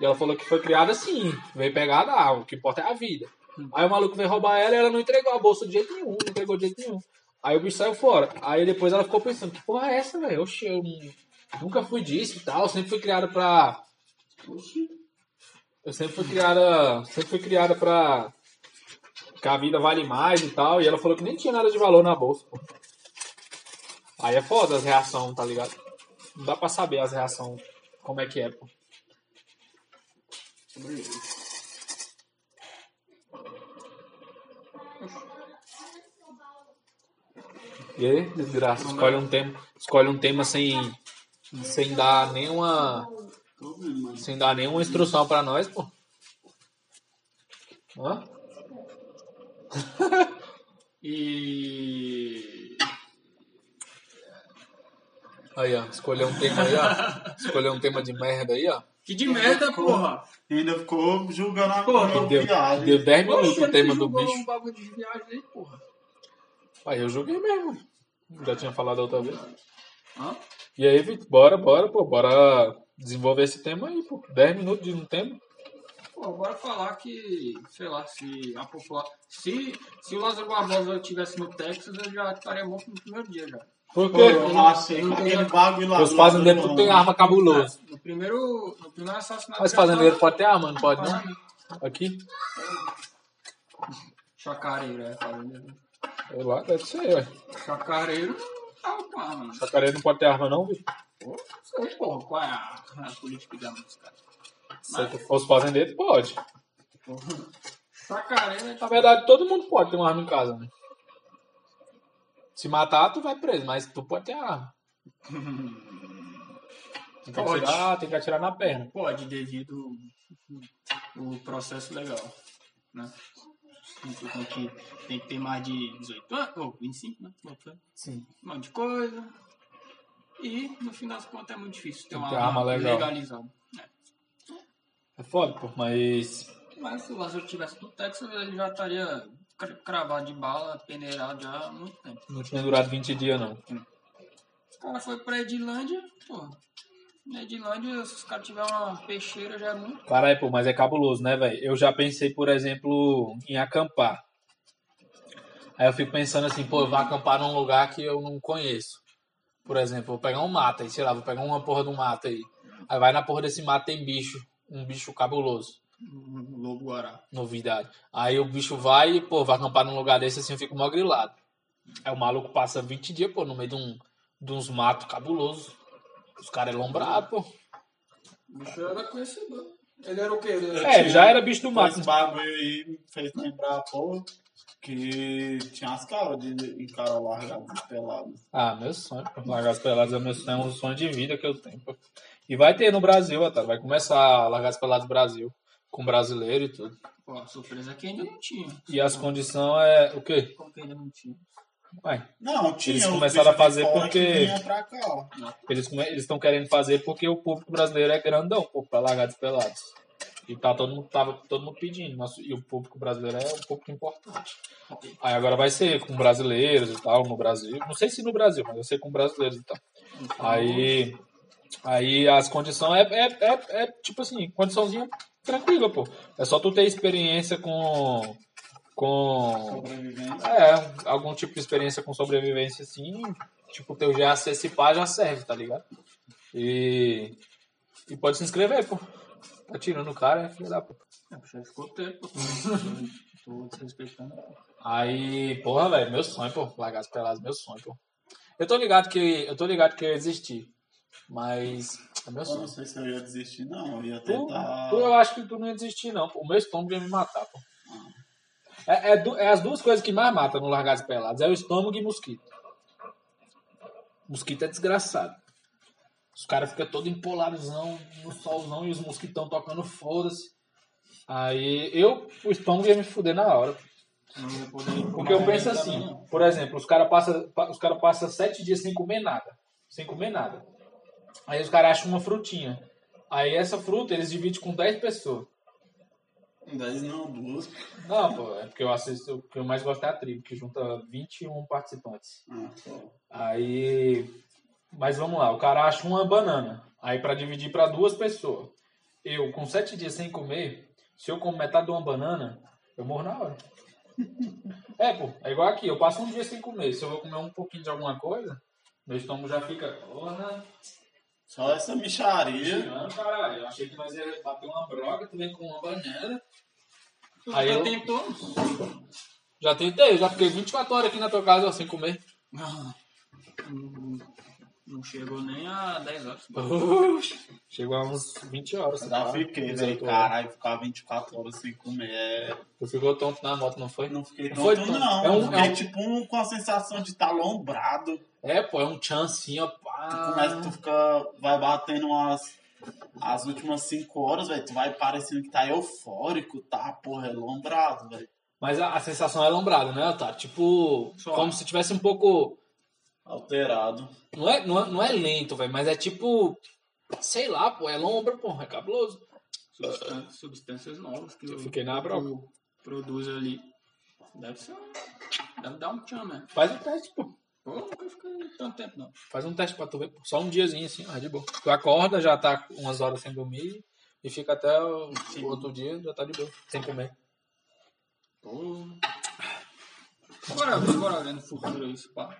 A: E ela falou que foi criada assim, veio pegar, dá, o que importa é a vida. Aí o maluco veio roubar ela e ela não entregou a bolsa de jeito nenhum, não entregou de jeito nenhum. Aí o bicho saiu fora. Aí depois ela ficou pensando, que porra é essa, velho? Oxe, eu nu- nunca fui disso e tal, sempre fui criada pra. Oxi. Eu sempre fui criada. Sempre fui criada pra. Que a vida vale mais e tal. E ela falou que nem tinha nada de valor na bolsa, pô. Aí é foda as reações, tá ligado? Não dá pra saber as reações, como é que é, pô. E aí, desgraça, escolhe um tema, escolhe um tema sem, sem dar nenhuma,
B: Tô vendo, mas
A: sem dar nenhuma instrução pra nós, pô. Hã?
C: E.
A: Aí, ó. Escolheu um tema aí, ó. Escolheu um tema de merda aí, ó.
C: Que de merda, porra!
B: E ainda ficou julgando a
C: Pô,
B: minha
A: Deu,
B: viagem.
A: deu 10 minutos
C: Oxe,
A: o
C: ele
A: um tema
C: que
A: do
C: julgou
A: bicho.
C: um bagulho de viagem aí, porra.
A: Aí eu julguei mesmo. Já tinha falado a outra vez.
C: Hã?
A: E aí, Vitor, bora, bora, pô. Bora desenvolver esse tema aí, pô. 10 minutos de um tema.
C: Pô, bora falar que, sei lá, se a popula... se, se o Lázaro Barbosa estivesse no Texas, eu já estaria morto no primeiro dia já.
A: Por
B: Pô,
A: quê?
B: eu achei que aquele bagulho lá.
A: Os
B: do
A: fazendeiros
B: Lázaro
A: tudo tem arma cabulosa.
C: No primeiro, no primeiro assassinato.
A: Mas
C: já tava-
A: fazendeiro pode ter arma, não pode não? Aqui?
C: Chacareiro, é, fazendeiro.
A: Sei lá, deve ser, ué.
C: Chacareiro tava com arma, né?
A: Chacareiro não pode ter arma não, Vitor.
C: Pô, não sei, porra, qual é a, a política da música?
A: Se Os fazendeiros pode.
C: Chacareiro é
A: Na verdade, todo mundo pode ter uma arma em casa, né? Se matar, tu vai preso, mas tu pode ter arma. Tem que
C: Pode.
A: atirar, tem que atirar na perna.
C: Pode, devido o processo legal. Né? Então, Tem que, tem que ter mais de 18 anos, ou 25, né? Voltando.
A: Sim.
C: Um monte de coisa. E, no fim das contas, é muito difícil ter
A: Tem
C: uma
A: que ter arma
C: arma
A: legal.
C: legalizada.
A: É foda, pô, mas.
C: Mas se o Lázaro tivesse no Texas, ele já estaria cra- cravado de bala, peneirado já há muito tempo.
A: Não tinha durado 20 dias, não.
C: O cara foi pra Edilândia, pô. Na Edilândia, se os caras tiverem uma peixeira, já é muito.
A: Caralho, pô, mas é cabuloso, né, velho? Eu já pensei, por exemplo, em acampar. Aí eu fico pensando assim, pô, eu vou acampar num lugar que eu não conheço. Por exemplo, vou pegar um mato aí, sei lá, vou pegar uma porra do mato aí. Aí vai na porra desse mato, tem bicho. Um bicho cabuloso.
C: Um lobo guará.
A: Novidade. Aí o bicho vai e, pô, vai acampar num lugar desse assim, eu fico mó grilado. Aí o maluco passa 20 dias, pô, no meio de, um, de uns matos cabulosos. Os caras é lombrado, pô.
C: O bicho era conhecedor. Ele era o quê? Ele era-
A: É, ele já era bicho do
B: Mas
A: mato.
B: esse bagulho aí me fez lembrar, pô, que tinha as caras de encarar largadas peladas.
A: Ah, meu sonho, pô. Largar as peladas é, meu sonho, é um sonho de vida que eu tenho, pô. E vai ter no Brasil, tá? Vai começar a largar as peladas do Brasil. Com brasileiro e tudo.
C: Pô, a surpresa é que ainda não tinha.
A: E as condições é. O quê?
C: Como que ainda não tinha?
A: Ué,
B: Não, tinha.
A: Eles
B: os
A: começaram a
B: bichos de
A: fazer
B: fora
A: porque-
B: que vinha pra cá, ó.
A: eles estão querendo fazer porque o público brasileiro é grandão, pô, pra largar as peladas. E tá todo mundo, tava todo mundo pedindo. mas- e o público brasileiro é um público importante. Aí agora vai ser com brasileiros e tal, no Brasil. Não sei se no Brasil, mas vai ser com brasileiros e tal.
C: né?
A: Aí, aí as condições é, é, é, é, tipo assim, condiçãozinha tranquila, pô. É só tu ter experiência com. com
B: Sobrevivência.
A: é, algum tipo de experiência com sobrevivência assim, tipo, teu GAC se pá já serve, tá ligado? E. E pode se inscrever, pô. Tá tirando o cara, é filho da puta.
C: É, bicho, aí ficou tempo. Tô desrespeitando.
A: Aí, porra, velho, meu sonho, pô. Largar as peladas, meu sonho, pô. Eu tô ligado que. Eu tô ligado que eu ia desistir. Mas. É meu
B: Eu não
A: sonho.
B: sei se eu ia desistir, não. Eu ia
A: Tu,
B: tentar.
A: tu, eu acho que tu não ia desistir, não. pô. O meu estômago ia me matar, pô. É, é du- é as duas coisas que mais matam no largar as peladas. É o estômago e mosquito. Mosquito é desgraçado. Os caras ficam todo empoladozão, no solzão, e os mosquitão tocando foda-se. Aí eu, o estômago ia me fuder na hora.
C: Não ia poder
A: Porque eu penso assim, por exemplo, os caras passam os cara passa sete dias sem comer nada. Sem comer nada. Aí os caras acham uma frutinha. Aí essa fruta eles dividem com 10 pessoas.
B: um Dez não, duas.
A: Não, pô, é porque eu assisto, o que eu mais gosto é a tribo, que junta 21 participantes.
B: Ah, pô.
A: Aí. Mas vamos lá, o cara acha uma banana. Aí pra dividir pra duas pessoas. Eu, com sete dias sem comer, se eu como metade de uma banana, eu morro na hora. É, pô, é igual aqui, eu passo um dia sem comer. Se eu vou comer um pouquinho de alguma coisa, meu estômago já fica. Porra,
B: Só essa micharia.
A: não, caralho, eu achei que nós ia bater uma broga, tu vem com uma banana. Aí
C: Aí
A: eu-
C: eu tentou.
A: Já tentei, já fiquei 24 horas aqui na tua casa ó, sem comer.
C: Não, não- não chegou nem a 10 horas.
A: Chegou a uns 20 horas.
B: Eu
A: sei
B: Já
A: lá,
B: fiquei, né,
A: 18
B: velho.
A: horas.
B: Caralho, ficar 24 horas sem comer. é-
A: Tu ficou tonto na moto, não foi?
B: Eu não fiquei
A: Não foi
B: tonto,
A: tonto.
B: não.
A: É
B: É
A: um-
B: fiquei
A: é um-
B: tipo um, com a sensação de estar lombrado.
A: É, pô, é um chance assim, ó.
B: Tu
A: Pá.
B: começa, tu fica, vai batendo umas, as últimas 5 horas, velho. Tu vai parecendo que tá eufórico, tá, porra, é lombrado, velho.
A: Mas a, a sensação é alombrada, né, Otário? Tipo,
C: Só.
A: como se tivesse um pouco.
B: Alterado.
A: Não é, não é, não é lento, velho, mas é tipo. Sei lá, pô, é lombra, pô, é cabuloso.
C: Substan- substâncias novas que
A: Eu
C: o-
A: fiquei na broca.
C: o- produz ali. Deve ser um. Deve dar um tchan, né?
A: Faz um teste, pô.
C: Pô, nunca fiquei tanto tempo, não.
A: Faz um teste pra tu ver, pô. Só um diazinho assim, ó, de boa. Tu acorda, já tá umas horas sem dormir e fica até o o outro dia, já tá de boa, sem comer.
C: Pô. Bora ver, bora ver no futuro isso, pá.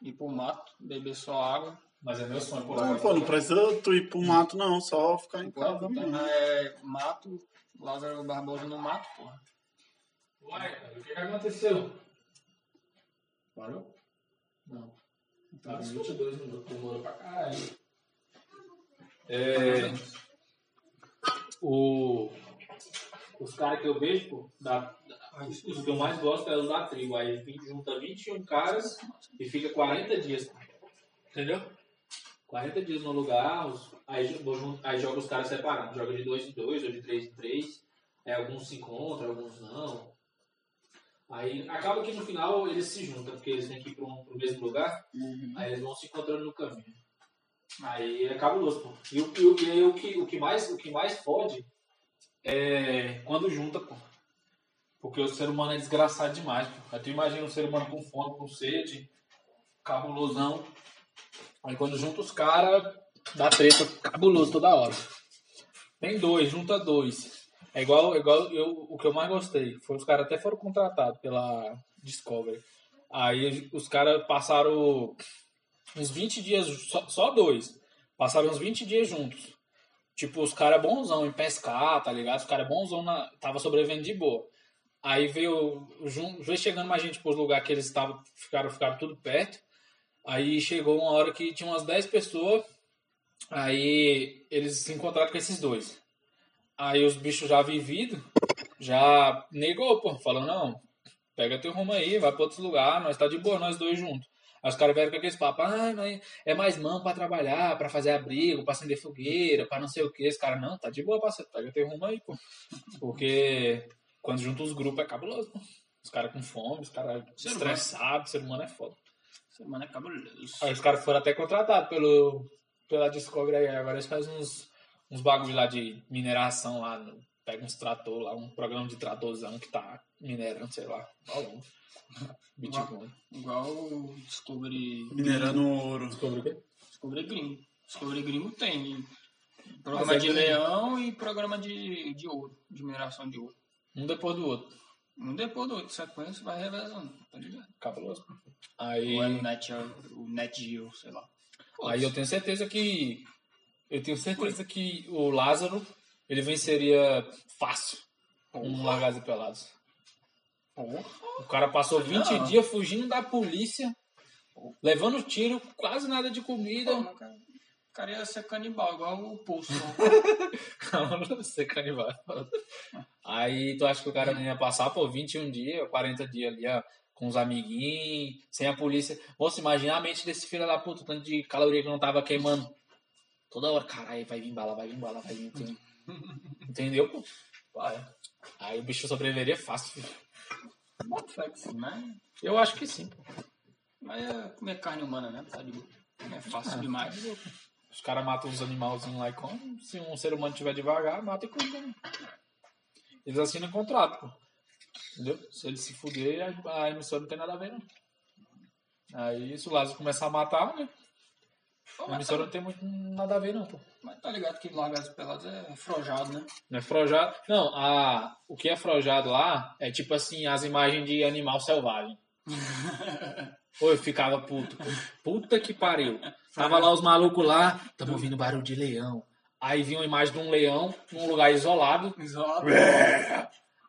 C: Ir pro mato, beber só água.
A: Mas é meu sonho, pô.
B: Não, pô, não precisa tu ir pro mato, não. Só ficar em
A: Tá
C: Enquanto
B: casa
C: o
B: mesmo.
C: tema é mato, Lázaro Barbosa no mato, porra.
A: Uai, cara, o que, que aconteceu?
C: Parou? Não. Então,
A: Tá,
C: tá,
A: 22 minutos, demorou pra caralho. É, o, os caras que eu vejo, pô, da, da- os os que eu mais gosto é os da tribo. Aí vi- junta 21 caras e fica 40 dias. pô. Entendeu? 40 dias no lugar, os- aí, jo- vou jun- aí joga os caras separados. Joga de 2 em 2 ou de 3 em 3. Aí alguns se encontram, alguns não. Aí acaba que no final eles se juntam, porque eles têm que ir para o mesmo lugar. Aí eles vão se encontrando no caminho. Aí é cabuloso, pô. E, o, e, o- e aí o que, o, que mais, o que mais fode é quando junta, pô. Porque o ser humano é desgraçado demais, pô. Aí tu imagina um ser humano com fome, com sede, cabulosão. Aí quando junta os caras, dá treta cabuloso toda hora. Tem dois, junta dois. É igual, é igual eu, o que eu mais gostei. Foi os caras até foram contratados pela Discovery. Aí os caras passaram uns 20 dias, só, só dois. Passaram uns 20 dias juntos. Tipo, os caras bonzão em pescar, tá ligado? Os caras bonzão na... tava sobrevivendo de boa. Aí veio, jun- veio chegando mais gente pros lugares que eles estavam, ficaram, ficaram tudo perto. Aí chegou uma hora que tinha umas 10 pessoas. Aí eles se encontraram com esses dois. Aí os bichos já vividos, já negou, pô. Falou, não, pega teu rumo aí, vai pra outros lugares, nós tá de boa, nós dois juntos. Aí os caras vieram com aqueles papos, ah, mas é mais mão pra trabalhar, pra fazer abrigo, pra acender fogueira, pra não sei o que. Os caras, não, tá de boa, parceiro, pega teu rumo aí, pô. Porque quando junta os grupos é cabuloso, pô. Os caras com fome, os caras
C: Ser humano.
A: estressados, ser humano é foda.
C: Semana é cabuloso.
A: Aí os caras foram até contratados pelo, pela Discovery aí. Agora eles fazem uns, uns bagulho lá de mineração lá. no- pega uns trator lá, um programa de tratorzão que tá minerando, sei lá. Olha Bitcoin.
C: Igual o Discovery.
B: Minerando ouro.
A: Descobriu o quê?
C: Discovery Gringo. Discovery Gringo tem.
A: Mas
C: Programa
A: é
C: de
A: gringo.
C: leão e programa de, de ouro, de mineração de ouro.
A: Um depois do outro.
C: Um depois do outro, sequência vai revezando, tá ligado?
A: Cabuloso. né? Aí,
C: Ou é o Net, o Net Geo, sei lá.
A: aí eu tenho certeza que. Eu tenho certeza que o Lázaro ele venceria fácil um Largados e Pelados.
C: Porra.
A: O cara passou 20
C: Não.
A: dias fugindo da polícia, levando tiro, quase nada de comida.
C: Pô, mas o cara- O cara ia ser canibal, igual o Pulso.
A: Calma, você é canibal. Aí tu acha que o cara não ia passar, pô, 21 dias, 40 dias ali, ó, com os amiguinhos, sem a polícia. Moço, imagina a mente desse filho da puta, o tanto de caloria que não tava queimando. Toda hora, caralho, vai vir bala, vai vir bala, vai vir. Entendeu, entendeu pô? Vai. Aí o bicho sobreviveria fácil, filho.
C: mas,
A: Eu acho que sim, pô.
C: mas é comer carne humana, né? Tá de boa. É fácil demais.
A: Os caras matam os animalzinhos lá e comem. Se um ser humano tiver devagar, mata e come também. Eles assinam um contrato, pô. Entendeu? Se ele se fuder, a, a emissora não tem nada a ver, não. Aí, se o Lázaro começar a matar, né?
C: Pô,
A: A
C: mas,
A: emissora
C: tá,
A: não tem muito nada a ver, não, pô.
C: mas tá ligado que largados e pelados é frojado, né?
A: Não é frojado. Não, a, o que é frojado lá é tipo assim, as imagens de animal selvagem. Ou eu ficava puto, pô. Puta que pariu. Tava lá os malucos lá, tamo ouvindo barulho de leão. Aí vinha uma imagem de um leão num lugar isolado,
C: Isolado.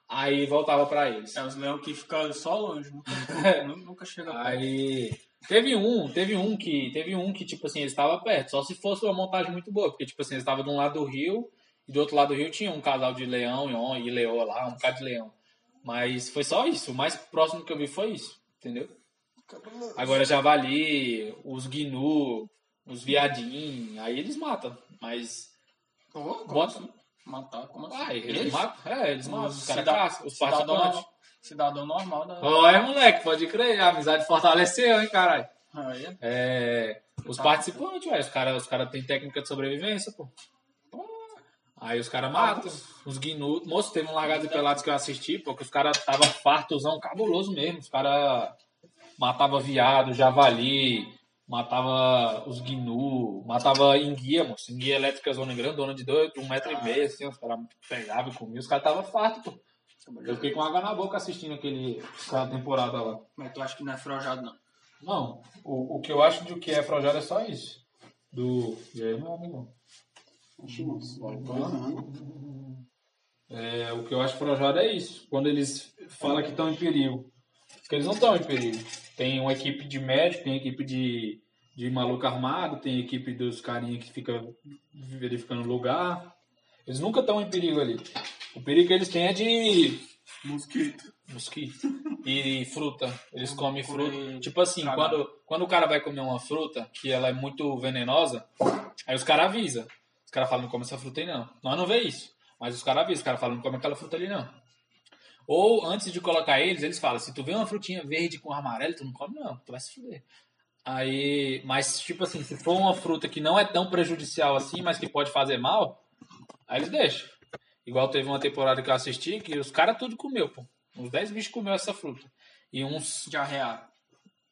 A: aí voltava pra eles.
C: É os leões que ficam só longe, nunca, nu- nunca chega perto.
A: Aí teve um, teve um que, teve um que tipo assim, eles estavam perto, só se fosse uma montagem muito boa, porque tipo assim, eles estavam de um lado do rio e do outro lado do rio tinha um casal de leão e on- e leoa lá, um bocado de leão. Mas foi só isso, o mais próximo que eu vi foi isso, entendeu? Agora javali, os gnu, os viadinhos, aí eles matam, mas
C: Pô, como
A: bota-
C: assim? Matar, como assim?
A: Uai, eles, matam, é, eles matam, os caras
C: cida-
A: caçam, os
C: cidadão,
A: participantes.
C: normal- cidadão normal da.
A: Ó, é moleque, pode crer, a amizade fortaleceu, hein, caralho.
D: Aí é
A: É, os participantes, ué, os caras os cara têm técnica de sobrevivência, pô. Então, Aí os caras matam, os gnudos. Moço, teve um largado de pelados que eu assisti, pô, que os caras tava fartozão, cabuloso mesmo. Os caras matava viado, javali, matava os gnu, matava enguia, moço. Enguia elétrica zona grandona de, dois, de um metro e meio, assim, os caras pegavam e comiam. Os caras tava farto, pô.
C: é
A: Eu fiquei com água na boca assistindo aquele, aquela temporada lá.
D: Mas tu acha que não é frojado, não?
A: Não, o, o que eu acho de o que é Frojado é só isso. Do. E aí, meu amigo?
B: Oxe, moço, vai né? banana.
A: É, o que eu acho Frojado é isso. Quando eles falam que estão em perigo. Porque eles não estão em perigo. Tem uma equipe de médico, tem equipe de, de maluco armado, tem equipe dos carinha que fica verificando o lugar. Eles nunca estão em perigo ali. O perigo que eles têm é de
B: Mosquito.
A: mosquito e fruta. Eles comem
D: comer
A: fruta. Tipo assim,
D: cagado.
A: quando, quando o cara vai comer uma fruta que ela é muito venenosa, aí os caras avisam. Os caras falam, não come essa fruta aí não. Nós não vê isso. Mas os caras avisam, os caras falam, não come aquela fruta ali não. Ou antes de colocar eles, eles falam, se tu vê uma frutinha verde com amarelo, tu não come não, tu vai se fuder. Aí, mas tipo assim, se for uma fruta que não é tão prejudicial assim, mas que pode fazer mal, aí eles deixam. Igual teve uma temporada que eu assisti que os caras tudo comeu, pô. Uns 10 bichos comeu essa fruta. E uns
D: Diarreia.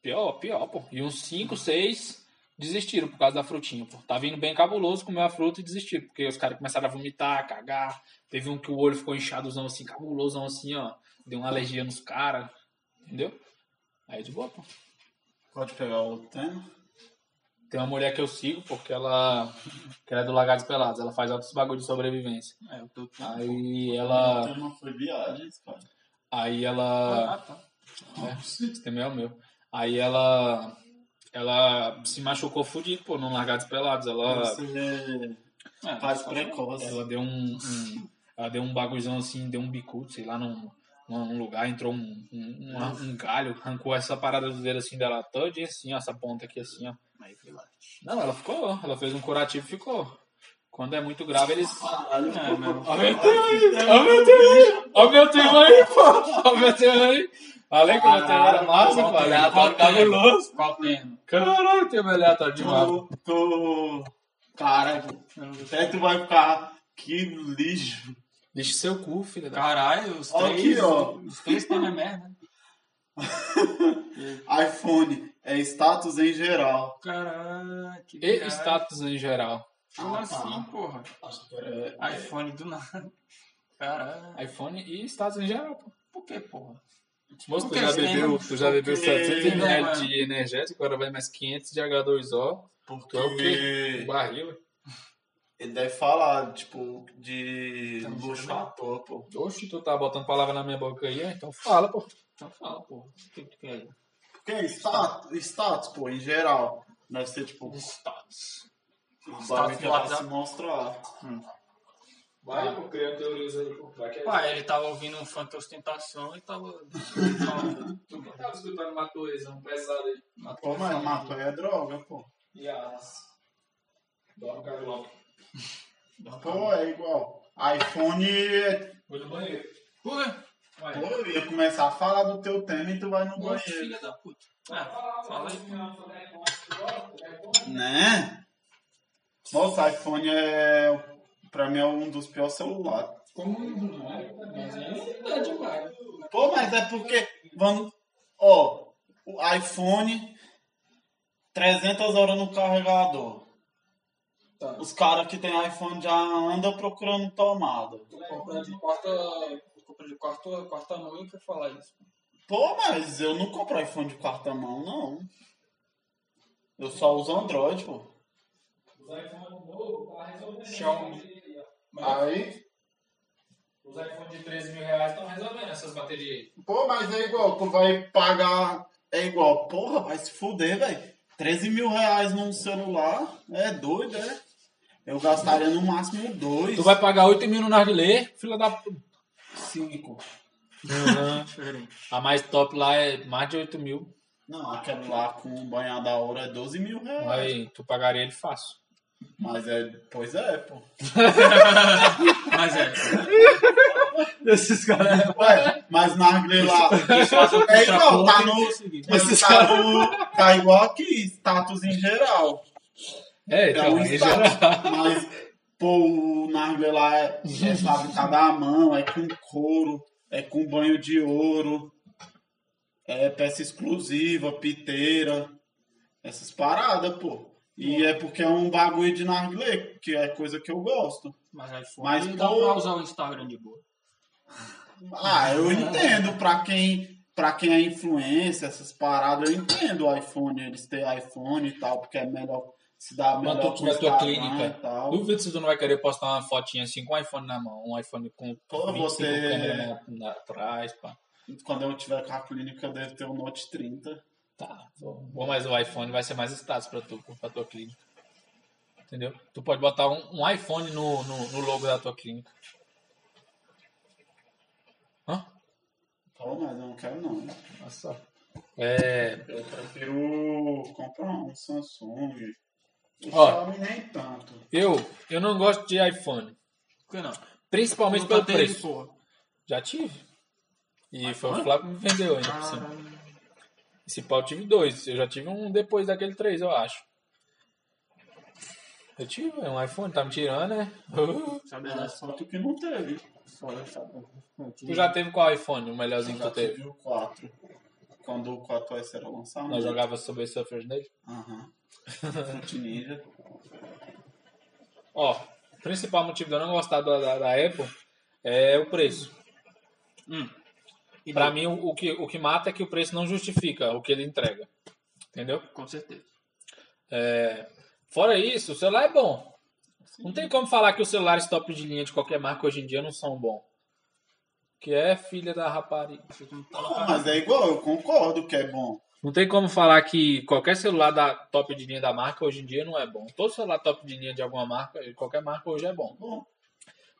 A: pior, pior, pô. E uns 5, 6 desistiram por causa da frutinha, pô. Tá vindo bem cabuloso, comeu a fruta e desistiram, porque os caras começaram a vomitar, a cagar. Teve um que o olho ficou inchadozão assim, cabulosão assim, ó. Deu uma alergia nos caras, entendeu? Aí de boa, pô.
B: Pode pegar outro tema?
A: Tem uma mulher que eu sigo, porque ela, que ela é do Lagartos Pelados, ela faz altos bagulho de sobrevivência.
D: É, eu tô.
A: Ah. Aí
B: O
A: ela.
B: tema foi viagens, cara.
A: Aí ela.
D: Ah, tá.
A: né? Esse também é o meu. Aí ela. Ela se machucou fudido, pô, não largar pelados. Ela,
B: Você
D: É,
B: faz
C: tá
D: só-
B: precoce.
A: ela deu um, um- Ela deu um bagulhozão assim, deu um bicudo, sei lá, num, num lugar, entrou um, um, um, um galho, arrancou essa parada do dedo assim dela toda e assim, ó, essa ponta aqui assim, ó.
D: Aí foi lá.
A: Não, ela ficou, ela fez um curativo e ficou. Quando é muito grave, eles.
B: Caralho,
D: É, meu.
A: Aumentei aí, aumentei aí, aumentei aí, pô, aumentei aí. Falei que o meu tema era massa,
D: Qual
A: falei,
D: tema?
A: ah, cabuloso.
D: Qual tema?
A: Caralho, tem uma aleatória de mapa.
B: Tu, tu... Caralho,
D: Eu não sei.
B: até tu vai ficar... Que lixo.
A: Deixa seu cu, filho da.
D: Caralho, os
B: Olha
D: três.
B: aqui, ó.
D: Os três temas é merda.
B: iPhone é status em geral.
D: Caralho, que
A: E
D: viagem.
A: status em geral.
D: Como assim, porra?
C: é,
D: iPhone do nada. Caralho.
A: iPhone e status em geral, pô.
D: Por que, porra?
A: Moço, tu
D: Porque
A: já
D: eles têm-
A: bebeu, tu já bebeu
B: porque-
A: 700
D: né,
A: ml
D: mano?
A: de energético, agora vai mais 500 de H2O, Tu é o quê?
B: Porque
A: barril.
B: ele deve falar, tipo, de
D: Tá me
B: luxo
D: chamando?
B: à toa, pô.
A: Oxe, tu tá botando palavra na minha boca aí, então fala, pô.
D: Então fala, porra. O que tu quer aí?
B: Porque é status, status, pô, em geral. Deve ser, tipo,
D: Status.
B: o
D: status
B: bagulho que ela
D: do
B: se mostra lá.
A: Vai, pô, cria teorias aí, pô. Vai que é
D: Pai, ele tava ouvindo um funk ostentação e tava.
A: Tu que tava escutando uma coisa, um pesado aí.
B: Pô, mas maconha é droga, pô.
A: E as. Dorme, Carlão.
B: Pô, é igual. iPhone é...
A: Vou no banheiro.
D: Porra,
A: Vai.
B: Pô, eu ia começar a falar do teu tema e tu vai no
D: Nossa,
B: banheiro.
D: filha da puta. Ah, fala aí.
B: Né? Nossa, iPhone é. Pra mim é um dos piores celulares.
D: É demais.
B: Pô, mas é porque. Vamos. Ó, o iPhone, 300 horas no carregador.
D: Tá.
B: Os caras que tem iPhone já andam procurando tomada.
D: Compra de quarta. Compra de quarta, quarta mão e quer falar isso.
B: Pô, mas eu não compro iPhone de quarta mão, não. Eu só uso Android, pô.
A: tá
D: Xiaomi.
B: Aí.
A: Os iPhone de 13 mil reais estão resolvendo essas baterias aí.
B: Pô, mas é igual, tu vai pagar. É igual, porra, vai se fuder, velho. 13 mil reais num celular é doido, é? Eu gastaria no máximo dois.
A: Tu vai pagar 8 mil no narguilé, filha da puta.
B: cinco.
A: A mais top lá é mais de 8 mil.
B: Não, aquele lá com um banho da hora é 12 mil reais.
A: Aí tu pagaria ele fácil.
B: Mas é. Pois é, pô.
D: Mas é.
A: Esses caras.
B: Ué, mas na lá.
D: Deixa eu fazer um
B: É igual, tá
D: contraponto.
B: no. Mas tá no. Tá igual aqui, status em geral.
A: É,
B: É
A: então,
B: um
A: em
B: status.
A: geral.
B: Mas, pô, o narguilé lá é, é fabricado à mão, é com couro, é com banho de ouro, é peça exclusiva, piteira, essas paradas, pô. E é porque é um bagulho de narguilé, que é coisa que eu gosto.
D: Mas iPhone
B: Mas,
D: dá
B: pô-
D: pra usar o Instagram de boa.
B: Ah, eu entendo, pra quem, pra quem é influência, essas paradas, eu entendo o iPhone, eles têm iPhone e tal, porque é melhor se dar
A: Quando
B: melhor
A: tu
B: com
A: tiver tua
B: Instagram
A: clínica,
B: e tal.
A: Duvido se tu não vai querer postar uma fotinha assim com um iPhone na mão, um iPhone com
B: Pô,
A: 25
B: você-
A: câmeras na- na- atrás, pá.
B: Quando eu tiver com a clínica, eu devo ter um Note 30.
A: Tá, bom, Bom, mas o iPhone vai ser mais status pra tu, pra tua clínica. Entendeu? Tu pode botar um, um iPhone no, no, no logo da tua clínica. Hã?
B: Pô, mas eu não quero não. né?
A: Nossa. É,
B: Eu prefiro comprar um Samsung. O
A: Ó.
B: Xiaomi nem tanto.
A: eu, eu não gosto de iPhone.
D: Por que não?
A: Principalmente
D: Nunca
A: pelo
D: teve,
A: preço.
D: porra.
A: Já tive. E foi o Flávio que me vendeu ainda por
B: Ah.
A: cima.
D: Caralho.
A: Esse pau eu tive dois. Eu já tive um depois daquele três, eu acho. Eu tive um iPhone, tá me tirando, né?
D: Sabe
B: É
D: dessa
B: só tu que não teve.
D: história, sabe? Não,
A: tu já teve qual iPhone? O melhorzinho que
B: já
A: tu teve?
B: tive o 4. Quando o 4S era lançado.
A: Nós jogava sobre surfers né? nele.
B: Aham. Fruit Ninja.
A: Ó, o principal motivo de eu não gostar da, da, da Apple é o preço.
D: E
A: Pra
D: não,
A: mim, o, o que, o que mata é que o preço não justifica o que ele entrega. Entendeu?
D: Com certeza.
A: É, Fora isso, o celular é bom. Não tem como falar que os celulares top de linha de qualquer marca hoje em dia não são bons. Que é filha da rapariga.
D: Você não
B: Não,
D: coloca-
B: mas é igual, eu concordo que é bom.
A: Não tem como falar que qualquer celular da top de linha da marca hoje em dia não é bom. Todo celular top de linha de alguma marca, de qualquer marca hoje é bom.
B: Bom,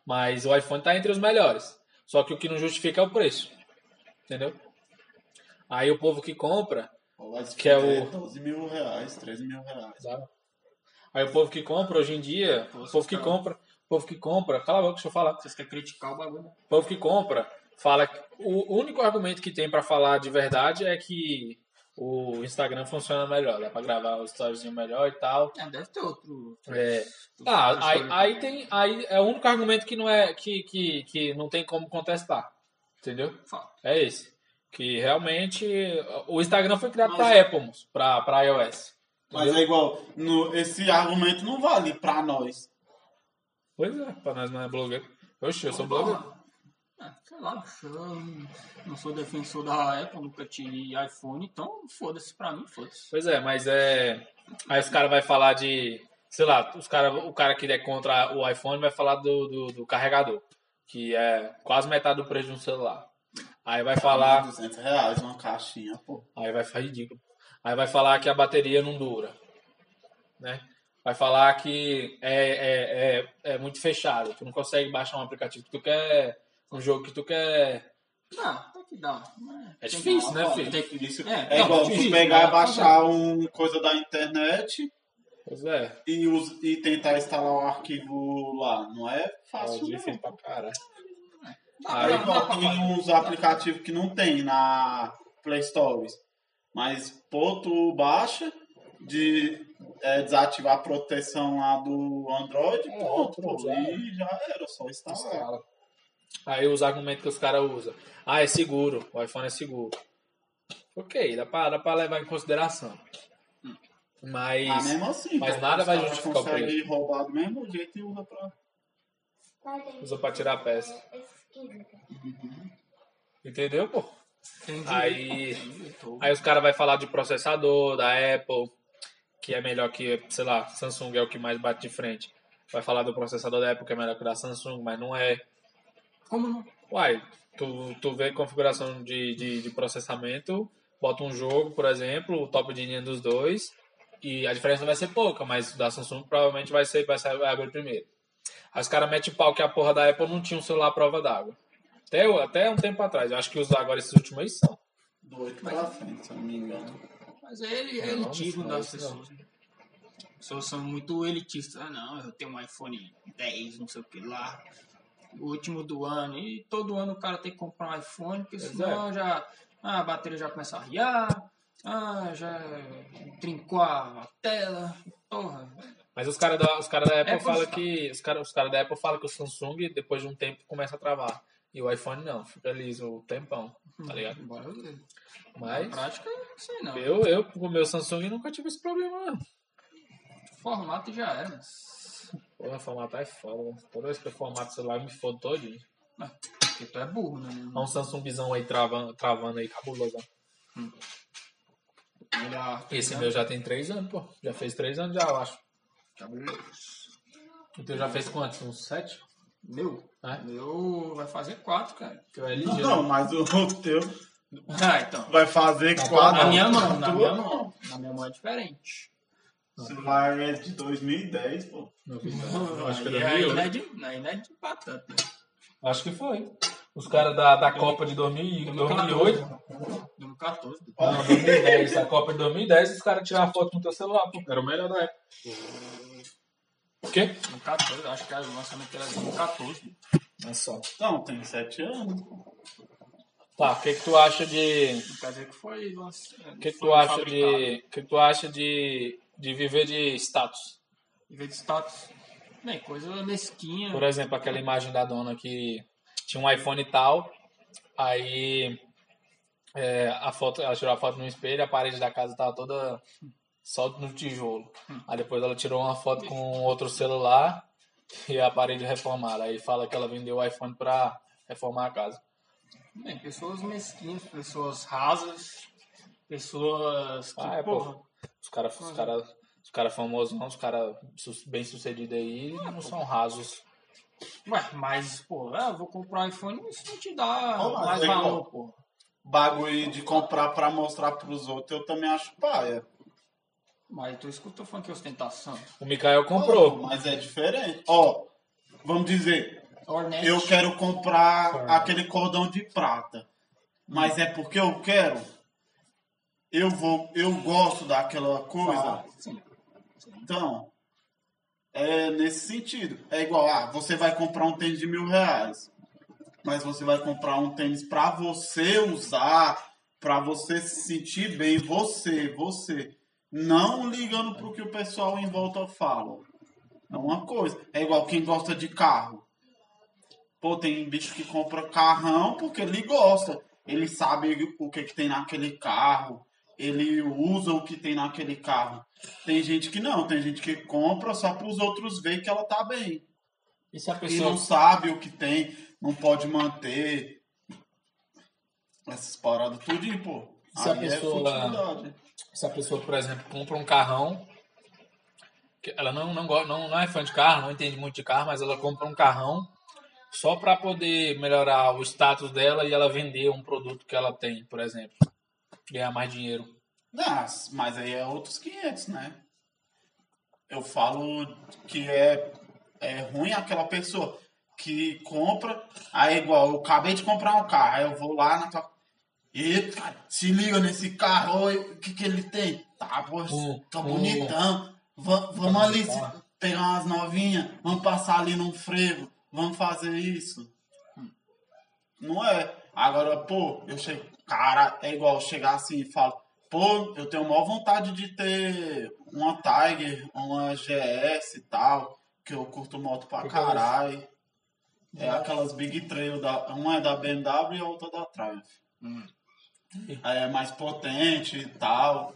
A: Mas o iPhone tá entre os melhores. Só que o que não justifica é o preço. Entendeu? Aí o povo que compra,
B: pode
A: Que é
B: fazer
A: o-
B: 12 mil reais, 13 mil reais.
A: sabe? Aí o povo que compra hoje em dia, o
D: Nossa,
A: povo que
D: cara.
A: compra, o povo que compra, cala a boca, deixa eu falar.
D: Vocês querem criticar o bagulho? né?
A: O povo que compra fala que o único argumento que tem pra falar de verdade é que o Instagram funciona melhor, dá pra gravar o storyzinho melhor e tal.
D: É, deve ter outro.
A: É.
D: outro-
A: Tá,
D: outro
A: aí,
D: story
A: aí
D: também.
A: tem aí é o único argumento que não é que, que, que não tem como contestar. Entendeu?
D: Fala.
A: É esse. Que realmente o Instagram foi criado
D: Mas-
A: pra Apple, moço, pra para iOS.
B: Mas é igual, no, esse argumento não vale pra nós.
A: Pois é, pra nós não é blogueiro. Oxe, eu sou blogueiro.
D: Ah, sei lá, bicho, eu não sou defensor da Apple, nunca tive iPhone, então foda-se pra mim, foda-se.
A: Pois é, mas é. Aí os caras vão falar de. Sei lá, os cara, o cara que é contra o iPhone vai falar do, do, do carregador, que é quase metade do preço de um celular. Aí vai falar.
B: 200 reais uma caixinha, pô.
A: Aí vai ficar ridículo. Aí vai falar que a bateria não dura. Né? Vai falar que é, é, é, é muito fechado. Tu não consegue baixar um aplicativo que tu quer. Um jogo que tu quer.
D: Não, tem que dar.
A: É difícil, né,
D: Tem
A: filho?
D: que-
B: Isso
D: É,
B: é
D: não,
B: igual
D: difícil,
B: tu pegar
D: mas
B: e
A: tá
B: baixar um coisa da internet
A: Pois é.
B: e, us- e tentar instalar um arquivo lá. Não é
A: É
B: fácil,
A: difícil
B: não.
A: pra cara.
B: É
A: Aí,
B: igual tem uns aplicativos que não tem na Play Store. Mas, pô, tu baixa de é, desativar a proteção lá do Android,
A: É,
B: pronto,
A: tu
B: pô,
A: já era.
B: e já era, só instalar.
A: instala. Aí os argumentos que os caras usam. Ah, é seguro. O iPhone é seguro. Ok, dá pra, dá pra levar em consideração.
B: Ah,
A: Mas.
B: mesmo assim,
A: Mas
B: pô,
A: nada
B: os
A: vai
B: caras
A: justificar o
B: conseguem roubar do mesmo jeito e usa pra.
A: Usa pra tirar a peça. Entendeu, pô?
D: Entendi.
A: Aí.
D: Entendi, tô.
A: Aí os caras vão falar de processador da Apple, que é melhor que, sei lá, Samsung é o que mais bate de frente. Vai falar do processador da Apple que é melhor que o da Samsung, mas não é.
D: Como não?
A: Uai, tu, tu vê configuração de, de, de processamento, bota um jogo, por exemplo, o top de linha dos dois, e a diferença vai ser pouca, mas o da Samsung provavelmente vai ser vai, sair, vai abrir primeiro. Aí os caras metem pau que a porra da Apple não tinha um celular à prova d'água. Até, o- até um tempo atrás, eu acho que os agora esses últimos aí são.
B: Do 8 pra frente, se eu não me engano.
D: Mas é ele, é
A: Não,
D: elitismo
A: não,
D: das
A: isso não.
D: pessoas. né? As pessoas são muito elitistas. Ah, não, eu tenho um iPhone 10, não sei o que lá. O último do ano. E todo ano o cara tem que comprar um iPhone, porque
A: Pois
D: senão já. ah, a bateria já começa a riar.
C: Ah, já trincou a tela. Porra.
A: Mas os caras da, os cara da Apple
C: Apple
A: falam
C: está.
A: que. Os caras os cara da Apple falam que o Samsung, depois de um tempo, começa a travar. E o iPhone não, fica liso o tempão, tá ligado?
C: Bora ver. Na
A: Mas
C: prática, não sei não.
A: eu, eu, com o meu Samsung, nunca tive esse problema, não.
C: Formato já era, mas.
A: Porra, formatar é foda. mano. Toda vez que eu formato o celular, eu me fodo todinho.
C: Porque tu é burro, né?
A: Olha um Samsungzão aí travando, travando aí, cabuloso.
C: Olha,
A: Esse meu já tem três anos, pô. Já fez três anos já, eu acho.
C: Cabelos.
A: O teu já fez quantos? Uns sete?
C: Meu?
A: É?
C: Meu vai fazer quatro, cara. Que eu LG.
B: Não, não, mas o, o teu
C: Ah, então.
B: vai fazer quatro.
C: Na minha mão, na
B: Tua
C: minha mão. Na minha mão é diferente.
B: Esse vai é de 2010, pô.
A: Não, eu acho que
C: Aí-
A: era
C: aí
A: mil.
C: não é de- Aí não é de batata.
A: né, Acho que foi. Os caras da, da Copa de 2000, 2008.
C: 2014.
A: Não, 2010. A Copa de 2010, os caras tiravam foto com o teu celular, pô. Era o melhor da época. O quê?
C: 2014, acho que o lançamento era 2014.
A: Olha É só.
B: Então, tem 7 anos.
A: Tá, o que que tu acha de...
C: Não quer dizer que foi lançado.
A: O que que tu acha de... O que que tu acha de... De viver de status?
C: Em vez de status. Bem, coisa mesquinha.
A: Por exemplo, aquela imagem da dona que tinha um iPhone e tal, aí é, a foto, ela tirou a foto no espelho, a parede da casa tava toda só no tijolo. Aí depois ela tirou uma foto com outro celular e a parede reformada. Aí fala que ela vendeu o iPhone pra reformar a casa.
C: Bem, pessoas mesquinhas, pessoas rasas, pessoas que,
A: Ah, é,
C: porra,
A: pô. Os caras os cara, os cara famosos, não, os caras bem sucedidos aí não é são rasos.
C: Ué, mas, pô, é, eu vou comprar um iPhone, isso não te dá
B: Pô, mas
C: mais
B: legal.
C: valor, pô.
B: Bagulho de comprar pra mostrar pros outros, eu também acho paia.
C: Mas tu escuta falando que é ostentação.
A: O Mikael comprou.
B: Mas é diferente. Ó, vamos dizer,
C: Ornette.
B: eu quero comprar aquele cordão de prata. Mas é porque eu quero. Eu vou, eu gosto daquela coisa.
C: Sim.
B: Então, é nesse sentido. É igual, ah, você vai comprar um tênis de mil reais. Mas você vai comprar um tênis pra você usar, pra você se sentir bem, você, você. Não ligando pro que o pessoal em volta fala. É uma coisa. É igual quem gosta de carro. Pô, tem bicho que compra carrão porque ele gosta. Ele sabe o que, que tem naquele carro. Ele usa o que tem naquele carro. Tem gente que não, tem gente que compra só para os outros ver que ela tá bem.
A: E se a
B: E
A: pessoa
B: não sabe o que tem, não pode manter. Essas paradas tudo, pô.
A: Se a
B: Aí
A: pessoa-
B: é futilidade.
A: se a pessoa, por exemplo, compra um carrão, que ela não, não, gosta- não, não é fã de carro, não entende muito de carro, mas ela compra um carrão só para poder melhorar o status dela e ela vender um produto que ela tem, por exemplo. Ganhar mais dinheiro.
B: Não, mas aí é outros 500, né? Eu falo que é, é ruim aquela pessoa que compra, aí igual, eu acabei de comprar um carro, aí eu vou lá na tua... Eita, cara, se liga nesse carro, olha o que que ele tem? Tá, pô,
A: Hum,
B: tá
A: hum.
B: bonitão. Va- vamos ali se- pegar umas novinhas, vamos passar ali num frevo, vamos fazer isso. Não é. Agora, pô, eu chego. Cara, é igual eu chegar assim e falo, pô, eu tenho maior vontade de ter uma Tiger, uma GS e tal, que eu curto moto pra
A: Que
B: caralho. É aquelas Big Trail, da, uma é da BMW e a outra da Triumph. Aí é mais potente e tal.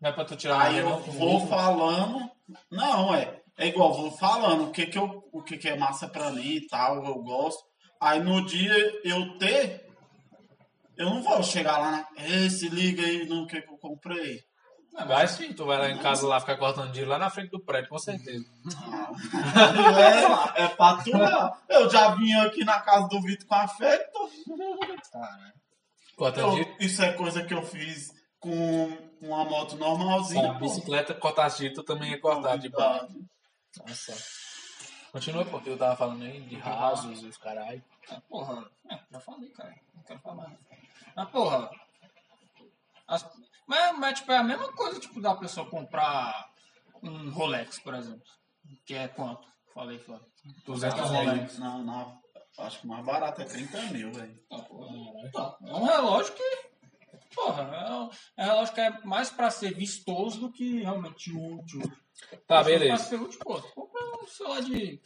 A: Não é pra tu tirar
B: Aí
A: dinheiro,
B: eu
A: não, com
B: vou
A: isso.
B: falando. Não, é. É igual, vou falando o que que, eu, o que que é massa pra mim e tal, eu gosto. Aí no dia eu ter, eu não vou chegar lá na. Ei, se liga aí no que que eu comprei.
A: Vai sim, tu vai lá em casa lá ficar cortando dinheiro lá na frente do prédio, com certeza.
B: é, é pra tu lá. Eu já vim aqui na casa do Vitor com afeto.
A: Cortando dinheiro.
B: Eu, isso é coisa que eu fiz com uma moto
A: Com
B: normalzinha.
A: a bicicleta, cortar dinheiro, tu também ia cortar de baixo. Nossa. Continua, pô, que eu tava falando aí de rasos e os caralho.
C: Ah, porra, é, já falei, cara. Não quero falar. Mas, porra. as- Mas, mas, tipo, é a mesma coisa, tipo, da pessoa comprar um Rolex, por exemplo. Que é quanto? Falei, Flávio.
B: Tá
A: 200 reais.
B: Rolex, não, não. Acho que o mais barato é 30 mil, velho.
C: Tá, Ah, porra. Tá, É um relógio que. Pô, porra, é um, é um relógio que é mais pra ser vistoso do que realmente útil.
A: Tá,
C: Se for Pra
A: beleza.
C: ser útil, pô, tu compra um celular de.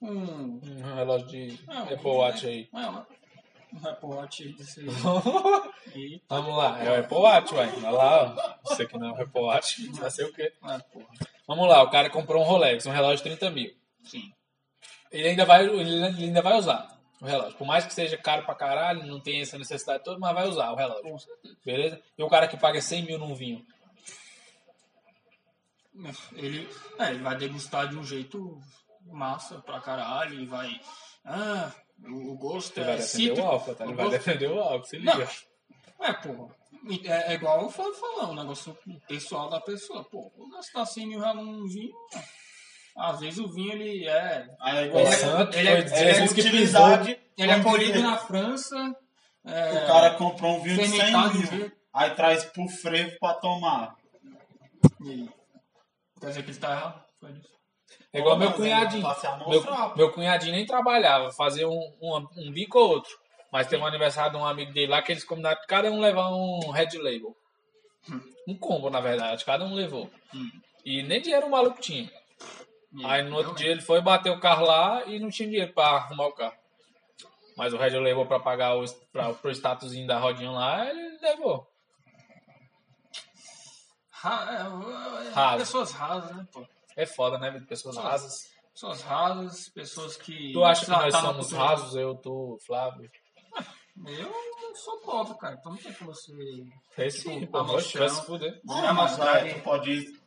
C: Um.
A: Um relógio de
C: Ah, um-
A: Apple Watch aí.
C: É, um um Apple Watch aí desse. aí.
A: Vamos lá, é o Apple Watch, ué. Olha lá, ó. Isso aqui não é o Apple Watch, vai ser o quê?
C: Ah, porra.
A: Vamos lá, o cara comprou um Rolex, um relógio de 30 mil.
C: Sim.
A: Ele ainda vai, ele ainda vai usar o relógio. Por mais que seja caro pra caralho, não tem essa necessidade toda, mas vai usar o relógio.
C: Com certeza.
A: Beleza? E o cara que paga 100 mil num vinho.
C: Ele, é, ele vai degustar de um jeito massa pra caralho e vai. Ah, o o gosto
A: Ele vai
C: é
A: defender o
C: cítrico.
A: álcool, tá? Ele
C: o
A: vai
C: gosto-
A: defender o álcool, se liga.
C: Não. É, porra. É, é igual eu falo falando, um negócio pessoal da pessoa. Pô, vou gastar 100 mil reais num vinho. né? Às vezes o vinho ele é.
B: Aí,
A: Foi
B: agora,
C: Ele é-
A: santo,
C: ele
A: foi
C: é- ele é
A: Jesus que pisou.
B: utilidade,
C: Ele é
B: quando
C: colhido
B: ele-
C: na França. é,
B: O cara comprou um vinho de 100
C: fermentado de
B: mil,
C: jeito.
B: aí traz pro frevo pra tomar.
C: E... Quer dizer que ele tá errado? Foi isso.
A: É igual
B: Pô,
A: meu
B: mas
A: cunhadinho.
B: aí não passa a mão
A: Meu,
B: fraca.
A: meu cunhadinho nem trabalhava, fazia um, um, um bico ou outro. Mas teve um aniversário de um amigo dele lá que eles combinaram que cada um levar um Red Label.
B: Hum.
A: Um combo, na verdade, cada um levou. E nem dinheiro o maluco tinha.
C: E
A: Aí no outro
C: realmente,
A: dia ele foi bater o carro lá e não tinha dinheiro pra arrumar o carro. Mas o Red levou pra pagar o, pra, pro statusinho da rodinha lá, ele levou.
C: ra- é, é,
A: Raso.
C: Pessoas rasas, né, pô?
A: É foda, né, velho? Pessoas
C: Só.
A: rasas.
C: Pessoas rasas, pessoas que.
A: Tu acha que
C: sei lá,
A: nós
C: tá na
A: somos
C: cultura-
A: rasos, eu, tu, Flávio?
C: Eu sou pobre, cara. Então não tem como você.
A: Fez
C: Tipo,
A: sim, pô.
B: tá
C: a
A: oxe, Vai
C: mostrão.
A: se fuder.
C: Você
B: Ah, mas
C: mostrar
B: aí tu pode,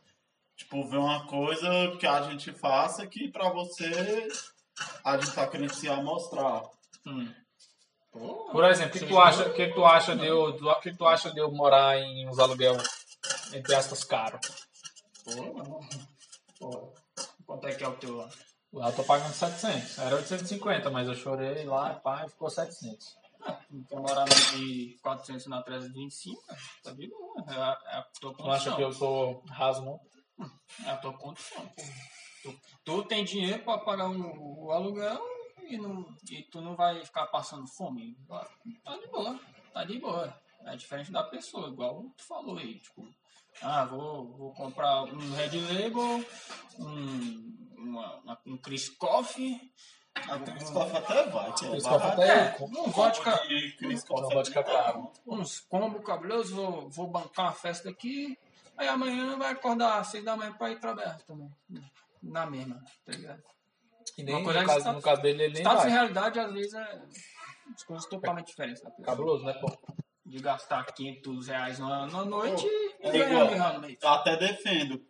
B: tipo, ver uma coisa que a gente faça que pra você a gente tá querendo se amostrar.
C: Hum. Pô,
A: Por exemplo, o que, que tu
C: seja-
A: acha, que que tu acha de eu, do, que que tu acha de eu morar em uns aluguel entre aspas caro?
C: Pô, pô, quanto é que é o teu lá?
A: Lá eu tô pagando 700. Era 850, mas eu chorei lá, pá, e ficou 700.
C: Ah, então morar no de 400 na 325, cara, tá de boa. É a, é a tua
A: Tu não acha
C: condição.
A: que eu sou raso, não?
C: É a tua condição, pô. Tu, tu tem dinheiro pra pagar o, o aluguel e, não, e tu não vai ficar passando fome. Tá de boa, tá de boa. É diferente da pessoa, igual tu falou aí, tipo... Ah, vou, vou comprar um Red Label, um, uma, uma- um Chris Coffee,
B: A Cris Coffee até vai, que é né?
A: Cris Coffee
B: barato.
A: até-
C: É, um vodka,
B: E Cris
A: Só
B: Coffee
A: pode ficar bravo.
C: uns combos cabelos, vou, vou bancar uma festa aqui. Aí amanhã vai acordar às seis da manhã pra ir trabalhar também. Na mesma, tá ligado?
A: E nem
C: Uma
A: no
C: coisa é Tá
A: caso,
C: status-
A: no caso dele, ele nem
C: Status e
A: vai.
C: realidade, às vezes, é as coisas totalmente diferentes da pessoa.
A: Cabuloso, né, pô?
C: De gastar 500 reais na, na noite
B: É
C: e ganhar mil reais no
B: igual,
C: mês.
B: eu até defendo.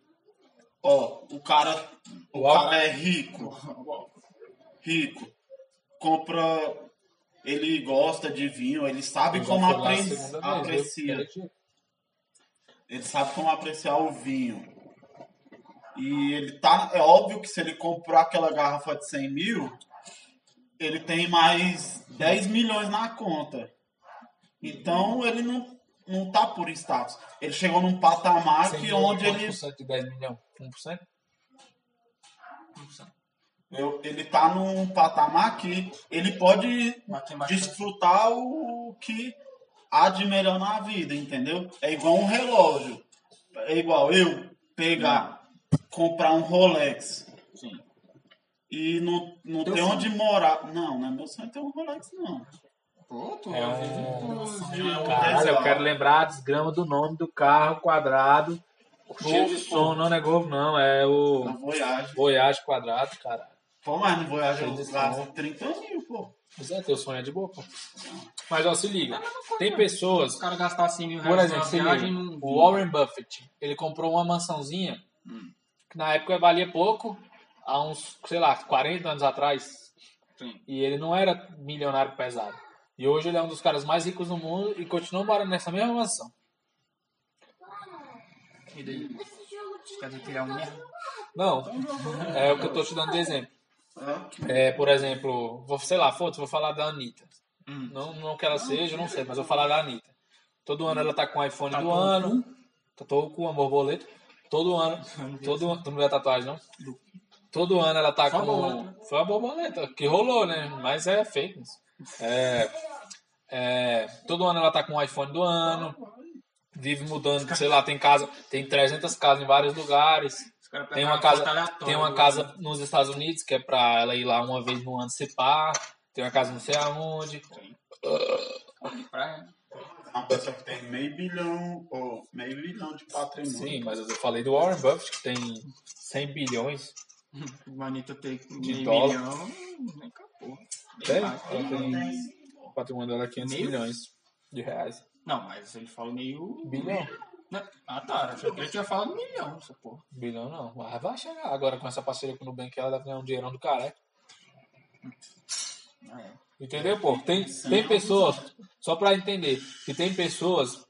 B: Ó, o cara, o
A: Uau.
B: cara é rico, rico. Compra, ele gosta de vinho, ele sabe
A: Eu já
B: como
A: fui lá a
B: apre-
A: segunda vez,
B: apreciar.
A: viu? Ele-
B: Ele sabe como apreciar o vinho. E ele tá. É óbvio que se ele comprar aquela garrafa de 100 mil, ele tem mais 10 milhões na conta. Então ele não, não tá por status. Ele chegou num patamar
A: Cem
B: que
A: mil,
B: onde
A: quantos
B: ele.
A: por cento de 10 milhões? 1%?
B: eu- ele tá num patamar que ele pode
C: Matemática.
B: desfrutar o que há de melhor na vida, entendeu? É igual um relógio. É igual eu pegar, comprar um Rolex
C: Sim.
B: e não, não
C: Teu
B: ter
C: sonho.
B: onde morar. Não, não é meu sonho ter um Rolex, não.
C: Pô, tu
A: É um-
C: vive por...
A: Caralho, eu quero lembrar a desgrama do nome do carro quadrado.
B: Cheio de
A: Novo som, não é Golf, não. É
B: Na
A: o
B: Voyage.
A: Voyage Quadrado, cara.
B: Pô, mas no Voyage
A: Cheio de
B: eu gasto 30 mil, pô.
A: Pois é, teu sonho é de boa, pô. Mas, ó, se liga.
C: É a mesma coisa.
A: Tem
C: O
A: pessoas...
C: cara gastar 100 mil
A: Por
C: reais
A: exemplo,
C: na
A: se
C: viagem
A: liga.
C: não.
A: O Warren Buffett, ele comprou uma mansãozinha
C: Hum.
A: que na época valia pouco, há uns, sei lá, 40 anos atrás.
C: Sim.
A: E ele não era milionário pesado. E hoje ele é um dos caras mais ricos do mundo e continua morando nessa mesma mansão.
C: E daí?
E: Esse jogo de
C: Quer dizer que ele é um merda?
A: Não, é o que eu tô te dando de exemplo.
B: É.
A: É, por exemplo, vou, sei lá, foda-se, vou falar da Anitta.
C: Hum.
A: Não, não que ela seja, eu não sei, mas eu vou falar da Anitta. Todo ano ela tá com o iPhone do
C: Tatuou o
A: ano. Tatuou com a borboleta. Todo ano. Todo ano. Tu não vê a tatuagem, não? Todo ano ela tá
C: Só a
A: com.
C: borboleta.
A: Foi a borboleta, que rolou, né? Mas é fake. news. É, é, todo ano ela tá com o iPhone do ano. vive mudando, sei lá, tem casa, tem 300 casas em vários lugares.
D: Os caras
A: Tem
D: pegam
A: uma
D: foto
A: casa,
D: aleatória,
A: tem uma
D: né?
A: casa nos Estados Unidos que é pra ela ir lá uma vez no ano se pá. Tem uma casa não sei aonde.
D: de praia.
B: Uma pessoa que tem meio bilhão ou meio bilhão de patrimônio.
A: Sim, mas eu falei do Warren Buffett que tem 100 bilhões.
D: Manita tem
A: De
D: meio
A: dólar.
D: milhão, nem capô.
A: Tem?
D: mais,
A: Ela tem o patrimônio dela é 500
D: Meio?
A: milhões de reais.
D: Não, mas ele fala meio.
A: Bilhão?
D: Né? Ah tá, eu achei que ele tinha falado milhão, essa porra.
A: Bilhão não. Mas vai chegar agora com essa parceria com o Nubank, ela deve ganhar um dinheirão do careca.
D: Ah, é.
A: Entendeu, pô? Tem, tem pessoas, só pra entender, que tem pessoas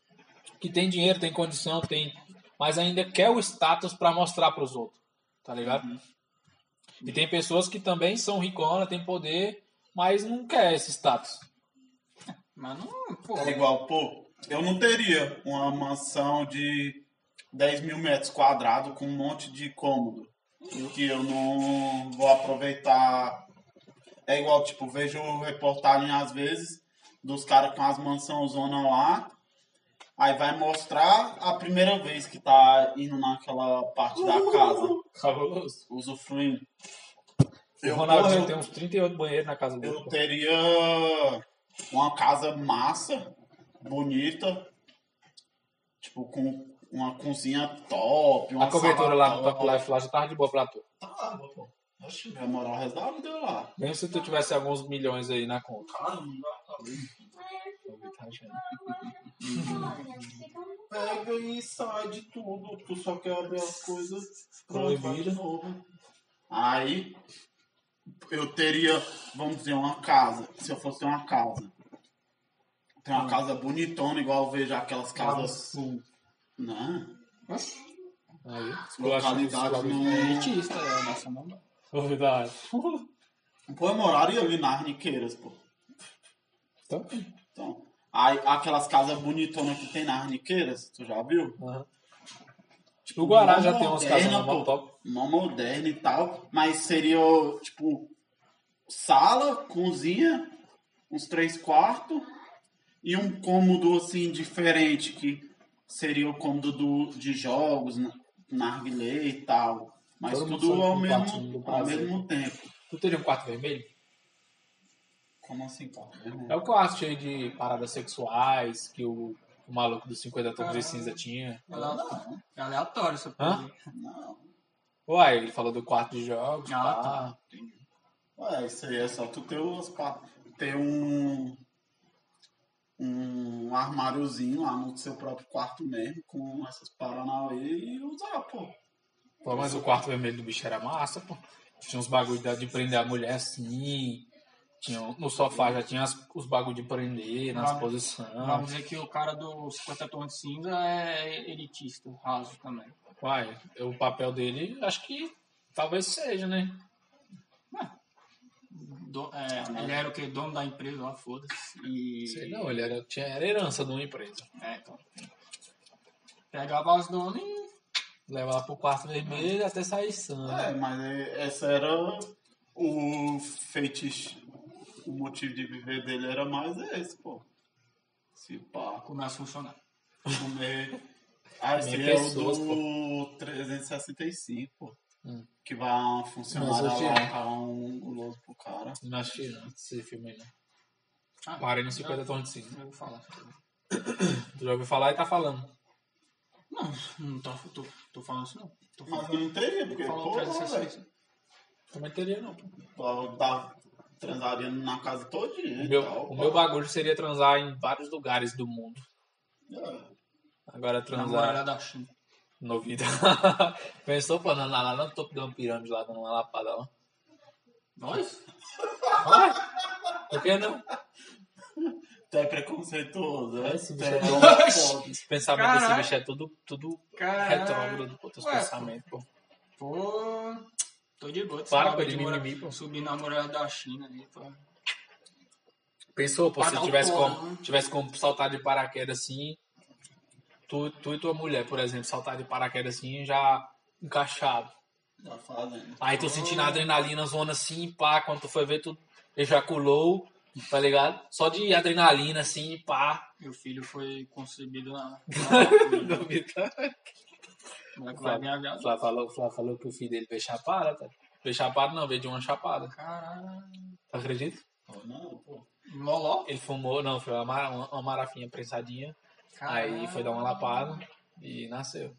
A: que tem dinheiro, tem condição, tem, mas ainda quer o status pra mostrar pros outros, tá ligado?
B: Uhum.
A: E tem pessoas que também são riconas, tem poder, mas não quer esse status.
D: Mas não, pô.
B: É igual, pô, eu não teria uma mansão de 10 mil metros quadrados com um monte de cômodo. Que eu não vou aproveitar. É igual, tipo, vejo reportagem às vezes dos caras com as mansão zona lá. Aí vai mostrar a primeira vez que tá indo naquela parte da casa,
A: Cabuloso.
B: usufruindo.
A: O
B: Eu,
A: Ronaldinho
B: porra,
A: tem
B: eu,
A: uns 38 banheiros na casa dele.
B: eu
A: pô.
B: teria uma casa massa, bonita, tipo, com uma cozinha top, uma
A: A cobertura lá no
B: sala
A: Top
B: top.
A: Life lá já tava de boa pra tu.
B: Tá lá, pô. Oxe, vai morar o resto da vida lá.
A: Mesmo se tu tivesse alguns milhões aí na conta.
E: Olha, fica um
B: Pega e sai de tudo, tu só quer abrir as coisas
A: Proibida.
B: vai de novo. Aí eu teria, vamos dizer, uma casa. Se eu fosse ter uma casa. Tem
A: Ah.
B: uma casa bonitona, igual eu vejo aquelas casas. assim. Não.
A: Aí,
B: Localidade no.
D: Elitista, é a nossa mão.
A: Novidade.
B: Pô, eu moraria ali nas Arniqueiras, pô.
A: Então,
B: Então, aí, aquelas casas bonitonas que tem nas Arniqueiras, tu já viu?
A: aham. Tipo, O Guará
B: Mó
A: já tem umas
D: é,
A: casas
B: moderna,
A: mó
B: pô.
A: top.
B: Mó moderna e tal, mas seria, tipo, sala, cozinha, uns três quartos e um cômodo, assim, diferente, que seria o cômodo do, de jogos, na- narguilé e tal. Mas
A: Todo mundo
B: tudo
A: sabe
B: ao
A: que o quarto
B: mesmo,
A: do
B: ao
A: Brasil.
B: mesmo tempo.
A: Tu teria um quarto vermelho?
B: Como assim, cara?
A: É o quarto cheio de paradas sexuais que o, o maluco dos 50 tons de
D: Caralho.
A: cinza tinha.
D: É aleatório, é aleatório essa porra.
A: Hã?
B: Não.
A: Uai, ele falou do quarto de jogos.
D: Ah,
A: pá.
D: tá.
B: Ué, isso aí é só tu ter, os, pa- ter um, um armáriozinho lá no seu próprio quarto mesmo, com essas paranauê e usar, pô.
A: Pô, mas o quarto vermelho do bicho era massa, pô. Tinha uns bagulho de, de prender a mulher assim. Tinha, um- no sofá já tinha as- os bagulho de prender, nas
D: Vamos-
A: posições.
D: Vamos dizer que o cara do 50 tons de cinza é elitista, raso também.
A: Uai, o papel dele, acho que talvez seja, né?
D: Do- é, ele era o que? Dono da empresa lá, foda-se. E.
A: Sei não, ele era, tinha, era herança de uma empresa.
D: É, então. Pegava as donas e.
A: Leva lá pro quarto vermelho até sair né? sangue.
B: É, mas é- essa era o feitiço. O motivo de viver dele era mais esse, pô. Se pá,
D: Começa a funcionar.
B: comer. Ah, esse
A: Comer
B: é o
A: pessoas,
B: do 365, pô.
A: Hum.
B: Que vai uma funcionária
A: Mas eu
B: lá
A: tinha.
B: dar um guloso pro cara.
A: Eu Não assisti não, esse filme aí, não.
D: Ah,
A: Parei no
D: eu-
A: 50 tons de cinza.
D: Eu vou falar.
A: Tu já ouviu falar e tá falando.
D: Não, não tô, tô, tô falando isso não. Tô
B: Mas
D: falando.
B: eu não teria, porque,
D: Falou
B: pô,
D: 360.
A: Também teria não. pô.
B: velho, tá transaria na casa todinha
A: O
B: e
A: meu,
B: tal,
A: o meu
B: pá.
A: bagulho seria transar em vários lugares do mundo.
B: É.
A: Agora
D: Na
A: transar
D: muralha da China.
A: novidade. Pensou pô, lá, lá no topo de uma pirâmide lá dando uma lapada lá.
D: Nós?
A: Por que não?
B: Tu é preconceituoso, né?
A: Esse
B: Tu
A: bicho
B: é
A: é
B: homofóbico.
A: Esse pensamento desse
D: Caralho.
A: bicho é tudo, tudo
D: Caralho.
A: retrógrado com teus
D: Ué,
A: pensamentos, pô.
D: Pô. Tô de boa.
A: Para
D: sabe,
A: com ele,
D: de mora-
A: mimimi, pô.
D: Subir na muralha da China ali, pô.
A: Pensou, pô,
D: Pra
A: se
D: dar um
A: tivesse
D: fora,
A: como,
D: né?
A: tivesse como saltar de paraquedas assim, tu, tu e tua mulher, por exemplo, saltar de paraquedas assim já encaixado.
B: Tá fazendo.
A: Hum. Aí tu sentindo a adrenalina zona assim, pá, quando tu foi ver, tu ejaculou, tá ligado? Só de adrenalina, assim, pá.
C: Meu filho foi concebido na.
A: Não me tá-
C: O moleque vai ganhar
A: O
C: viado.
A: Flá falou, o Flá falou que o filho dele veio chapada, tá? Veio chapada não, veio de uma chapada.
C: Caralho.
A: Tu acredita?
B: Não, pô.
C: Loló?
A: Ele fumou, não, foi uma, mara- uma, uma marafinha prensadinha. Aí foi dar uma lapada e nasceu.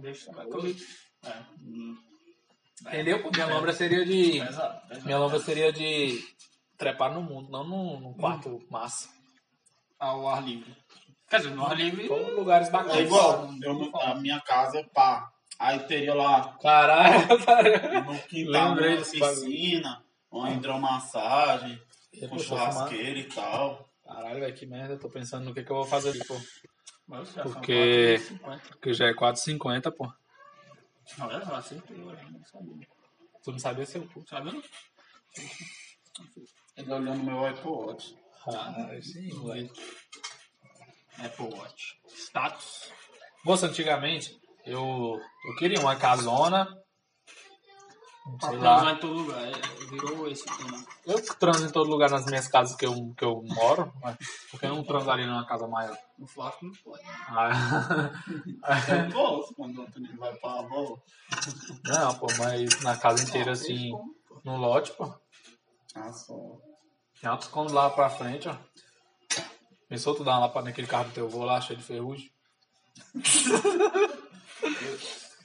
C: Deixa eu
A: Entendeu? Minha lombra seria de...
B: Pesado, pesado.
A: Minha lombra seria de trepar no mundo, não num, num quarto massa.
C: Ao ar livre. Quer dizer, no ar livre.
A: Como lugares bacanas.
B: É igual, eu não- a minha casa é pá. Aí teria lá
A: Caralho, cara.
B: no quintal
A: Lembrei
B: uma
A: desse bagulho.
B: piscina, uma hidromassagem,
A: Eu
B: com
A: vou fumar.
B: churrasqueira e tal.
A: Caralho, velho, que merda. Tô pensando no que, que eu vou fazer, pô.
C: Mas já são
A: Porque-
C: 4,50.
A: Porque já é 4,50, pô.
C: Olha só, acertei hoje, não sabia.
A: Tu não sabia seu cu.
C: Sabe? não?
B: Ele olhando meu iPod.
A: Caralho, Ah, sim, moleque.
C: Apple Watch. Status.
A: Moça, antigamente, eu, eu queria uma casona. Sei
C: Transar
A: lá.
C: em todo lugar. é, Virou esse tema.
A: Eu transo em todo lugar nas minhas casas que eu, que eu moro. Mas porque eu não transaria numa casa maior.
C: O Flávio não pode.
A: Ah,
B: É doce quando o Antônio vai pra avó.
A: não, pô, mas na casa inteira, assim, no lote, pô.
B: Ah, só.
A: Tem altos cômodos lá pra frente, ó. Pensou tu dar uma lapada naquele carro do teu vô lá, cheio de ferrugem?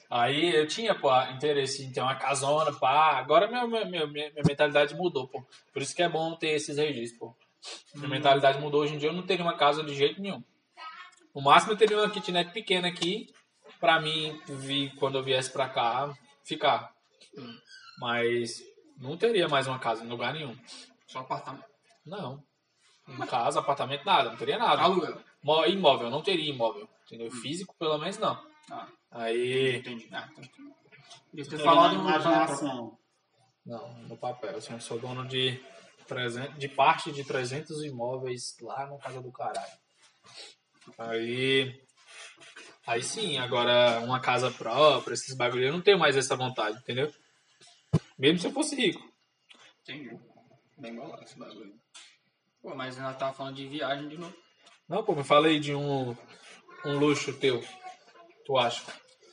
A: Aí eu tinha, pô, interesse em ter uma casona, pá. Agora minha, minha, minha, minha minha mentalidade mudou, pô. Por isso que é bom ter esses registros, pô. Minha mentalidade mudou. Hoje em dia eu não teria uma casa de jeito nenhum. No máximo eu teria uma kitnet pequena aqui, pra mim, vi, quando eu viesse pra cá, ficar. Mas não teria mais uma casa em lugar nenhum.
C: Só apartamento.
A: Não. Em casa, apartamento, nada, não teria nada.
C: Aluguel.
A: Mó- Imóvel, não teria imóvel. Entendeu? Físico, pelo menos, não.
C: Ah,
A: Aí.
C: entendi. Ah, tá. Devia ter
B: Tem falado
C: falado no
B: imaginação.
A: Não, no papel. Assim, eu sou dono de, 300, de parte de 300 imóveis lá no Casa do Caralho. Aí. Aí sim, agora uma casa própria, esses bagulho, eu não tenho mais essa vontade, entendeu? Mesmo se eu fosse rico.
C: Entendi. Bem bolado esse bagulho. Pô, mas ela tava falando de viagem de novo.
A: Não, pô, me fala aí de um, um luxo teu. Tu acha?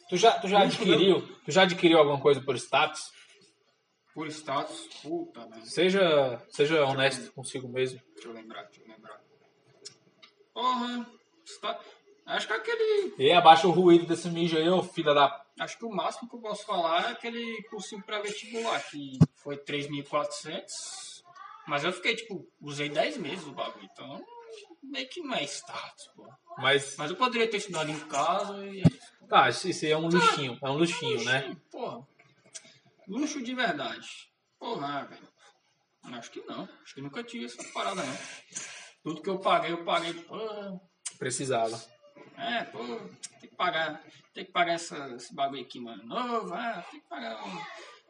A: Tu já, tu já adquiriu? Tu já adquiriu alguma coisa por status?
C: Por status, puta, né?
A: Seja, seja honesto consigo mesmo.
C: Deixa eu lembrar, deixa eu lembrar. Porra, está... acho que aquele.
A: E aí, abaixa o ruído desse mijo aí, ô filha da.
C: Acho que o máximo que eu posso falar é aquele cursinho pré-vestibular, que foi 3.400. Mas eu fiquei, tipo, usei 10 meses o bagulho, então meio que não é status, pô.
A: Mas.
C: Mas eu poderia ter estudado em casa e é isso.
A: Tá, isso isso aí é um luxinho. É um luxinho, né?
C: Luxinho, Porra. Luxo de verdade. Porra, velho. Acho que não. Acho que nunca tive essa parada, não. Tudo que eu paguei, eu paguei. Porra.
A: Precisava.
C: É, pô, tem que pagar, tem que pagar essa, esse bagulho aqui, mano, novo, ah, tem que pagar um,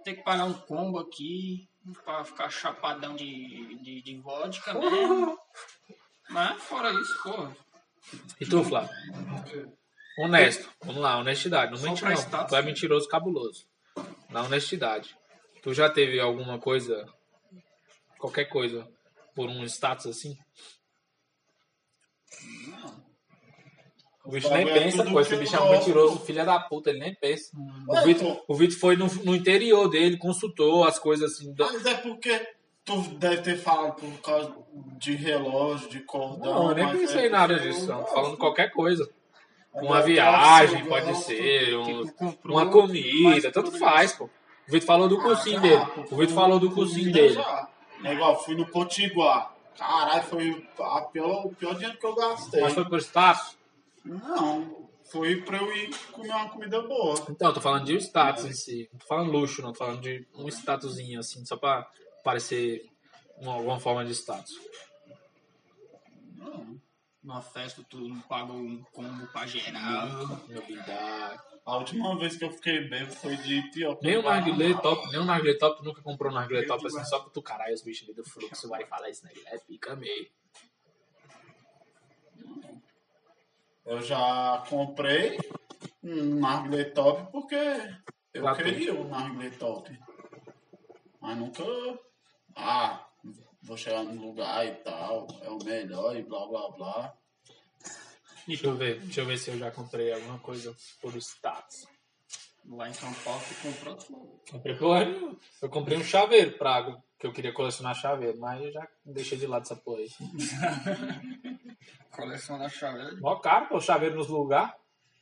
C: tem que pagar um combo aqui, pra ficar chapadão de, de, de vodka mesmo. Mas fora isso, pô,
A: E tu, Flávio? Honesto. Vamos lá, honestidade. Não
C: Só
A: mente,
C: pra
A: não.
C: status,
A: Tu é
C: né?
A: mentiroso cabuloso. Na honestidade. Tu já teve alguma coisa. Qualquer coisa. Por um status assim? O bicho nem
B: Bagulho é
A: pensa,
B: tudo
A: pô. Esse
B: que
A: bicho
B: eu
A: é um
B: gosto.
A: mentiroso, filha da puta, ele nem pensa. O
B: Ué,
A: Vitor, o Vitor foi no, no interior dele, consultou as coisas assim. do-
B: Mas é porque tu deve ter falado por causa de relógio, de cordão.
A: Não, eu nem
B: mas
A: pensei
B: é
A: em nada
B: porque eu
A: disso. Não.
B: gosto.
A: Falando qualquer coisa.
B: Eu
A: Uma
B: gosto,
A: viagem,
B: eu
A: pode
B: gosto.
A: ser. um-
C: tipo, comprou,
A: uma
C: mas
A: comida, tanto
C: tudo
A: faz, pô. O Vitor falou do
B: Ah,
A: cursinho
B: já,
A: dele.
B: pô,
A: O Vitor falou do
B: com
A: cursinho
B: comida
A: dele.
B: já. É igual, fui no Potiguar. Caralho, foi a pior, o pior dinheiro que eu gastei.
A: Mas foi por status?
B: Não, foi pra eu ir comer uma comida boa.
A: Então, eu tô falando de status em si. Não tô falando luxo, não. Tô falando de um statusinho, assim, só pra parecer uma, alguma forma de status.
C: Numa festa tu não pagou um combo pra geral.
A: Novidade.
B: A última vez que eu fiquei bêbado foi de pior.
A: Nem o narguilé top, nem o narguilé top nunca comprou um narguilé top assim, só pra tu caralho, os bichos ali do fluxo vai falar isso, narguilé é pica meio.
B: Eu já comprei um narguilé top porque eu
A: Pra tu.
B: queria um narguilé top. Mas nunca. Ah, vou chegar num lugar e tal, é o melhor e blá blá blá.
A: Deixa eu ver. Deixa eu ver se eu já comprei alguma coisa por status.
D: Lá em São Paulo, tu comprou tu-
A: Comprei porra nenhuma. Eu comprei um chaveiro pra água, que eu queria colecionar chaveiro, mas eu já deixei de lado essa porra aí.
D: coleciona chave.
A: Mó caro, pô, chaveiro nos lugares.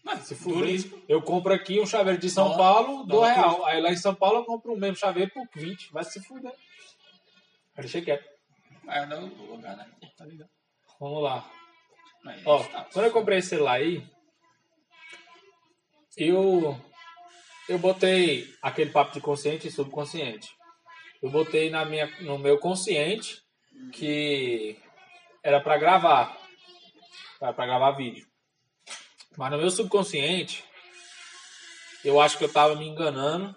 D: Mas
A: Se fuder, eu compro aqui um chaveiro de São
D: Dólar-
A: Paulo, do
D: dólar
A: real. Aí lá em São Paulo eu compro o mesmo chaveiro por 20. Vai se fuder. Aí Deixa quieto.
D: Aí dá o lugar, né? Tá ligado?
A: Vamos lá.
D: Mas,
A: Ó,
D: tá.
A: quando eu comprei esse celular aí, eu, eu botei aquele papo de consciente e subconsciente. Eu botei na minha, no meu consciente que era pra gravar, era pra gravar vídeo. Mas no meu subconsciente, eu acho que eu tava me enganando,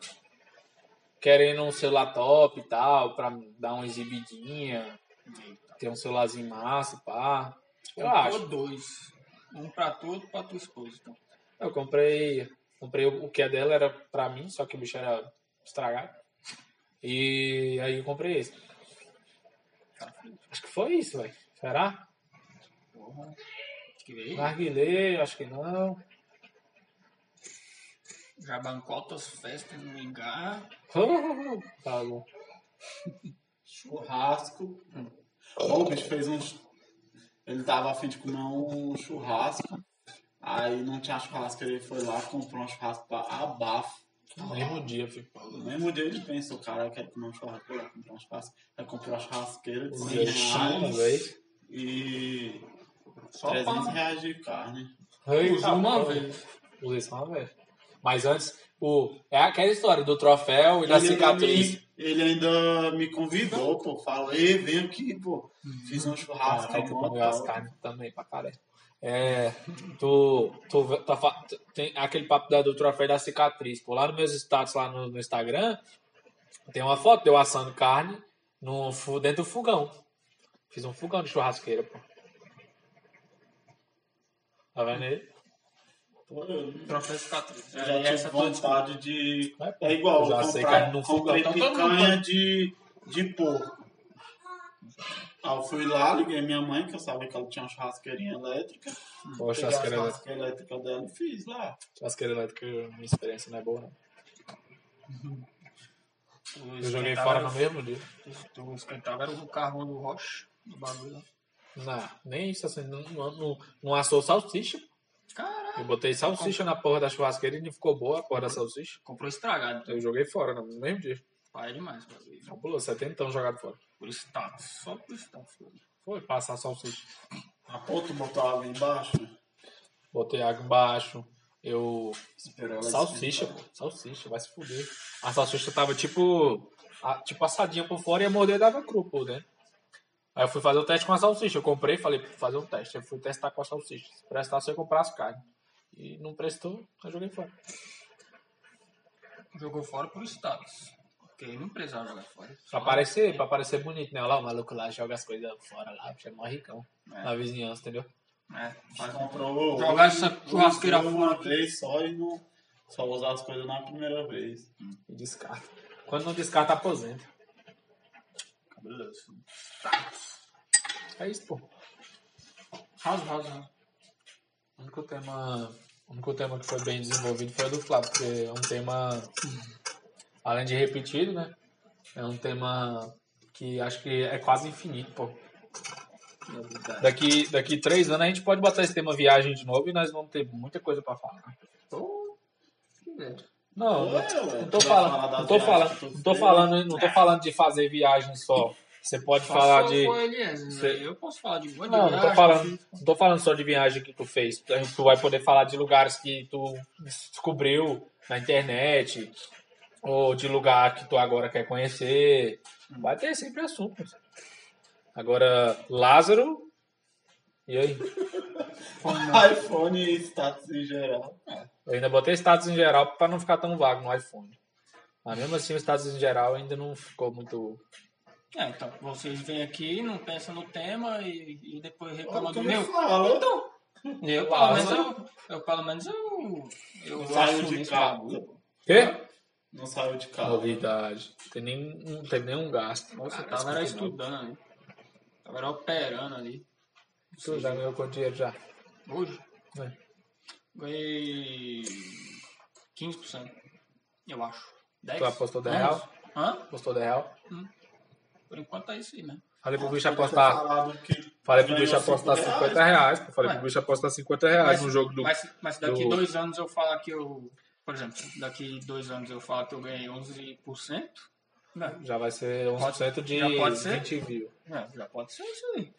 A: querendo um celular top e tal, pra dar uma exibidinha, ter um celularzinho massa, pá. Eu
D: Comprou
A: acho.
D: dois. Um pra tu, outro pra tua esposa. Então.
A: Eu comprei, comprei o que é dela era pra mim, só que o bicho era estragado. E aí eu comprei esse. Acho que foi isso, velho. Será?
D: Porra. Que veio.
A: Narguilé, acho que não.
D: Já bancou altas festas no Mingá.
A: tá bom.
B: Churrasco. Ó, o bicho fez uns. Ele tava afim de comer um churrasco. Aí não tinha churrasco, ele foi lá, comprou um churrasco pra abafo.
A: No mesmo dia, filho.
B: No mesmo dia ele pensou, cara, eu quero comer um churrasco, eu quero comprar um churrasco. Aí comprou uma churrasqueira de 100
A: Chama,
B: reais
A: velho.
B: e
D: Só
B: 300
D: pra
B: reais de carne.
A: Eita,
D: usar uma
A: pô.
D: vez.
A: Usei só uma vez. Mas antes, o... é aquela história do troféu e da
B: Ele ainda
A: cicatriz.
B: me- Ele ainda me convidou, pô. Falou, ei, vem aqui, pô.
A: Uhum.
B: Fiz um churrasco.
A: Caralho, tu
B: mó
A: comeu as
B: top."
A: carnes também pra caralho. É, tu, tu, tá fa- tem aquele papo da, do troféu da cicatriz. Pô, lá nos meus status, lá no, no Instagram, tem uma foto de eu assando carne no, fu- dentro do fogão. Fiz um fogão de churrasqueira, pô. Tá vendo aí?
B: Pô, eu
D: Troféu cicatriz.
B: já um
D: Aí essa
B: tive
D: é tua desculpa.
B: vontade de...
A: É, pô,
B: É igual,
A: eu já sei
B: comprar,
A: carne no fogão.
B: comprei
A: Então, todo mundo
B: picanha de, de porco. Aí eu fui lá, liguei minha mãe, que eu sabia que ela tinha uma churrasqueirinha elétrica.
A: Pô,
B: Peguei a
A: churrasqueira, elétrica-
B: churrasqueira elétrica dela e fiz lá.
A: churrasqueira elétrica, minha experiência não é boa, não. Eu
D: Tu
A: joguei
D: esquentava
A: fora
D: era
A: no
D: o-
A: mesmo dia.
D: Tu, tu esquentava era o carvão do Rocha. Do bagulho.
A: Não, nem isso assim, não, não, não, não assou salsicha, pô.
D: Caralho.
A: Eu botei salsicha na porra da churrasqueira e não ficou boa a porra da salsicha.
D: Comprou estragado. Então.
A: Eu joguei fora no mesmo dia.
D: Pai é demais. fazer isso.
A: Então, pulou 70 jogado fora.
D: Por status. Só por status. mano.
A: Foi passar salsicha.
B: A ponta botou água embaixo.
A: Botei água embaixo. Eu.
B: Esperou ela
A: Salsicha,
B: esquentar.
A: pô. Salsicha, vai se fuder. A salsicha tava tipo. a- tipo assadinha por fora e a morder dava cru, pô, né? Aí eu fui fazer o teste com a salsicha. Eu comprei, falei, "Vou fazer um teste. Eu fui testar com a salsicha. Se prestar, se eu comprar as carnes. E não prestou, eu joguei fora.
D: Jogou fora por status. Porque ele não precisava jogar fora. É,
A: Pra
D: Só-
A: parecer, pra parecer bonito, né? Olha lá, o maluco lá joga as coisas fora lá, bicho, é mó ricão. Na vizinhança, entendeu?
D: É, faz um
B: Comprou.
D: Jogar essa churrasqueira
B: usou uma
D: fora.
B: vez só e não. Só usar as coisas na primeira vez.
A: E descarta. Quando não descarta, aposenta.
D: cabeloso.
A: É isso, pô.
D: Raso, raso.
A: O único tema, o único tema que foi bem desenvolvido foi o do Flávio, porque é um tema, além de repetido, né? É um tema que acho que é quase infinito, pô. Daqui, daqui três anos a gente pode botar esse tema viagem de novo e nós vamos ter muita coisa pra falar. Não,
B: Ué, ué,
A: não tô
B: tu vai falar
A: falando, não
B: das
A: tô falando,
B: viagens que tu
A: não tô
B: fez?
A: falando, não tô falando de fazer viagem só. Você pode falar de Cê-
D: né? Eu posso falar de boa de
A: Não, não tô
D: viagem,
A: falando, não tô falando só de viagem que tu fez. Tu vai poder falar de lugares que tu descobriu na internet, ou de lugar que tu agora quer conhecer. Vai ter sempre assunto. Agora, Lázaro. E aí?
B: iPhone e status em geral.
A: Eu ainda botei status em geral pra não ficar tão vago no iPhone. Mas mesmo assim, o status em geral ainda não ficou muito.
D: É, então, vocês vêm aqui, não pensam no tema e, e depois reclamam
B: Olha
D: do
B: como ele
D: Tá meu. Então,
B: fala.
D: Eu, pelo
A: Fala,
D: menos,
A: né?
D: eu, eu, pelo menos, eu, eu
B: Saiu
D: assumo
B: de
D: esse
B: casa.
D: bagulho.
A: Quê?
B: Não saiu de casa.
A: Novidade. Tem nem, não teve nenhum gasto. Ah, Nossa,
C: Nossa,
A: tá
C: eu tava era
A: isso que não.
C: estudando ali. Tava era operando ali.
A: Tu Então já ganhou quanto dinheiro já?
C: Hoje,
A: Vai.
C: ganhei 15%, eu acho. 10?
A: Tu apostou 10
C: 11?
A: real?
C: Hã?
A: Postou 10 real?
C: Por enquanto tá isso aí, né?
A: Falei pro bicho
B: Podia ter
A: apostar.
B: falado que
A: Falei pro
B: ganhou
A: bicho apostar
B: 50
A: 50 reais. pô. Falei
C: Ué.
A: pro bicho apostar 50 reais no jogo do.
C: mas, mas daqui
A: do-
C: dois anos eu falar que eu... Por exemplo, daqui dois anos eu falar que eu ganhei 11%, né?
A: Já vai ser 11% de
C: já pode ser?
A: 20 view.
C: É, já pode ser isso aí.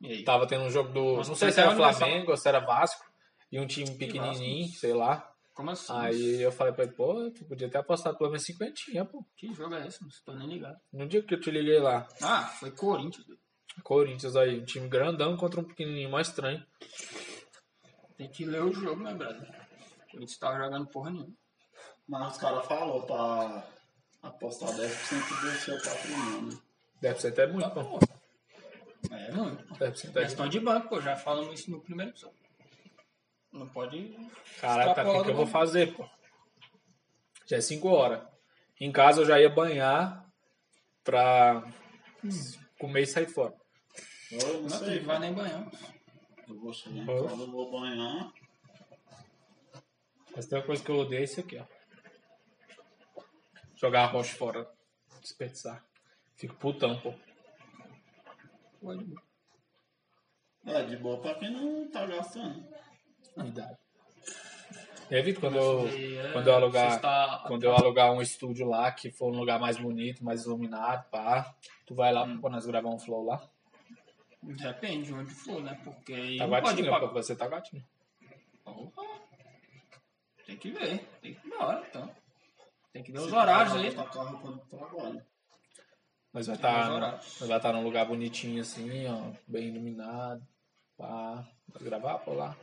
C: E aí?
A: Tava tendo um jogo do.
C: Nossa,
A: Não sei
C: mas
A: se era
C: é universal.
A: Flamengo ou se era Vasco. E um time pequenininho, sei lá.
C: Como assim?
A: Aí eu falei pra ele, pô, tu podia ter apostado pelo menos 50, pô.
C: Que jogo é esse? Não tô nem ligado.
A: No dia que eu te liguei lá,
C: Ah, foi Corinthians. velho.
A: Corinthians aí, um time grandão contra um pequenininho mais estranho.
C: Tem que ler o jogo, né, brother? Corinthians tava jogando porra nenhuma.
B: Mas os caras falaram pra apostar 10% do seu patrimônio.
A: 10% é muito, pô.
C: É, mano.
A: 10% é
C: Questão de banco, pô. Já falamos isso no primeiro episódio. Não pode...
A: Caraca, o que,
C: Extrapola
A: que eu
C: do
A: vou
C: banco.
A: fazer, pô? Já é 5 horas. Em casa eu já ia banhar pra comer e sair fora.
B: Eu não
D: é
C: Não, tu
B: sei, né?
C: não vai nem banhar.
B: eu vou chegar em
A: Poxa.
B: casa, eu vou banhar.
A: Mas tem uma coisa que eu odeio é isso aqui, ó. Jogar rocha fora. Desperdiçar. Fico putão, pô.
C: Pode.
B: É, de boa pra quem não tá gastando.
C: Ah,
A: Cuidado. Evito quando eu,
C: E, é,
A: quando eu
C: Você
A: alugar.
C: está...
A: Quando eu alugar um estúdio lá, que for um lugar mais bonito, mais iluminado, pá, tu vai
C: Hum.
A: lá pra nós gravar um flow lá.
C: Depende de onde for, né? Porque aí
A: Tá
C: não pode
A: gatinho, pô,
C: pagar.
A: você tá gatinho.
C: Opa. Tem que ver. Tem que ver a hora, então. Tem que ver os horários aí.
B: Tá carro quando trabalha.
A: Mas vai
C: Tem
A: estar
C: uns
A: tá,
C: horários.
A: nós vai tá num lugar bonitinho assim, ó, bem iluminado, pá. Vai gravar, pô, lá.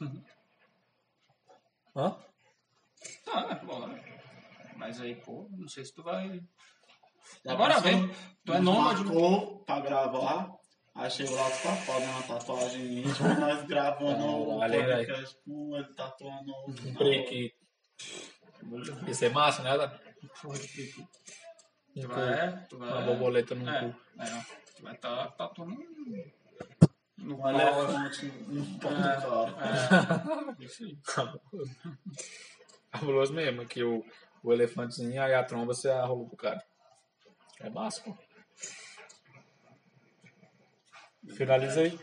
A: Hã?
C: Tá, né? bora. Mas aí, pô, não sei se tu vai.
B: Já
C: Agora
B: pensou?
C: vem. Tu é
B: Nos
C: nômade.
B: Marcou um pra gravar. Aí chegou lá, tu tá fazendo uma tatuagem íntima, nós gravando
C: Ah,
B: o
A: Caralho, hein,
B: podcast com ele tatuando o...
C: Um
A: Prick. Isso é massa, né?
C: Porra de pipi.
A: Um
C: Tu
A: cu.
C: vai. Tu vai...
A: Uma borboleta num
C: é,
A: cu.
C: é. Tu vai estar tá, tatuando. No
B: Um elefante no pau do
C: Ah.
B: cara.
C: É, é. Isso aí.
A: Cabuloso assim mesmo, que o, o elefantezinho aí a tromba você arruma pro cara. É massa, pô. Finaliza aí.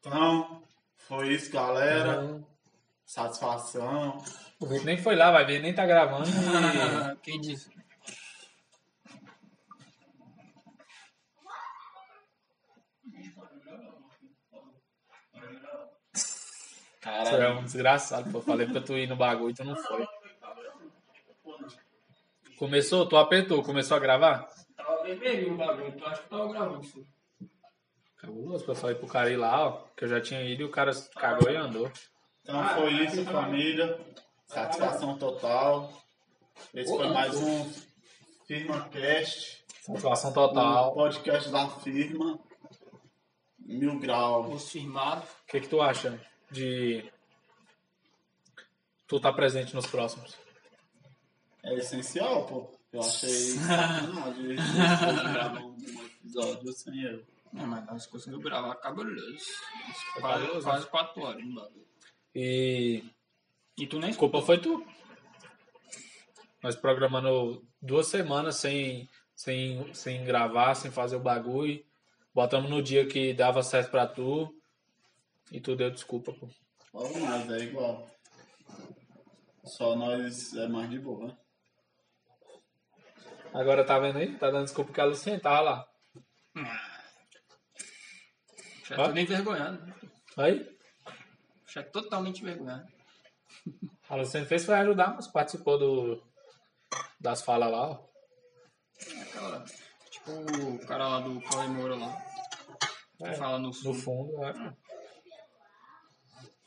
B: Então, foi isso,
C: Uhum.
B: galera.
A: Não.
B: Satisfação.
A: O Vitor nem foi lá, vai ver, nem tá gravando. e-
C: Ah, Quem disse?
A: Tu é um desgraçado, pô. Falei pra tu ir no bagulho e tu não foi. Começou? Tu apertou, começou a gravar?
C: Tava vermelhinho o bagulho, tu acha que tava né, gravando isso?
A: Cabuloso, pô. Eu falei pro cara ir lá, ó, que eu já tinha ido e o cara cagou e andou.
B: Então
C: Ah,
B: foi isso, família. Satisfação total. Esse foi mais um FirmaCast,
A: Satisfação
B: o
A: total. O
B: podcast da firma. Mil graus.
C: Os firmados.
A: que que tu acha de... Tu tá presente nos próximos?
B: É essencial, pô. Eu achei sacanagem eles dois gravar um episódio assim, é sem eu.
C: Não, mas nós conseguimos gravar tá cabuloso.
A: Foi
C: Quase,
A: cabuloso,
C: quase quatro horas no bagulho. Ah,
A: E
C: E tu nem
A: a culpa foi tu. Nós programando duas semanas sem, sem, sem gravar, sem fazer o bagulho. Botamos no dia que dava certo pra tu. E tu deu desculpa, pô.
B: Logo mais, é igual. Só nós é mais de boa, né?
A: Agora tá vendo aí? Tá dando desculpa que a Luciana tava lá.
C: Já tô nem envergonhado. né?
A: Aí?
C: Já totalmente envergonhado.
A: A Luciana fez foi ajudar, mas participou do, das falas lá, ó.
C: Aquela, tipo o cara lá do Cauê Moura lá. Que
A: É,
C: fala no
A: No
C: sul.
A: fundo, né?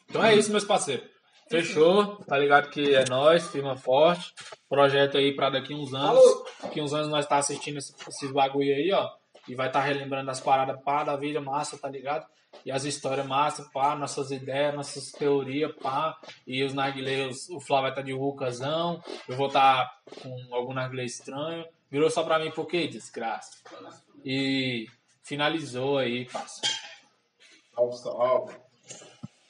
A: Então é isso, meus parceiros. Fechou, tá ligado que é nós, firma forte. Projeto aí pra daqui uns anos. Daqui uns anos nós tá assistindo esse- esses bagulho aí, ó. E vai estar relembrando as paradas, pá, da vida massa, tá ligado? E as histórias massa, pá, nossas ideias, nossas teorias, pá. E os narguilés, o Flávio vai estar de Rucasão, eu vou estar com algum narguilé estranho. Virou só pra mim por quê? Desgraça. E finalizou aí, parça.
B: Salve, salve.